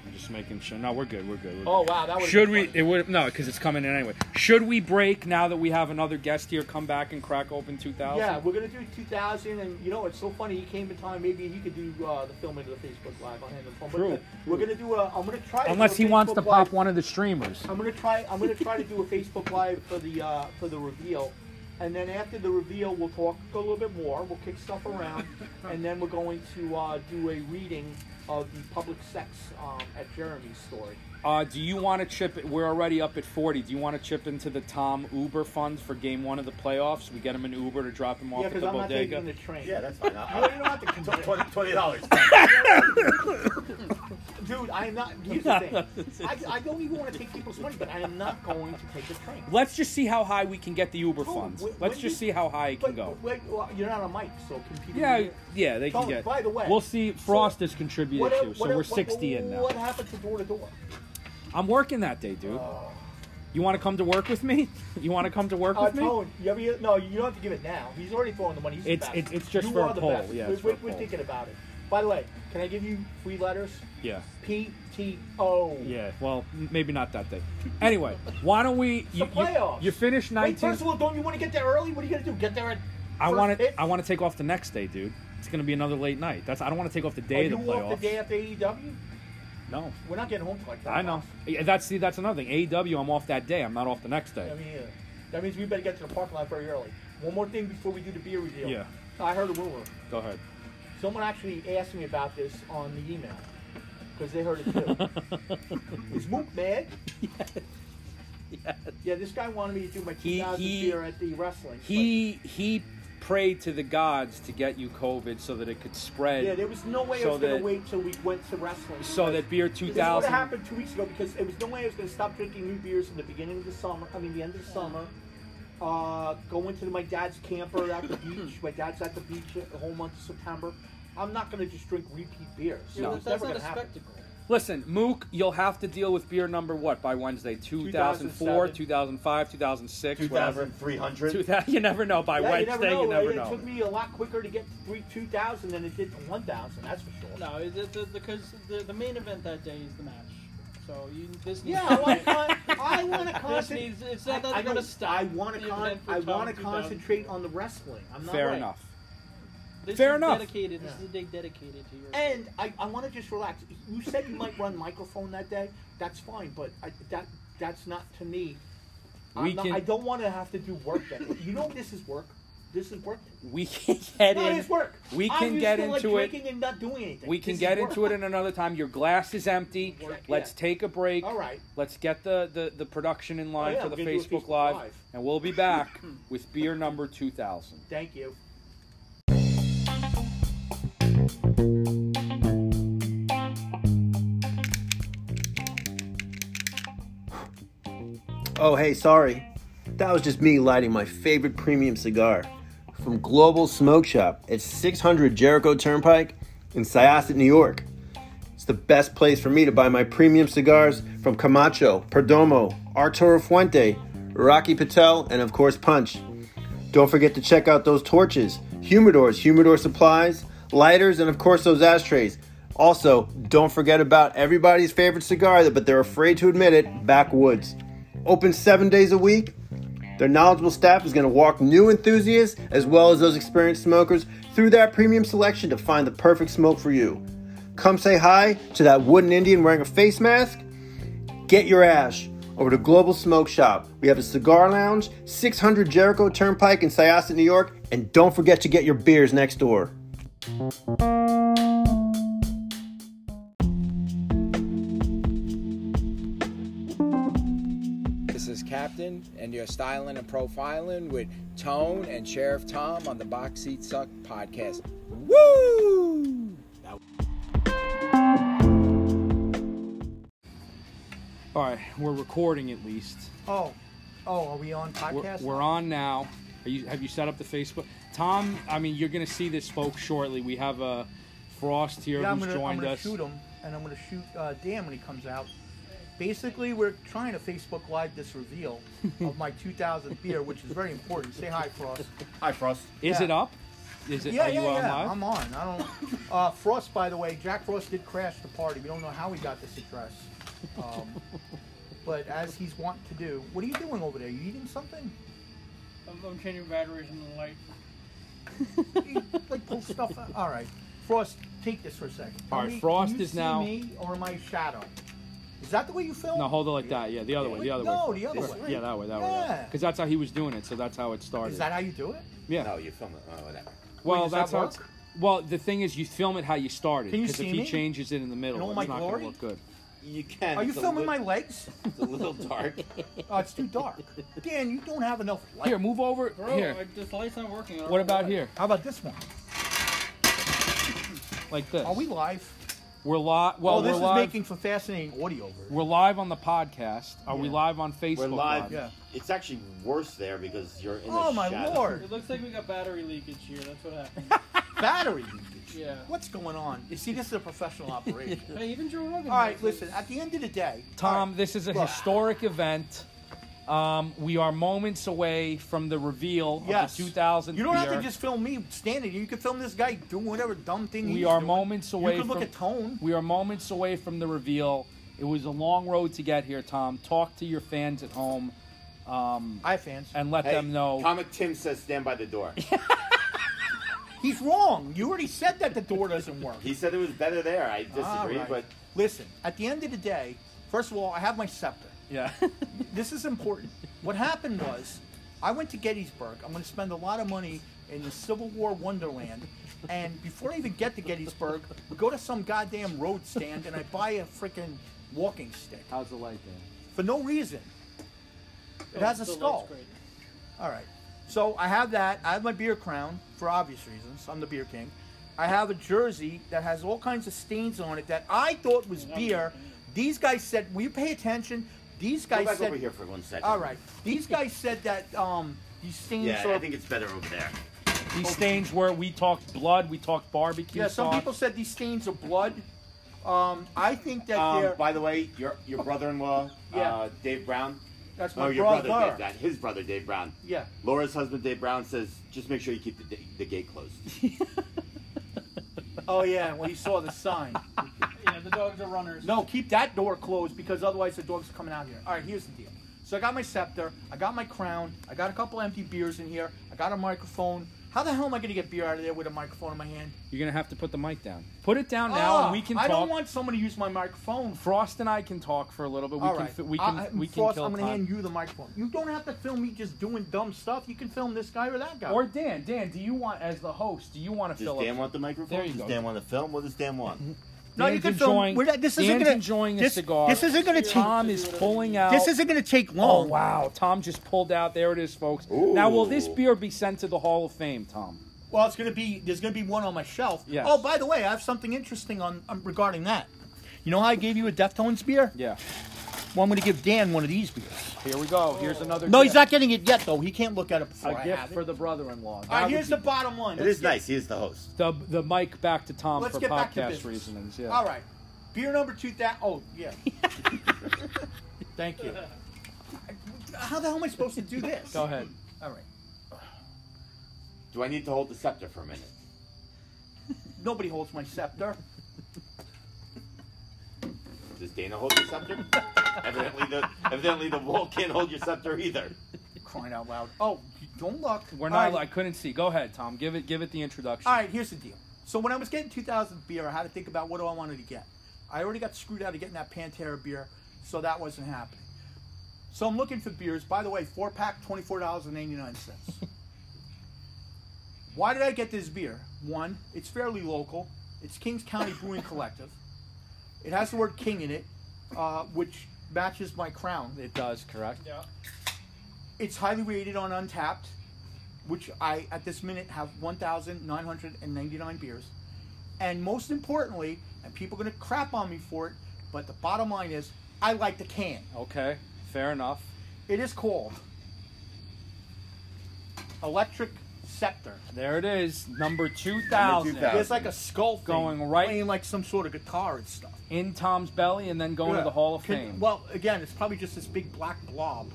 I'm just making sure. No, we're good. We're good. We're Oh, good. wow. That was Should we? It would no, because it's coming in anyway. Should we break now that we have another guest here? Come back and crack open 2000. Yeah, we're gonna do 2000, and you know it's so funny. He came in time. Maybe he could do uh, the film into the Facebook Live on him. But uh, True. We're gonna do a. I'm gonna try. to Unless do a he wants to Facebook Live. pop one of the streamers. I'm gonna try. I'm gonna try to do a Facebook Live for the uh, for the reveal, and then after the reveal, we'll talk a little bit more. We'll kick stuff around, and then we're going to uh, do a reading of the public sex um, at Jeremy's story. Uh, do you want to chip? We're already up at 40. Do you want to chip into the Tom Uber fund for game one of the playoffs? We get him an Uber to drop him off yeah, at because the I'm not bodega. taking the train. Yeah, that's fine. you I'll, don't you don't have to Tw- consider. Twenty twenty dollars. Dude, I am not. Here's the thing. I, I don't even want to take people's money, but I am not going to take a train. Let's just see how high we can get the Uber Dude, funds. when- Let's when just you- see how high it can But go. wait, well, you're not on mic, so can people? Yeah, hear? yeah, they can Tony, get. by the way, we'll see. Frost so has contributed What- too, so what- we're what- 60 in now. What happened to door to door? Uh, I'm working that day, dude. You want to come to work with me? You want to come to work Uh, with me? Tone, you ever, hear- no, you don't have to give it now. He's already throwing the money. He's the It's- best. it's- it's just you for are a the poll. best. Yeah, we're, it's for we're, a we're poll. thinking about it. By the way, can I give you three letters? Yeah. P T O. Yeah, well, m- maybe not that day. Anyway, why don't we? You, The you, playoffs. you finish Wait, 19. first of all, don't you want to get there early? What are you gonna do? Get there at. I first want pitch? to. I want to take off the next day, dude. It's gonna be another late night. That's. I don't want to take off the Are day Oh, you of the off playoffs. the day after AEW? No, E We're not getting home for like that. I know. Yeah, That's see, that's another thing. AEW, I'm off that day. I'm not off the next day. I mean, yeah. That means we better get to the parking lot very early. One more thing before we do the beer reveal. Yeah. I heard a rumor. Go ahead. Someone actually asked me about this on the email because they heard it too. Is Mook mad? Yes. Yeah, this guy wanted me to do my He- 2000 he- beer at the wrestling. He he prayed to the gods to get you COVID so that it could but- spread. yeah, there was no way I So was going that- to wait till we went to wrestling. so that beer This would have 2000. happened two weeks ago because it was no way I was going to stop drinking new beers in the beginning of the summer. I mean, the end of the summer. Uh, going to my dad's camper at the beach. My dad's at the beach the whole month of September. I'm not going to just drink repeat beers. Yeah, It's but that's never not a gonna happen. spectacle. Listen, Mook, you'll have to deal with beer number what by Wednesday? 2004, 2007. 2005, 2006, whatever. 2,300. 2000, you never know. By Yeah, Wednesday, you never know. it know. took me a lot quicker to get to three two thousand than it did to one thousand. That's for sure. No, it, it, it- because the, the main event that day is the match. So you this needs Yeah, I want to. I want to this concentrate. needs it's I, not that they're know- gonna stop. I want the to. Con- event for I want to 2000. concentrate on the wrestling. I'm not Fair right. enough. This Fair is enough. Dedicated. This Yeah. is a day dedicated to your. And I, I want to just relax. You said you might run microphone that day. That's fine, but I, that that's not to me. We I'm not, can- I don't want to have to do work that day. You know this is work. This is work. We can get No, in. it's work. We I'm can used get to, like, into it. drinking and not doing anything. We can This get is work. into it in another time. Your glass is empty. Work, Let's yeah. take a break. All right. Oh, Let's get the, the, the production in line yeah, for we're the gonna do a Facebook, Facebook Live, Live. and we'll be back with beer number 2000. Thank you. Oh, hey, sorry. That was just me lighting my favorite premium cigar from Global Smoke Shop at 600 Jericho Turnpike in Syosset, New York. It's the best place for me to buy my premium cigars from Camacho, Perdomo, Arturo Fuente, Rocky Patel, and of course, Punch. Don't forget to check out those torches, humidors, humidor supplies, lighters, and of course those ashtrays. Also, don't forget about everybody's favorite cigar, but they're afraid to admit it, Backwoods. Open seven days a week. Their knowledgeable staff is going to walk new enthusiasts as well as those experienced smokers through that premium selection to find the perfect smoke for you. Come say hi to that wooden Indian wearing a face mask Get your ash over to Global Smoke Shop. We have a cigar lounge, 600 Jericho Turnpike in Syosset, New York, and don't forget to get your beers next door. This is Captain, and you're styling and profiling with Tone and Sheriff Tom on the Box Seat Suck podcast. Woo! All right, we're recording at least. Oh, oh, are we on We're, podcast? we're on now. Are you, have you set up the Facebook? Tom, I mean, you're going to see this, folks, shortly. We have uh, Frost here yeah, I'm who's gonna, I'm joined gonna us. shoot him, and I'm gonna shoot uh, Dan when he comes out. Basically, we're trying to Facebook Live this reveal of my 2000 beer, which is very important. Say hi, Frost. Hi, Frost. Is Yeah. it up? Is it? Yeah, are yeah, you on yeah. live? I'm on. I don't. Uh, Frost, by the way, Jack Frost did crash the party. We don't know how he got this address, um, but as he's wont to do, what are you doing over there? You eating something? I'm, I'm changing batteries in the light. You, like pull stuff. Out? All right, Frost, take this for a second. Tell All right, me, Frost can you is see now- me or my shadow? Is that the way you film? No, hold it like that. Yeah, the other way. The other No, way. the other This way. Yeah, that way. That way. Yeah. Because that's how he was doing it. So that's how it started. Is that how you do it? yeah. No, you film it. Oh, whatever. Well, does that that's how. work? It's, well, the thing is, you film it how you started. Can you Because if see he me? changes it in the middle, In all it's my not going glory? to look good. You can. Are you It's a filming my lit- legs? It's a little dark. Oh, it's too dark. Dan, you don't have enough light. Here, move over. Bro, here. I, this light's not working. I don't what know about why. here? How about this one? Like this. Are we live? We're live. Well, oh, this we're is live. making for fascinating audio. We're live on the podcast. Are we Yeah. live on Facebook? We're live. Yeah. It's actually worse there because you're in Oh the my shadow. lord! It looks like we got battery leakage here. That's what happened. Battery leakage. Yeah. What's going on? You see, this is a professional operation. hey, even Joe Rogan. All right, knows listen. this. At the end of the day, Tom, all right, this is a Look. historic event. Um, we are moments away from the reveal yes, of the 2000. You don't have beer. to just film me standing. You can film this guy doing whatever dumb thing. We he's are doing. moments away You can look from- at tone. We are moments away from the reveal. It was a long road to get here, Tom. Talk to your fans at home um, Hi, fans. and let Hey, them know. Comic Tim says stand by the door. He's wrong. You already said that the door doesn't work. he said it was better there. I disagree, All right. but Listen, at the end of the day, first of all, I have my scepter. Yeah. This is important. What happened was, I went to Gettysburg. I'm going to spend a lot of money in the Civil War wonderland. And before I even get to Gettysburg, we go to some goddamn road stand and I buy a freaking walking stick How's the light there? for no reason. It has a Oh, The light's skull. great. All right. So I have that. I have my beer crown for obvious reasons. I'm the beer king. I have a jersey that has all kinds of stains on it that I thought was beer. These guys said, "Will you pay attention?" These Go guys back said, over here for one second. "All right." These guys said that um, these stains Yeah, are. I think it's better over there. These stains where we talked blood, we talked barbecue yeah, some sauce. people said these stains are blood. Um, I think that Um, they're. by the way, your your brother-in-law, Yeah. uh, Dave Brown. That's No, my oh, your brother. brother did that. His brother, Dave Brown. Yeah. Laura's husband, Dave Brown, says just make sure you keep the, the gate closed. Oh yeah. Well, he saw the sign. Yeah, the dogs are runners. No, keep that door closed because otherwise the dogs are coming out here. All right, here's the deal. So I got my scepter, I got my crown, I got a couple empty beers in here, I got a microphone. How the hell am I gonna get beer out of there with a microphone in my hand? You're gonna have to put the mic down. Put it down now, Ah, and we can I talk. don't want someone to use my microphone. F- Frost and I can talk for a little bit. We All can. right, fi- We can. I, I- we can Frost, kill I'm gonna time. hand you the microphone. You don't have to film me just doing dumb stuff. You can film this guy or that guy. Or Dan, Dan, do you want as the host? Do you want to Does fill Dan up? want the microphone? There you Does go. Dan want to film? What does Dan want? no, you Dan's can film. enjoying- We're not- this isn't Dan's gonna enjoying a this, cigar. This isn't gonna Tom take. is pulling out. This isn't gonna take Oh long. wow! Tom just pulled out. There it is, folks. Now, will this Ooh. beer be sent to the Hall of Fame, Tom? Well, it's gonna be there's gonna be one on my shelf. Yes. Oh, by the way, I have something interesting on um, regarding that. You know how I gave you a Deftones beer? Yeah. Well, I'm gonna give Dan one of these beers. Here we go. Here's another. No, gift. he's not getting it yet though. He can't look at it before A I gift have for it. the brother-in-law. All That right, would here's be- the bottom line. it is nice. He is the host. the the mic back to Tom Let's Um, for get back to podcast business. reasons. Yeah. All right, beer number two. That. Oh yeah. Thank you. How the hell am I supposed to do this? Go ahead. All right. Do I need to hold the scepter for a minute? Nobody holds my scepter. Does Dana hold your scepter? evidently, the evidently the wall can't hold your scepter either. Crying out loud. Oh, don't look. We're All not. right. I couldn't see. Go ahead, Tom. Give it. Give it the introduction. All right, here's the deal. So when I was getting 2000 beer, I had to think about what do I wanted to get. I already got screwed out of getting that Pantera beer, so that wasn't happening. So I'm looking for beers. By the way, four pack, twenty-four dollars and eighty-nine cents. Why did I get this beer? One, it's fairly local. It's Kings County Brewing Collective. It has the word King in it, uh, which matches my crown. It does. Correct. Yeah. It's highly rated on Untapped, which I at this minute have 1,999 beers. And most importantly, and people are going to crap on me for it, but the bottom line is I like the can. Okay. Fair enough. It is called Electric Scepter. There it is. Number two thousand. 2000. It's like a skull thing Going right- playing like some sort of guitar and stuff. in Tom's belly and then going Yeah. to the Hall of Can- Fame. Well, again, it's probably just this big black blob,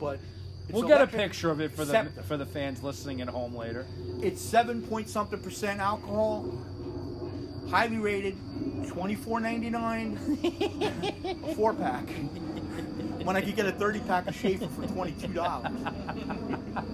but it's we'll get a electric picture of it for the scepter. for the fans listening at home later. It's seven point something percent alcohol, highly rated, twenty four ninety nine, a four pack. When I could get a thirty pack of Schaefer for twenty two dollars.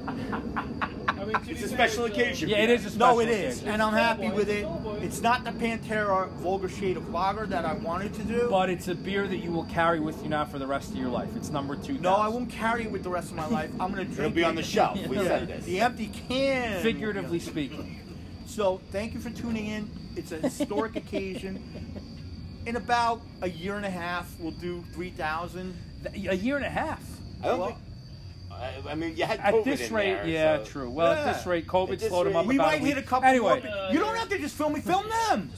I mean, it's Yeah, it is. A special No, it is, occasion. and I'm happy with it. It's not the Pantera vulgar shade of lager that I wanted to do. But it's a beer that you will carry with you now for the rest of your life. It's number two. no, I won't carry it with the rest of my life. I'm gonna drink. It'll be it. on the shelf. We said this. The empty can. Figuratively speaking. So thank you for tuning in. It's a historic occasion. In about a year and a half, we'll do 3,000. Th- A year and a half. I don't Well, think. I, I mean, you had At COVID this in rate, there, yeah, so- true. Well, Yeah. at this rate, At COVID this slowed him rate- up. We about might a week. hit a couple Anyway, more. pe- You don't have to just film me, film them.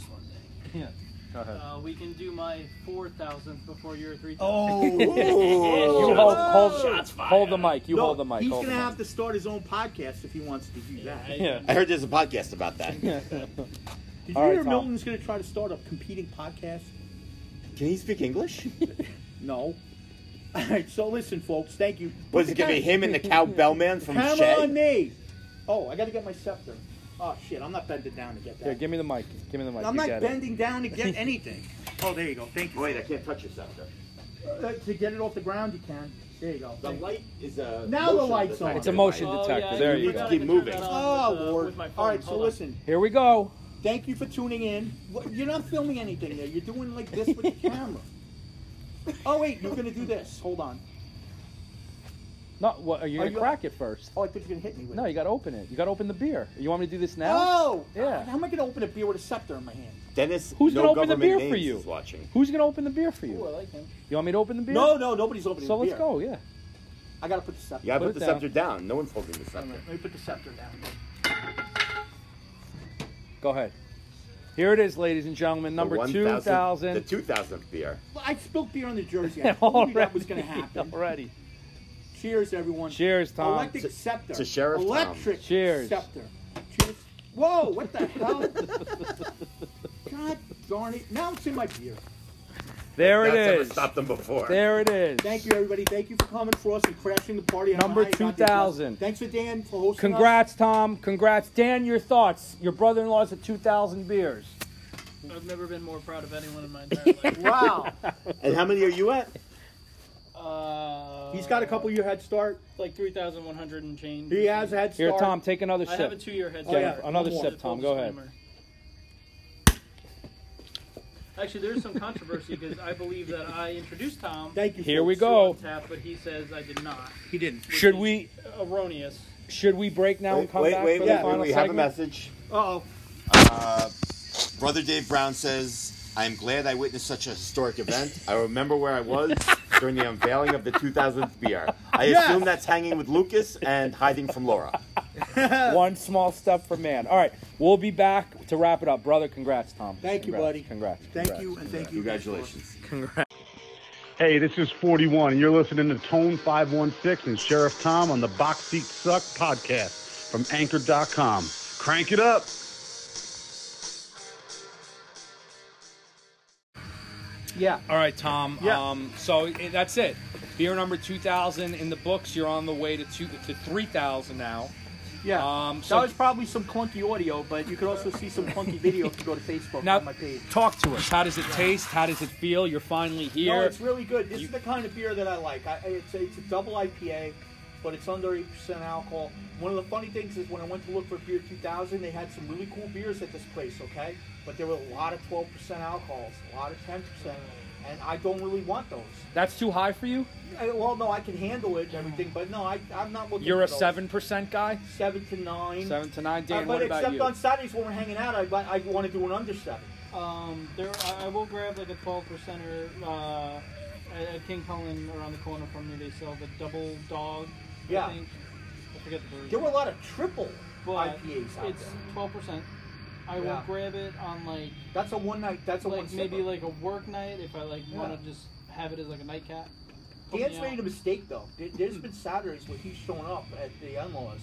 yeah. Go ahead. Uh, we can do my four thousandth before your three thousand. Oh. You Oh. hold, hold, hold the mic. You No, hold the mic. He's hold going the to mic. have to start his own podcast if he wants to do that. Did Yeah. I heard there's a podcast about that. you All right, hear Tom. Milton's going to try to start a competing podcast? Can he speak English? No. All right, so listen, folks. Thank you. Was it gonna be him and the cow bellman from Come Shed? on me. Oh, I got to get my scepter. Oh, shit. I'm not bending down to get that. Here, give me the mic. Give me the mic. I'm You not get it. bending down to get anything. Oh, there you go. Thank you. Wait, I can't touch yourself. Though. Uh, to get it off the ground, you can. There you go. The light is a. Now the motion light's detector on. Oh, It's a motion light. detector. there you need go. Ah, uh, uh, to keep moving. Oh, Lord. All right, so listen. Here we go. Thank you for tuning in. What- You're not filming anything there. You're doing like this with the camera. Oh wait, you're gonna do this. Hold on. Not what? Are you Are gonna you- crack it first? Oh, I thought you were gonna hit me with No, it. you gotta open it. You gotta open the beer. You want me to do this now? Oh! Yeah. How am I gonna open a beer with a scepter in my hand? Dennis, Who's no gonna open the government beer names for you? Is watching. Who's gonna open the beer for you? Ooh, I like him. You want me to open the beer? No, no, nobody's opening So the let's beer. go. Yeah. I gotta put the scepter. You gotta Put put, it the down. scepter down. No one's holding the scepter. Let me put the scepter down. Go ahead. Here it is, ladies and gentlemen. Number the 2000. 2000 The 2000th beer. Well, I spilled beer on the jersey. I told you that was gonna happen. Already. Cheers, everyone. Cheers, Tom. Electric To- scepter. to Sheriff Tom. Electric Cheers. scepter. Cheers. Whoa, what the hell? God darn it. Now it's in my beer. There That's it never is. stopped them before. There it is. Thank you, everybody. Thank you for coming for us and crashing the party. I don't Number know how you got this done. 2000. Thanks for Dan for hosting us. Congrats, Tom. Congrats, Dan. Your thoughts? Your brother-in-law's at 2,000 beers. I've never been more proud of anyone in my entire life. Wow. And how many are you at? Uh, He's got a couple year head start. like 3,100 and change. He has a head Here, start. Tom, take another I have a sip. two-year head Oh, start. yeah, another Full sip, Tom, go ahead. disclaimer. Actually, there's some controversy because I believe that I introduced Tom. Thank you. Here we folks. go. to Tap, but he says I did not. He didn't. Should we? Erroneous. Should we break now and Wait, come wait, back wait, for wait, the final we segment? have a message. Uh-oh. Brother Dave Brown says, I'm glad I witnessed such a historic event. I remember where I was during the unveiling of the 2000th beer. I assume that's hanging with Lucas and hiding from Laura. One small step for man. All right, we'll be back to wrap it up, brother. Congrats, Tom. Thank you, Congrats, buddy. Congrats. Thank you, and thank you. Congratulations. Hey, this is 41, and you're listening to Tone 516 and Sheriff Tom on the Box Seat Suck podcast from Anchor.com. Crank it up. Yeah. All right, Tom. Yeah. Um, so i- that's it. Beer number 2,000 in the books. You're on the way to two, to 3,000 now. Yeah. Um, so- that was probably some clunky audio, but you could also see some clunky video if you go to Facebook Now, on my page. talk to us. How does it taste? How does it feel? You're finally here. No, Oh, it's really good. This is the kind of beer that I like. I, it's, a, it's a double IPA, but it's under 8% alcohol. One of the funny things is when I went to look for Beer 2000, they had some really cool beers at this place, okay? But there were a lot of 12% alcohols, a lot of 10%, and I don't really want those. That's too high for you? I, well, no, I can handle it and everything, but no, I, I'm not looking You're for a those. 7% guy? 7 to 9. 7 to 9. Uh, Dan, but what about except you? on Saturdays when we're hanging out, I, I want to do an under 7. Um, there, I, I will grab like a 12 percenter uh, at, at King Cullen around the corner from me. They sell the double dog. Yeah. I, think. I forget the version. There were a lot of triple But IPAs out It's there. 12 percent. I will Yeah. grab it on like That's a one night. That's a one. like maybe sipper. like a work night if I like want Yeah. to just have it as like a nightcap. Put Dan's me made a out. mistake though. There- There's Hmm. been Saturdays where he's shown up at the in-laws,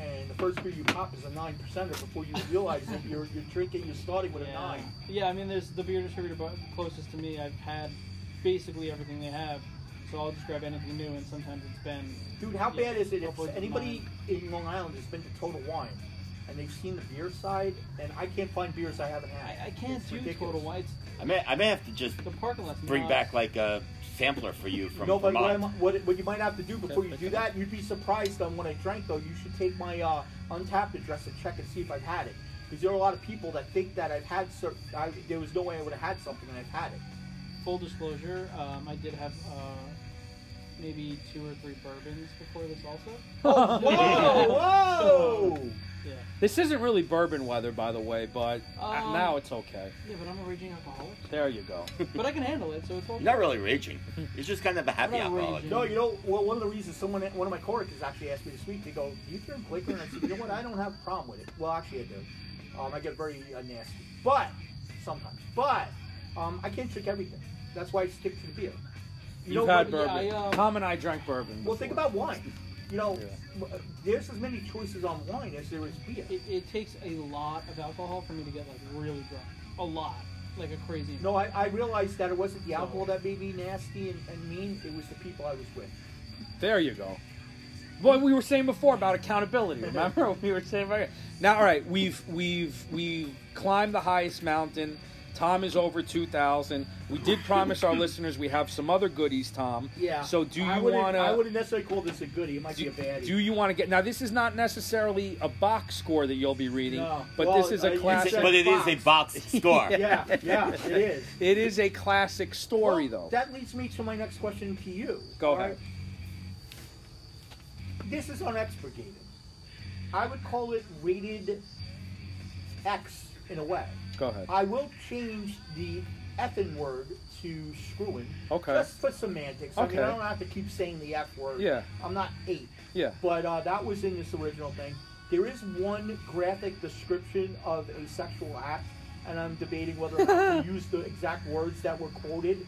and the first beer you pop is a nine percenter before you realize that you're you're drinking. You're starting with a Yeah. nine. yeah, I mean, there's the beer distributor bu- closest to me. I've had basically everything they have, so I'll just grab anything new. And sometimes it's been Dude, how Yeah, bad is it upwards if of anybody in Long Island has been to Total Wine and they've seen the beer side, and I can't find beers I haven't had. I, I can't It's do ridiculous. total whites. I may, I may have to just The parking lot's bring not- back like a sampler for you from No, but what, I'm, Vermont. what, what you might have to do before you do that, you'd be surprised on what I drank though. You should take my uh, untapped address and check and see if I've had it. Because there are a lot of people that think that I've had certain. I, there was no way I would have had something and I've had it. Full disclosure, um, I did have uh, maybe two or three bourbons before this also. Oh, Whoa! whoa! Yeah. This isn't really bourbon weather, by the way, but uh, Um, now it's okay. Yeah, but I'm a raging alcoholic, There you go. but I can handle it, so it's all. You're not really raging. You're just kind of a happy I'm not alcoholic. raging. No, you know, well, one of the reasons someone, one of my coworkers actually asked me this week, they go, "Do you drink liquor?" And I said, "You know what? I don't have a problem with it. Well, actually, I do. Um, I get very uh, nasty, but sometimes. But um, I can't drink everything. That's why I stick to the beer. You You've know had what? yeah, bourbon. I, um, Tom and I drank bourbon. Well, think before. about wine. You know, w- there's as many choices on wine as there is beer. It, it takes a lot of alcohol for me to get like really drunk. A lot, like a crazy. No, I, I realized that it wasn't the alcohol that made me nasty and, and mean. It was the people I was with. There you go. What we were saying before about accountability. Remember what we were saying about now? All right, we've we've we've climbed the highest mountain. Tom is over 2,000. We did promise our listeners we have some other goodies, Tom. Yeah. So do I you wouldn't- want to? I wouldn't necessarily call this a goodie. It might be a baddie. Do you want to get now? This is not necessarily a box score that you'll be reading, No. but Well, this is uh, a you classic. said But it is a box score. Yeah, yeah, it is. It is a classic story, Well, though. That leads me to my next question to you. Go all ahead. right? This is unexpurgated. I would call it rated X in a way. Go ahead. I will change the effing word to screwing. Okay. Just for semantics. I mean, Okay. I don't have to keep saying the F word. Yeah. I'm not eight. Yeah. But uh, that was in this original thing. There is one graphic description of a sexual act, and I'm debating whether or not to use the exact words that were quoted.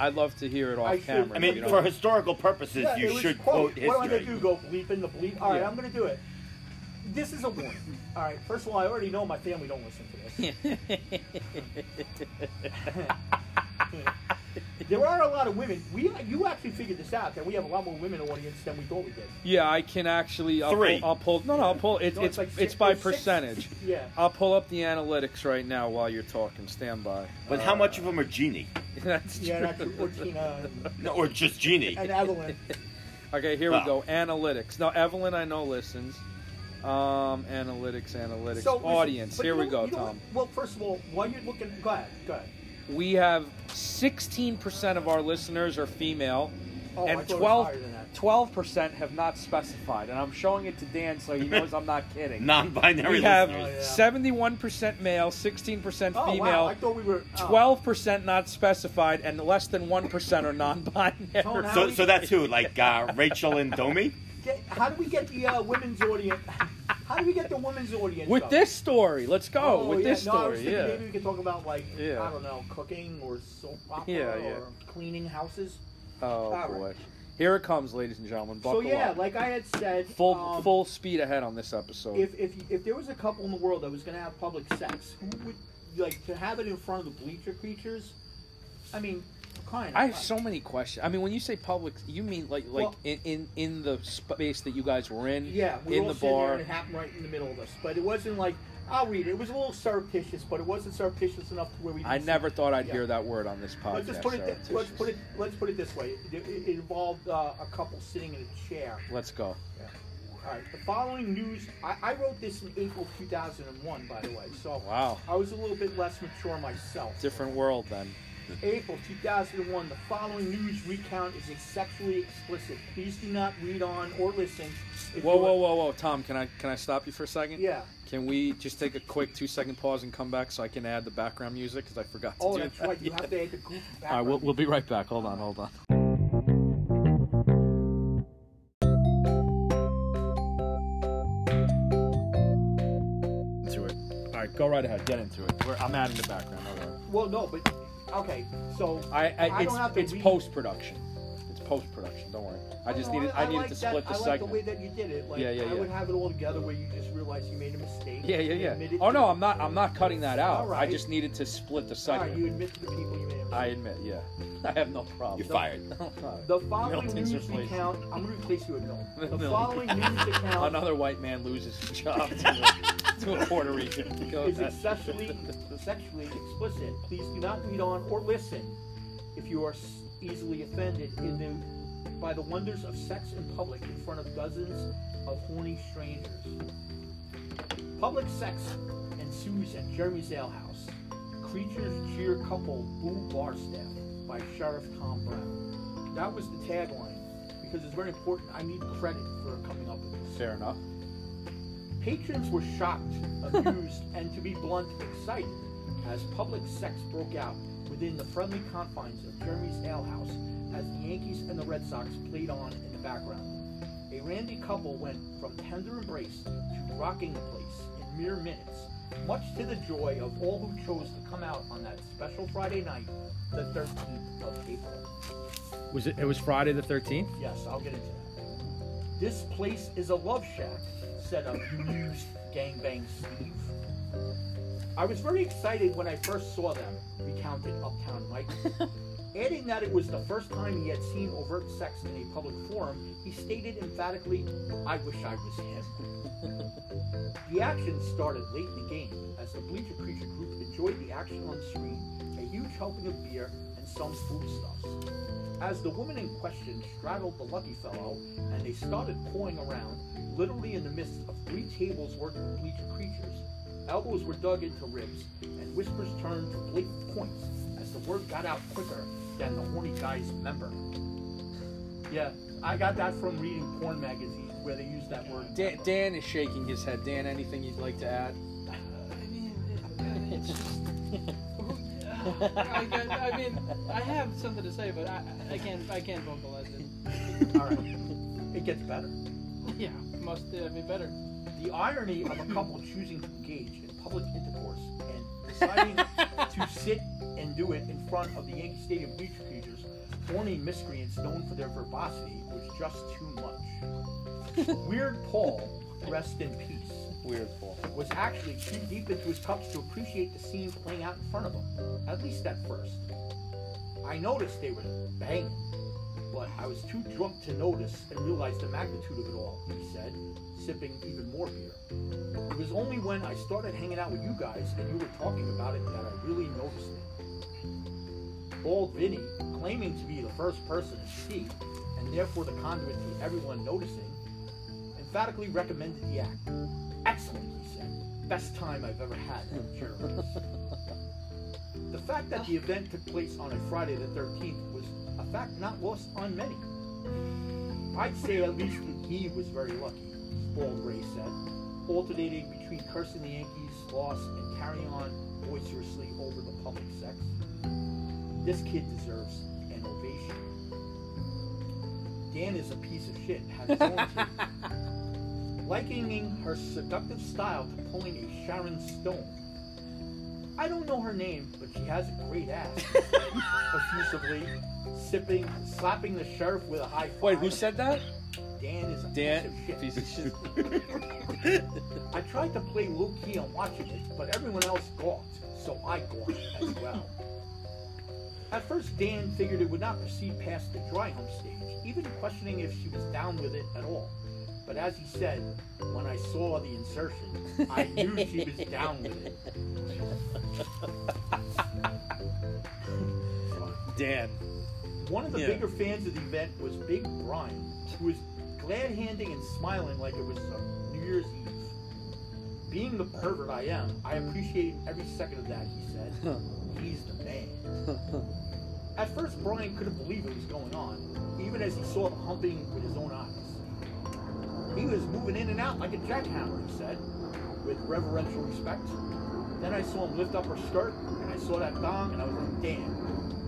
I'd love to hear it off I should- camera. I mean, if you don't for mind. historical purposes, Yeah, it was What am I going to do? Go bleep in the bleep? All right, Yeah. I'm going to do it. This is a warning. All right, first of all, I already know my family don't listen to this. there are a lot of women. We you actually figured this out that we have a lot more women audience than we thought we did. Yeah, I can actually. I'll Three. Pull, I'll pull. No, no, I'll pull. It, No, it's it's like it's, six- by it's six- percentage. Yeah. I'll pull up the analytics right now while you're talking. Stand by. But how much of them are genie? That's Yeah, true. and actually, or Tina No, or just genie? and, and Evelyn. Okay, here we Wow. go. Analytics. Now, Evelyn, I know listens. Um, analytics, analytics, So listen, audience. but here you we know- go, you know what? Tom. Well, first of all, while you're looking, go ahead, go ahead. We have 16% of our listeners are female, Oh, I and thought it was 12 higher than that. 12% have not specified. And I'm showing it to Dan so he knows I'm not kidding. Non-binary we have listeners. Oh, yeah. 71% male, 16% Oh wow, I female, thought we were oh. 12% not specified, and less than 1% are non-binary. Tone out. So, so that's who, like uh, Rachel and Domi. Get- how do we get the uh, women's audience? How do we get the women's audience? With up? this story, let's go. Oh, with yeah, this no, I was story, thinking yeah. Maybe we could talk about like Yeah. I don't know, cooking or soap opera Yeah, yeah. or cleaning houses. Oh All boy, right. here it comes, ladies and gentlemen. Buckle so yeah, up. like I had said, full um, full speed ahead on this episode. If if if there was a couple in the world that was going to have public sex, who would like to have it in front of the bleacher creatures? I mean, kind of. I have so many questions. I mean, when you say public, you mean like like Well- in, in in the space that you guys were in, Yeah, we in were all the sitting there bar. and it happened right in the middle of us. But it wasn't like I'll read it. It was a little surreptitious, but it wasn't surreptitious enough to where we. I didn't see- never thought I'd Yeah. hear that word on this podcast. Let's just put it. surreptitious. Th- let's put it. Let's put it this way. It, it involved uh, a couple sitting in a chair. Let's go. All right. The following news. I, I wrote this in April 2001, by the way. So Wow, I was a little bit less mature myself. different world then. April 2001, the following news recount is sexually explicit. Please do not read on or listen. If Whoa, you whoa, are- whoa, whoa, Tom! Can I can I stop you for a second? Yeah. Can we just take a quick two second pause and come back so I can add the background music because I forgot to Oh, do that's that. right. You Yeah. have to add the goofy All right, background. we'll, we'll be right back. Hold on, hold on. Into it. All right, go right ahead. Get into it. We're, I'm adding the background. Don't worry. Well, no, but okay. So I, I, I it's don't have to it's read. post production. It's post production. Don't worry. I just don't know, needed I, needed like to that- split the Oh, I like the segment. way that you did it. Like, Yeah, yeah, I would yeah. have it all together where you just realize you made a mistake. yeah, you yeah, admit yeah. it Oh to- no, I'm not. I'm not cutting that out. All I right. just needed to split the All right, you segment. admit to the people you made a mistake. I admit. Yeah, I have no problem. You're fired. The following Milton's news replaced. account. I'm going to replace you with Milton. The Milton. Oh, following news account Another white man loses his job to a, to a Puerto Rican. Go is ahead. sexually sexually explicit. Please do not read on or listen if you are s- easily offended in the, by the wonders of sex in public in front of dozens of horny strangers. Public sex ensues at Jeremy's Ale House. Creatures cheer couple boo bar staff by Sheriff Tom Brown. That was the tagline because it's very important. I need credit for coming up with this. Fair enough. Patrons were shocked, amused, and to be blunt, excited as public sex broke out within the friendly confines of Jeremy's Ale House as the Yankees and the Red Sox played on in the background. A randy couple went from tender embrace to rocking the place in mere minutes, much to the joy of all who chose to come out on that special Friday night, the 13th of April. Was it? It was Friday the thirteenth. Yes, I'll get into that. This place is a love shack, said a bemused gangbang Steve. I was very excited when I first saw them, recounted Uptown Mike. Adding that it was the first time he had seen overt sex in a public forum, he stated emphatically, I wish I was him. the action started late in the game as the Bleacher Creature group enjoyed the action on screen, a huge helping of beer, and some foodstuffs. As the woman in question straddled the lucky fellow and they started pawing around, literally in the midst of three tables worth of bleacher creatures, elbows were dug into ribs, and whispers turned to blatant points as the word got out quicker than the horny guy's member. Yeah, I got that from reading porn magazines where they use that word. Dan, Dan is shaking his head. Dan, anything you'd like to add? I, can- I mean, I have something to say, but I, I can't. I can't vocalize it. All right, it gets better. Yeah, must uh, be better. The irony of a couple choosing to engage in public intercourse and deciding to sit and do it in front of the Yankee Stadium bleacher creatures, horny miscreants known for their verbosity, was just too much. Weird Paul, rest in peace, Weird Paul. was actually too deep into his cups to appreciate the scene playing out in front of him, at least at first. I noticed they were banging, but I was too drunk to notice and realize the magnitude of it all, he said, sipping even more beer. It was only when I started hanging out with you guys and you were talking about it that I really noticed it. Bald Vinny, claiming to be the first person to see, and therefore the conduit to everyone noticing, emphatically recommended the act. Excellent, he said. Best time I've ever had at a cheer race." The fact that the event took place on a Friday the 13th was a fact not lost on many. I'd say at least that he was very lucky, Bald Ray said, alternating between cursing the Yankees' loss and carrying on boisterously over the public sex. This kid deserves an ovation. Dan is a piece of shit, had his own take. likening her seductive style to pulling a Sharon Stone. I don't know her name, but she has a great ass. Profusively sipping, slapping the sheriff with a high five. Wait, who said that? Dan is a Dan, piece of shit. piece of shit. I tried to play low key on watching it, but everyone else gawked, so I gawked as well. At first, Dan figured it would not proceed past the dry hump stage, even questioning if she was down with it at all. But as he said, when I saw the insertion, I knew she was down with it. Dan. One of the Yeah. bigger fans of the event was Big Brian, who was glad handing and smiling like it was uh, New Year's Eve. Being the pervert I am, I appreciated every second of that, he said. He's the man. At first, Brian couldn't believe it was going on, even as he saw the humping with his own eyes. He was moving in and out like a jackhammer, he said, with reverential respect. Then I saw him lift up her skirt, and I saw that thong, and I was like, damn,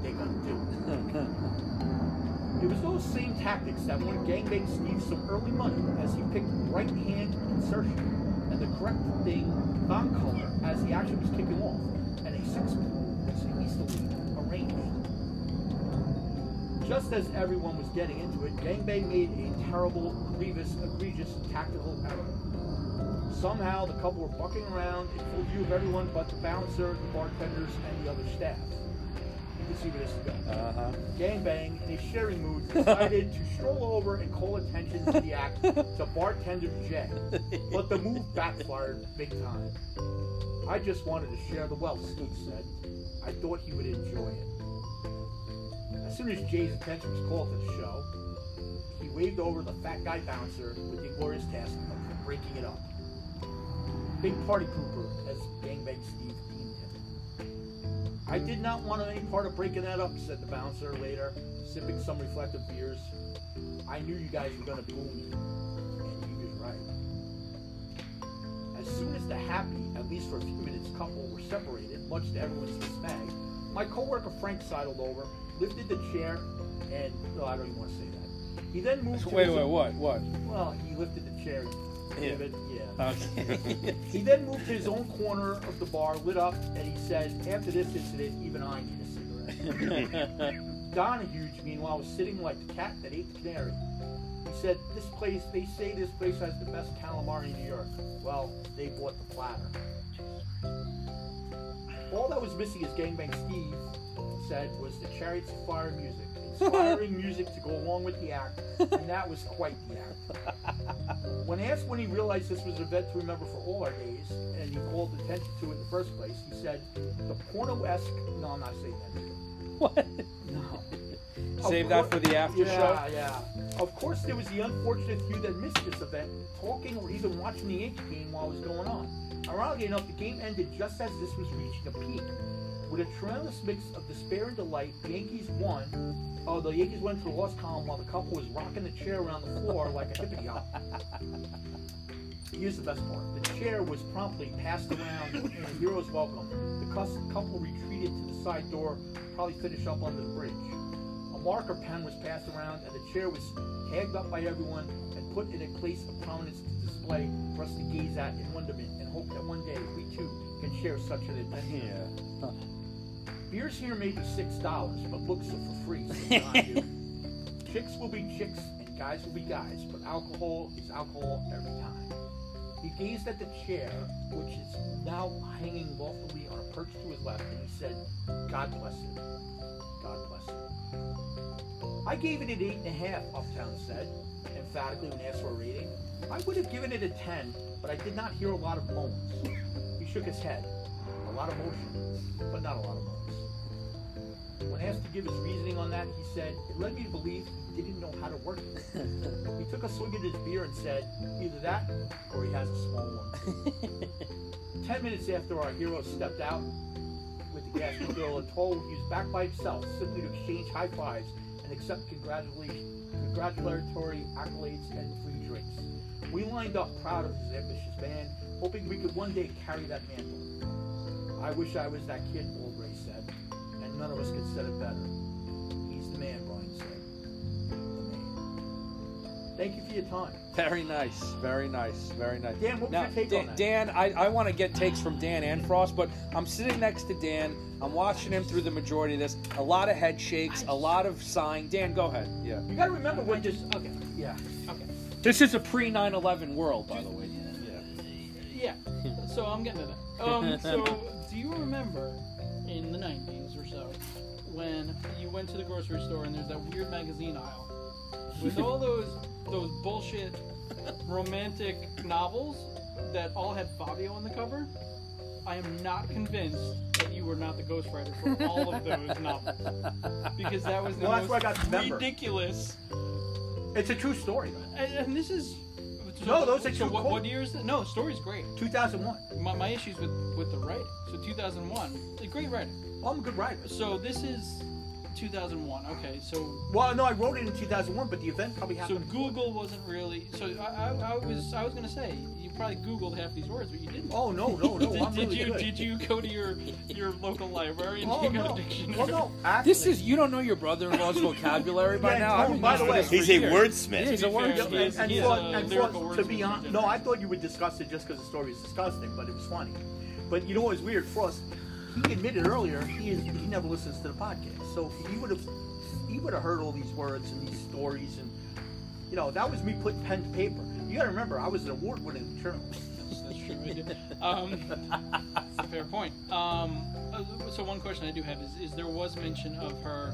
they gonna do it. It was those same tactics that won Gangbang Steve some early money as he picked right hand insertion and the correct thing thumb color as the action was kicking off, and a sex pool was easily arranged. Just as everyone was getting into it, Gangbang made a terrible, grievous, egregious tactical error. Somehow the couple were bucking around in full view of everyone but the bouncer, the bartenders, and the other staff. You can see where this is going Uh-huh. gangbang in a sharing mood decided to stroll over and call attention to the act to bartender Jay. But the move backfired big time. I just wanted to share the wealth, Snoop said. I thought he would enjoy it. As soon as Jay's attention was called to the show, he waved over the fat guy bouncer with the glorious task of breaking it up. Big party pooper, as gangbang Steve deemed him. I did not want any part of breaking that up, said the bouncer later, sipping some reflective beers. I knew you guys were gonna boo me. And he was right. As soon as the happy, at least for a few minutes, couple were separated, much to everyone's dismay, my coworker Frank sidled over, lifted the chair, and no, I don't even want to say that. He then moved to Wait, his- wait, what? What? Well, he lifted the chair. Yeah. David, yeah. Okay. He then moved to his own corner of the bar, lit up, and he said, After this incident, even I need a cigarette. Donahuge, meanwhile, was sitting like the cat that ate the canary. He said, This place, they say this place has the best calamari in New York. Well, they bought the platter. all that was missing, as Gangbang Steve said, was the Chariots of Fire music. Inspiring music to go along with the act, and that was quite the act. When asked when he realized this was an event to remember for all our days, and he called attention to it in the first place, he said, the porno-esque... No, I'm not saying that. Save that Of cour- for the after yeah, show. Yeah, Of course, there was the unfortunate few that missed this event, talking or even watching the Yankee game while it was going on. Ironically enough, the game ended just as this was reaching a peak. With a tremendous mix of despair and delight, the Yankees won. Oh, the Yankees went to the loss column while the couple was rocking the chair around the floor like a hippity hop. Here's the best part. The chair was promptly passed around and the heroes welcome. The cus- couple retreated to the side door, probably finish up under the bridge. A marker pen was passed around and the chair was tagged up by everyone and put in a place of prominence to display for us to gaze at in wonderment and hope that one day we too can share such an adventure. Beers here may be six dollars, but books are for free. so God, dude. chicks will be chicks and guys will be guys, but alcohol is alcohol every time. He gazed at the chair, which is now hanging loftily on a perch to his left, and he said, God bless it. God bless it. I gave it an eight and a half, Uptown said, emphatically when asked for a rating. I would have given it a ten, but I did not hear a lot of moans. He shook his head. A lot of motion, but not a lot of moans. When asked to give his reasoning on that, he said, It led me to believe he didn't know how to work it. he took a swig at his beer and said, Either that or he has a small one. Ten minutes after our hero stepped out with the gas bill and told he was back by himself simply to exchange high fives and accept congratulations, congratulatory accolades and free drinks. We lined up proud of his ambitious man, hoping we could one day carry that mantle. I wish I was that kid, Old Ray said, and none of us could said it better. He's the man, Brian said. The man. Thank you for your time. Very nice, very nice, very nice. Dan, what was Now, your take Dan, on that? Dan, I, I want to get takes from Dan and Frost, but I'm sitting next to Dan. I'm watching him through the majority of this. A lot of head shakes, a lot of sighing. Dan, go ahead. Yeah. You gotta remember when just okay. Yeah. Okay. This is a pre 9 11 world, by the way. Yeah. So I'm getting to that. Um, so do you remember in the 90s or so when you went to the grocery store and there's that weird magazine aisle with all those those bullshit romantic novels that all had Fabio on the cover? I am not convinced that you were not the ghostwriter for all of those novels because that was the Well, that's most where I got the number. ridiculous. It's a true story. And, and this is No, those are so two what, cold- what year is it? No, the story's great. 2001. my, my issues with with the writing. So 2001, a great writing. Well, Oh, I'm a good writer. So this is 2001. Okay, so Well, no, I wrote it in 2001, but the event probably so happened. Google wasn't really. So I, I, I was I was gonna say you probably Googled half these words, but you didn't. oh no, no, no! did, I'm did really you good. did you go to your your local library and Oh take out no! a dictionary? Well, no. Actually, This is, you don't know your brother in law's vocabulary by Yeah, now. no, I've been by using the way- this for He's a years. wordsmith. Yeah, he's a To be fair, wordsmith. he is- and, and, he is plus- a and lyrical plus, to wordsmith be in honest, no, general. I thought you would discuss it just because the story was disgusting, but it was funny. But you know what was weird? Frost, he admitted earlier he is he never listens to the podcast, so he would have he would have heard all these words and these stories, and you know that was me putting pen to paper. You got to remember, I was an award-winning journalist. That's, that's true. I did. Um, that's a fair point. Um, uh, so one question I do have is: is there was mention of her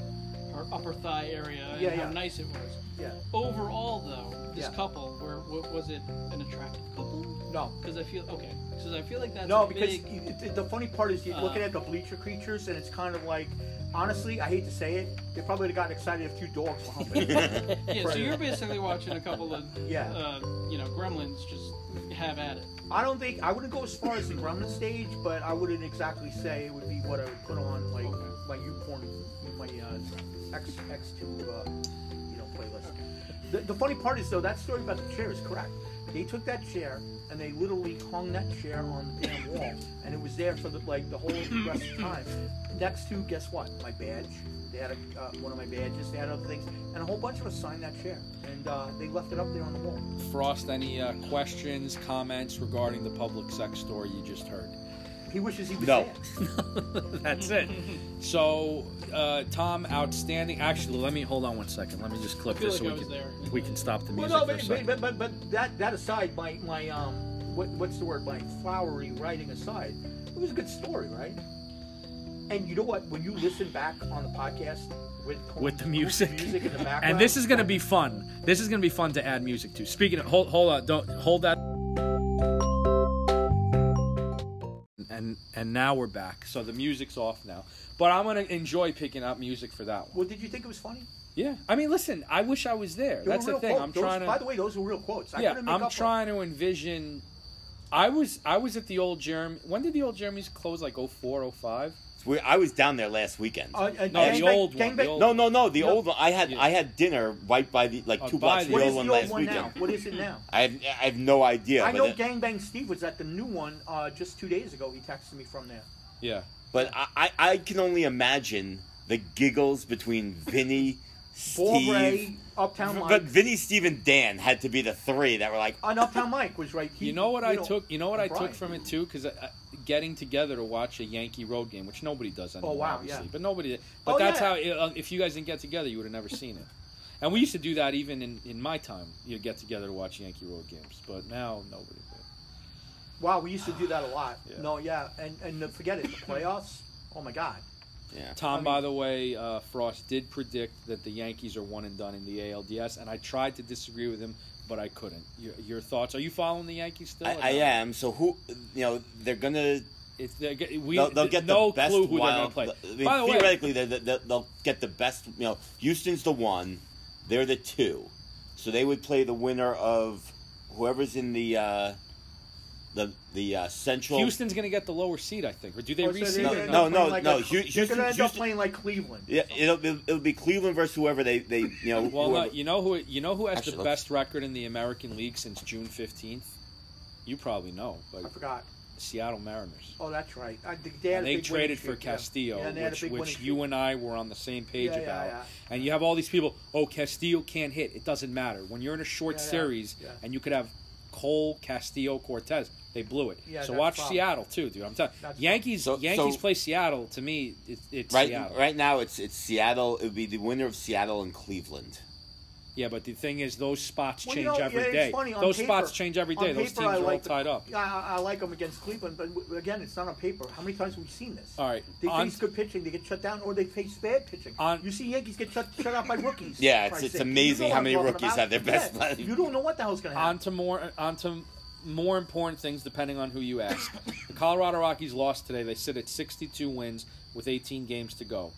her upper thigh area and Yeah, how yeah. nice it was? Yeah. Overall, though, this Yeah. couple were wa- was it an attractive couple? No. Because I feel okay. Because I feel like that's No, a because big, Uh. you- the- the funny part is you're looking at the bleacher creatures, and it's kind of like, honestly, I hate to say it, they probably would have gotten excited if two dogs were humping. yeah. So you're basically watching a couple of Yeah. uh, you know gremlins just have at it. I don't think I wouldn't go as far as the gremlin stage, but I wouldn't exactly say it would be what I would put on like Okay. my U porn, my uh, X X two, uh, you know, playlist. The, the funny part is though that story about the chair is correct. They took that chair and they literally hung that chair on the damn wall, and it was there for the, like the whole rest of the time. Next to guess what? My badge. They had a, uh, one of my badges. They had other things, and a whole bunch of us signed that chair, and uh, they left it up there on the wall. Frost, any uh, questions, comments regarding the public sex story you just heard? He wishes he was No. there. That's it. So, uh, Tom, outstanding. Actually, let me hold on one second. Let me just clip I feel this like so we I was can there. we can stop the Well, music no, for a but, second. but, but, but that that aside, my my um, what what's the word? My flowery writing aside, it was a good story, right? And you know what? When you listen back on the podcast with with the music. music in the background, and this is going to be fun. This is going to be fun to add music to. Speaking of, hold, hold on, don't hold that. And and now we're back. So the music's off now. But I'm going to enjoy picking out music for that one. Well, did you think it was funny? Yeah. I mean, listen, I wish I was there. They were That's the real thing. quotes. I'm Those- trying to By the way, those were real quotes. I yeah, couldn't make I'm up trying to envision. I was I was at the old Germ. When did the old Jeremy's close? Like 04, 05? We, I was down there last weekend. Uh, uh, No, the gangbang- old one, the gangbang- old no, one. no, no, the No. old one. I had I had dinner right by the like Uh, two by blocks the- from What the is old one the old last one weekend. now? What is it now? I have, I have no idea. I but know it- Gangbang Steve was at the new one uh, just two days ago. He texted me from there. Yeah. But I, I, I can only imagine the giggles between Vinny, Paul Steve. Bray, Uptown Mike. But Vinny, Steve, and Dan had to be the three that were like, And Uptown Mike was right. He, you know what I took? You know what I Brian. took from it too? Because getting together to watch a Yankee road game, which nobody does anymore, Oh, wow, obviously. yeah. Oh, But nobody. But that's yeah. how. It, uh, if you guys didn't get together, you would have never seen it. And we used to do that even in, in my time. You get together to watch Yankee road games, but now nobody. Wow, we used to do that a lot. No, yeah, and and uh, forget it. The playoffs. Oh my God. Yeah. Tom, by the way, uh, Frost did predict that the Yankees are one and done in the ALDS, and I tried to disagree with him, but I couldn't. Your, your thoughts? Are you following the Yankees still? I, or I not? am. So who, you know, they're gonna. It's they're, ge- we they'll, they'll get no the best clue who wild, they're going to play. I mean, By the way, theoretically, they they- they'll, they'll get the best. You know, Houston's the one, they're the two, so they would play the winner of whoever's in the uh, the the uh, Central. Houston's going to get the lower seed, I think. Or do they Oh, so they're reseed? gonna or end not? up no, playing like no, a- Hu- They're Houston- gonna end up Houston- playing like Cleveland. Yeah, it'll, it'll it'll be Cleveland versus whoever they they you know. Well, whoever- no, you know who you know who has Actually, the let's- best record in the American League since June fifteenth. You probably know, but I forgot. Seattle Mariners. Oh, that's right. I, they, had and they a big winning traded streak, for yeah. Castillo, Yeah, they had a which, big winning which streak. you and I were on the same page Yeah, yeah, about. yeah. And you have all these people. Oh, Castillo can't hit. It doesn't matter when you're in a short Yeah, yeah, series, yeah. and you could have Cole, Castillo, Cortez. They blew it. Yeah, so that's watch problem. Seattle too, dude. I'm telling Yankees. So- Yankees so- play Seattle. To me, it, it's right Seattle. right now it's it's Seattle. It would be the winner of Seattle and Cleveland. Yeah, but the thing is, those spots Well, you change know, every yeah, day. it's funny, on Those paper- spots change every on day. Those paper, teams I are all like the- tied up. Yeah, I, I like them against Cleveland, but w- again, it's not on paper. How many times have we seen this? All right, They on- face good pitching, they get shut down, or they face bad pitching. On- you see Yankees get shut, shut out by rookies. Yeah, it's- for Christ's it's sake. You amazing know how what many I'm talking rookies about. have their best Yeah, life. You don't know what the hell's going to happen. On to more on to more important things depending on who you ask. the Colorado Rockies lost today. They sit at 62 wins with 18 games to go.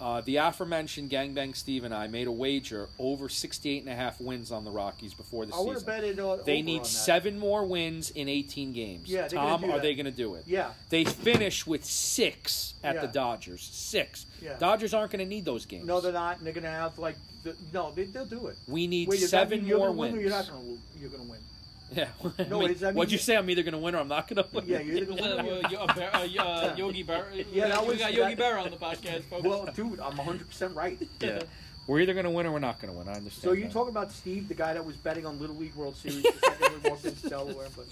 Uh, the aforementioned Gangbang Steve and I made a wager over 68 and a half wins on the Rockies before the I would have season. betted uh, they over on need that. seven more wins in 18 games. Yeah, they're gonna Tom, do are that. they going to do it? Yeah. They finish with six at the Yeah. Dodgers. Six. Yeah. Dodgers aren't going to need those games. No, they're not. And they're going to have like the, no, they, they'll do it. We need Wait, does that seven mean you're more gonna wins. Win or you're not going to you're going to win. Yeah. I No, mean, does that mean what'd you you- say? I'm either going to win or I'm not going to win. Yeah, you're going to win. Uh, or you're- well, yo- uh, Bar- uh, yo- uh, Yogi Berra. Yeah, that we was- got Yogi that- Berra on the podcast, folks. Well, dude, I'm 100 percent right. Yeah. We're either going to win or we're not going to win. I understand. So you that. talk about Steve, the guy that was betting on Little League World Series the second we walked into Delaware. But,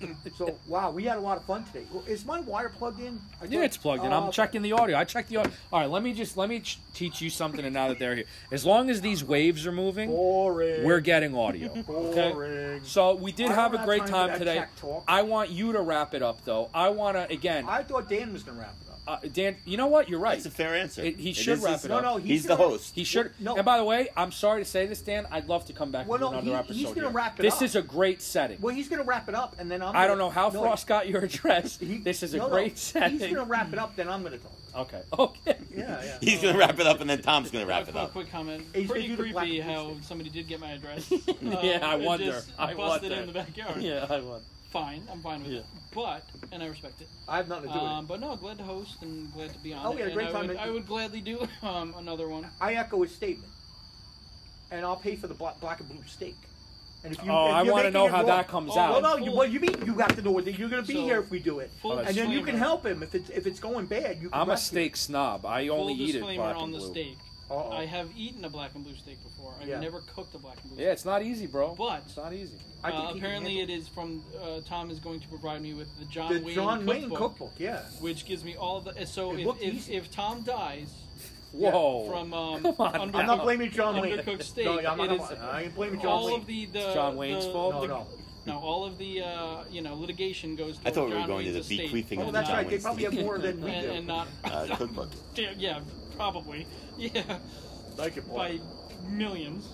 Mm. So wow, we had a lot of fun today. Well, Is my wire plugged in? I Yeah, thought- it's plugged in. Oh, I'm okay. checking the audio. I checked the audio. All right, let me just let me ch- teach you something. And now that they're here, as long as these waves are moving, Boring. we're getting audio. Okay. Boring. So we did I have don't a great have time, time for that today. tech talk. I want you to wrap it up, though. I want to again, I thought Dan was gonna wrap it up. uh, Dan. You know what? You're right. That's a fair answer. It- he should is wrap his- it up. No, no, he's, he's the gonna- host. He should. No. And by the way, I'm sorry to say this, Dan. I'd love to come back Well, and do no, another he- episode. he's gonna here. wrap it this up. is a great setting. Well, he's gonna wrap it up, and then I'm. I gonna- don't know how No, Frost got your address. this is a no, no, great setting. He's gonna wrap it up, then I'm gonna talk. Okay. Okay. Yeah, yeah. He's gonna wrap it up, and then Tom's gonna wrap it Quick, up. quick comment. He's gonna Pretty do the creepy Black how Acoustic. somebody did get my address. Uh, Yeah, I and wonder. just I busted wonder. in the backyard. Yeah, I won. Fine, I'm fine with Yeah. it. But and I respect it. I have nothing to do with Um, it. but no, glad to host and glad to be on. Oh, it, we had a and great I time Would, at- I would gladly do um, another one. I echo his statement, and I'll pay for the black, black and blue steak. And if you, Oh, if I you're wanna making know it how raw- that comes Oh, out. Well, no, you, well, you mean you have to know that you're going to be So, here if we do it, full and then you can disclaimer. help him if it's if it's going bad. You can I'm a rescue him. steak snob. I only Full eat it disclaimer black on and the blue. steak. Uh-oh. I have eaten a black and blue steak before. I've Yeah. never cooked a black and blue. Yeah, steak. it's not easy, bro. But- it's not easy. I think Uh, he can apparently, it handle is from uh, Tom is going to provide me with the John the Wayne John Wayne cookbook, cookbook. Yeah, which gives me all the. So It if, looked if, easy. if Tom dies Whoa. from um, Come on. under, I'm not blaming John Wayne. undercooked steak, No, I'm not, it is I ain't blaming John all Wayne. of the, the John Wayne's the- fault? no, the- no. Now all of the uh, you know litigation goes. I thought towards we were John going to Wayne's the estate. bequeathing of Oh, that's John right. They Wayne's probably have estate. more than we and, do. And not Uh, cookbook. Yeah, yeah, probably. Yeah. Like it, by millions.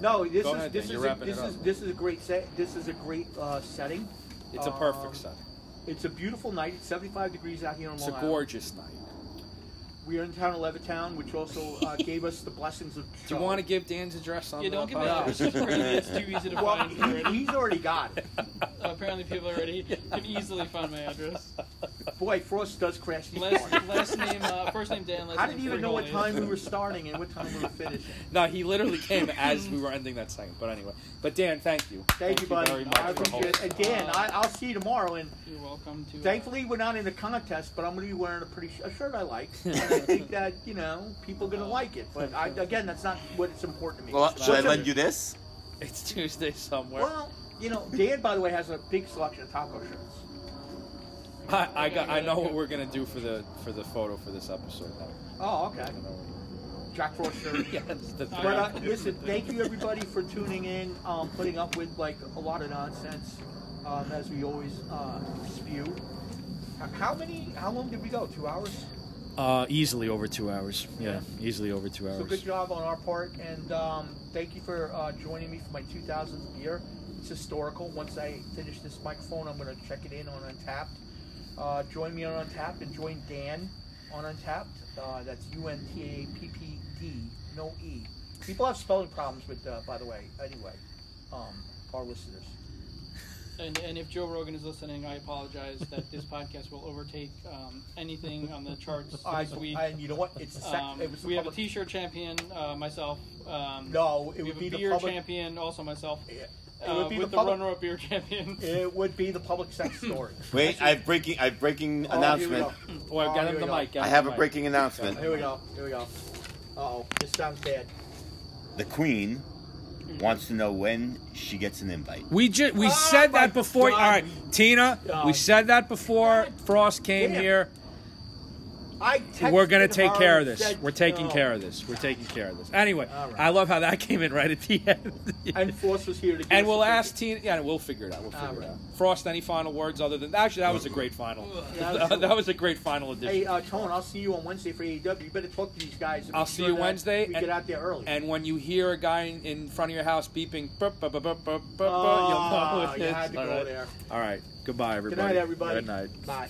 No, this Go is ahead, this Dan, you're is a, wrapping this it up. is this is a great set. This is a great uh, setting. It's a um, perfect setting. It's a beautiful night. It's 75 degrees out here on It's Long a Island. gorgeous night. We are in town of Levittown, which also uh, gave us the blessings of. Do you want to give Dan's address on Yeah, the don't give me podcast? that. It's pretty- it's too easy to Well, find. he- he's already got it. Apparently, people already can easily find my address. Boy, Frost does crash these Last, mornings. last name, uh, first name Dan. Last I name didn't even know what Frigoli. time we were starting and what time we were finishing. No, he literally came as we were ending that segment. But anyway, but Dan, thank you. Thank, you, buddy. very much I for appreciate it. hosting. Again, I, I'll see you tomorrow. And You're welcome to. uh, thankfully, we're not in a contest, but I'm going to be wearing a pretty sh- a shirt I like. and I think that you know people are going to like it. But I, again, that's not what's important to me. Well, What's should I important- lend you this? It's Tuesday somewhere. Well, you know, Dan, by the way, has a big selection of taco shirts. I, I got. I know what we're gonna do for the for the photo for this episode. Oh, okay. Jack Frost shirt. yes, the But uh, listen, thank you everybody for tuning in, um, putting up with like a lot of nonsense, um, as we always uh, spew. H- How many? How long did we go? Two hours. Uh, easily over two hours. Yeah, easily over two So good job on our part, and um, thank you for uh, joining me for my 2000th year. It's historical. Once I finish this microphone, I'm going to check it in on Untapped. Uh, join me on Untapped and join Dan on Untapped. Uh, that's U N T A P P D, no E. People have spelling problems with, uh, by the way. Anyway, um, our listeners. And, and if Joe Rogan is listening, I apologize that this podcast will overtake um, anything on the charts I- this week. and you know what? It's a sec- um, it was a we have a public- T-shirt champion, uh, myself. Um, No, it we would have be a the beer public- champion, also myself. It would uh, be with the the, public- runner-up beer champion. It would be the public sex story. Wait, I have breaking. I have breaking Oh, announcement. here we go. Oh, here we go. I have a breaking announcement. Here we go. Here we go. Uh oh, this sounds bad. The Queen Mm. wants to know when she gets an invite. We just Oh we said that before. All right, Tina, we God. said that before Frost came Damn. here. I We're texted gonna take her care of and this. said uh, We're taking no. care of this. We're taking care of this. Anyway, All right. I love how that came in right at the end. And Force was here to. give And us we'll a break. ask Tina. Yeah, we'll figure it out. We'll figure All it right. out. Frost, any final words other than actually that was a great final. Yeah, that was that was a great final Hey, edition. uh, Tone, I'll see you on Wednesday for AEW. You better talk to these guys. and I'll make see sure you that Wednesday. We and, get out there early. And when you hear a guy in, in front of your house beeping, burp, burp, burp, burp, burp, burp, Oh, you'll know it you is. had to All go right. there. All right. Goodbye, everybody. Good night, everybody. Good night. Bye.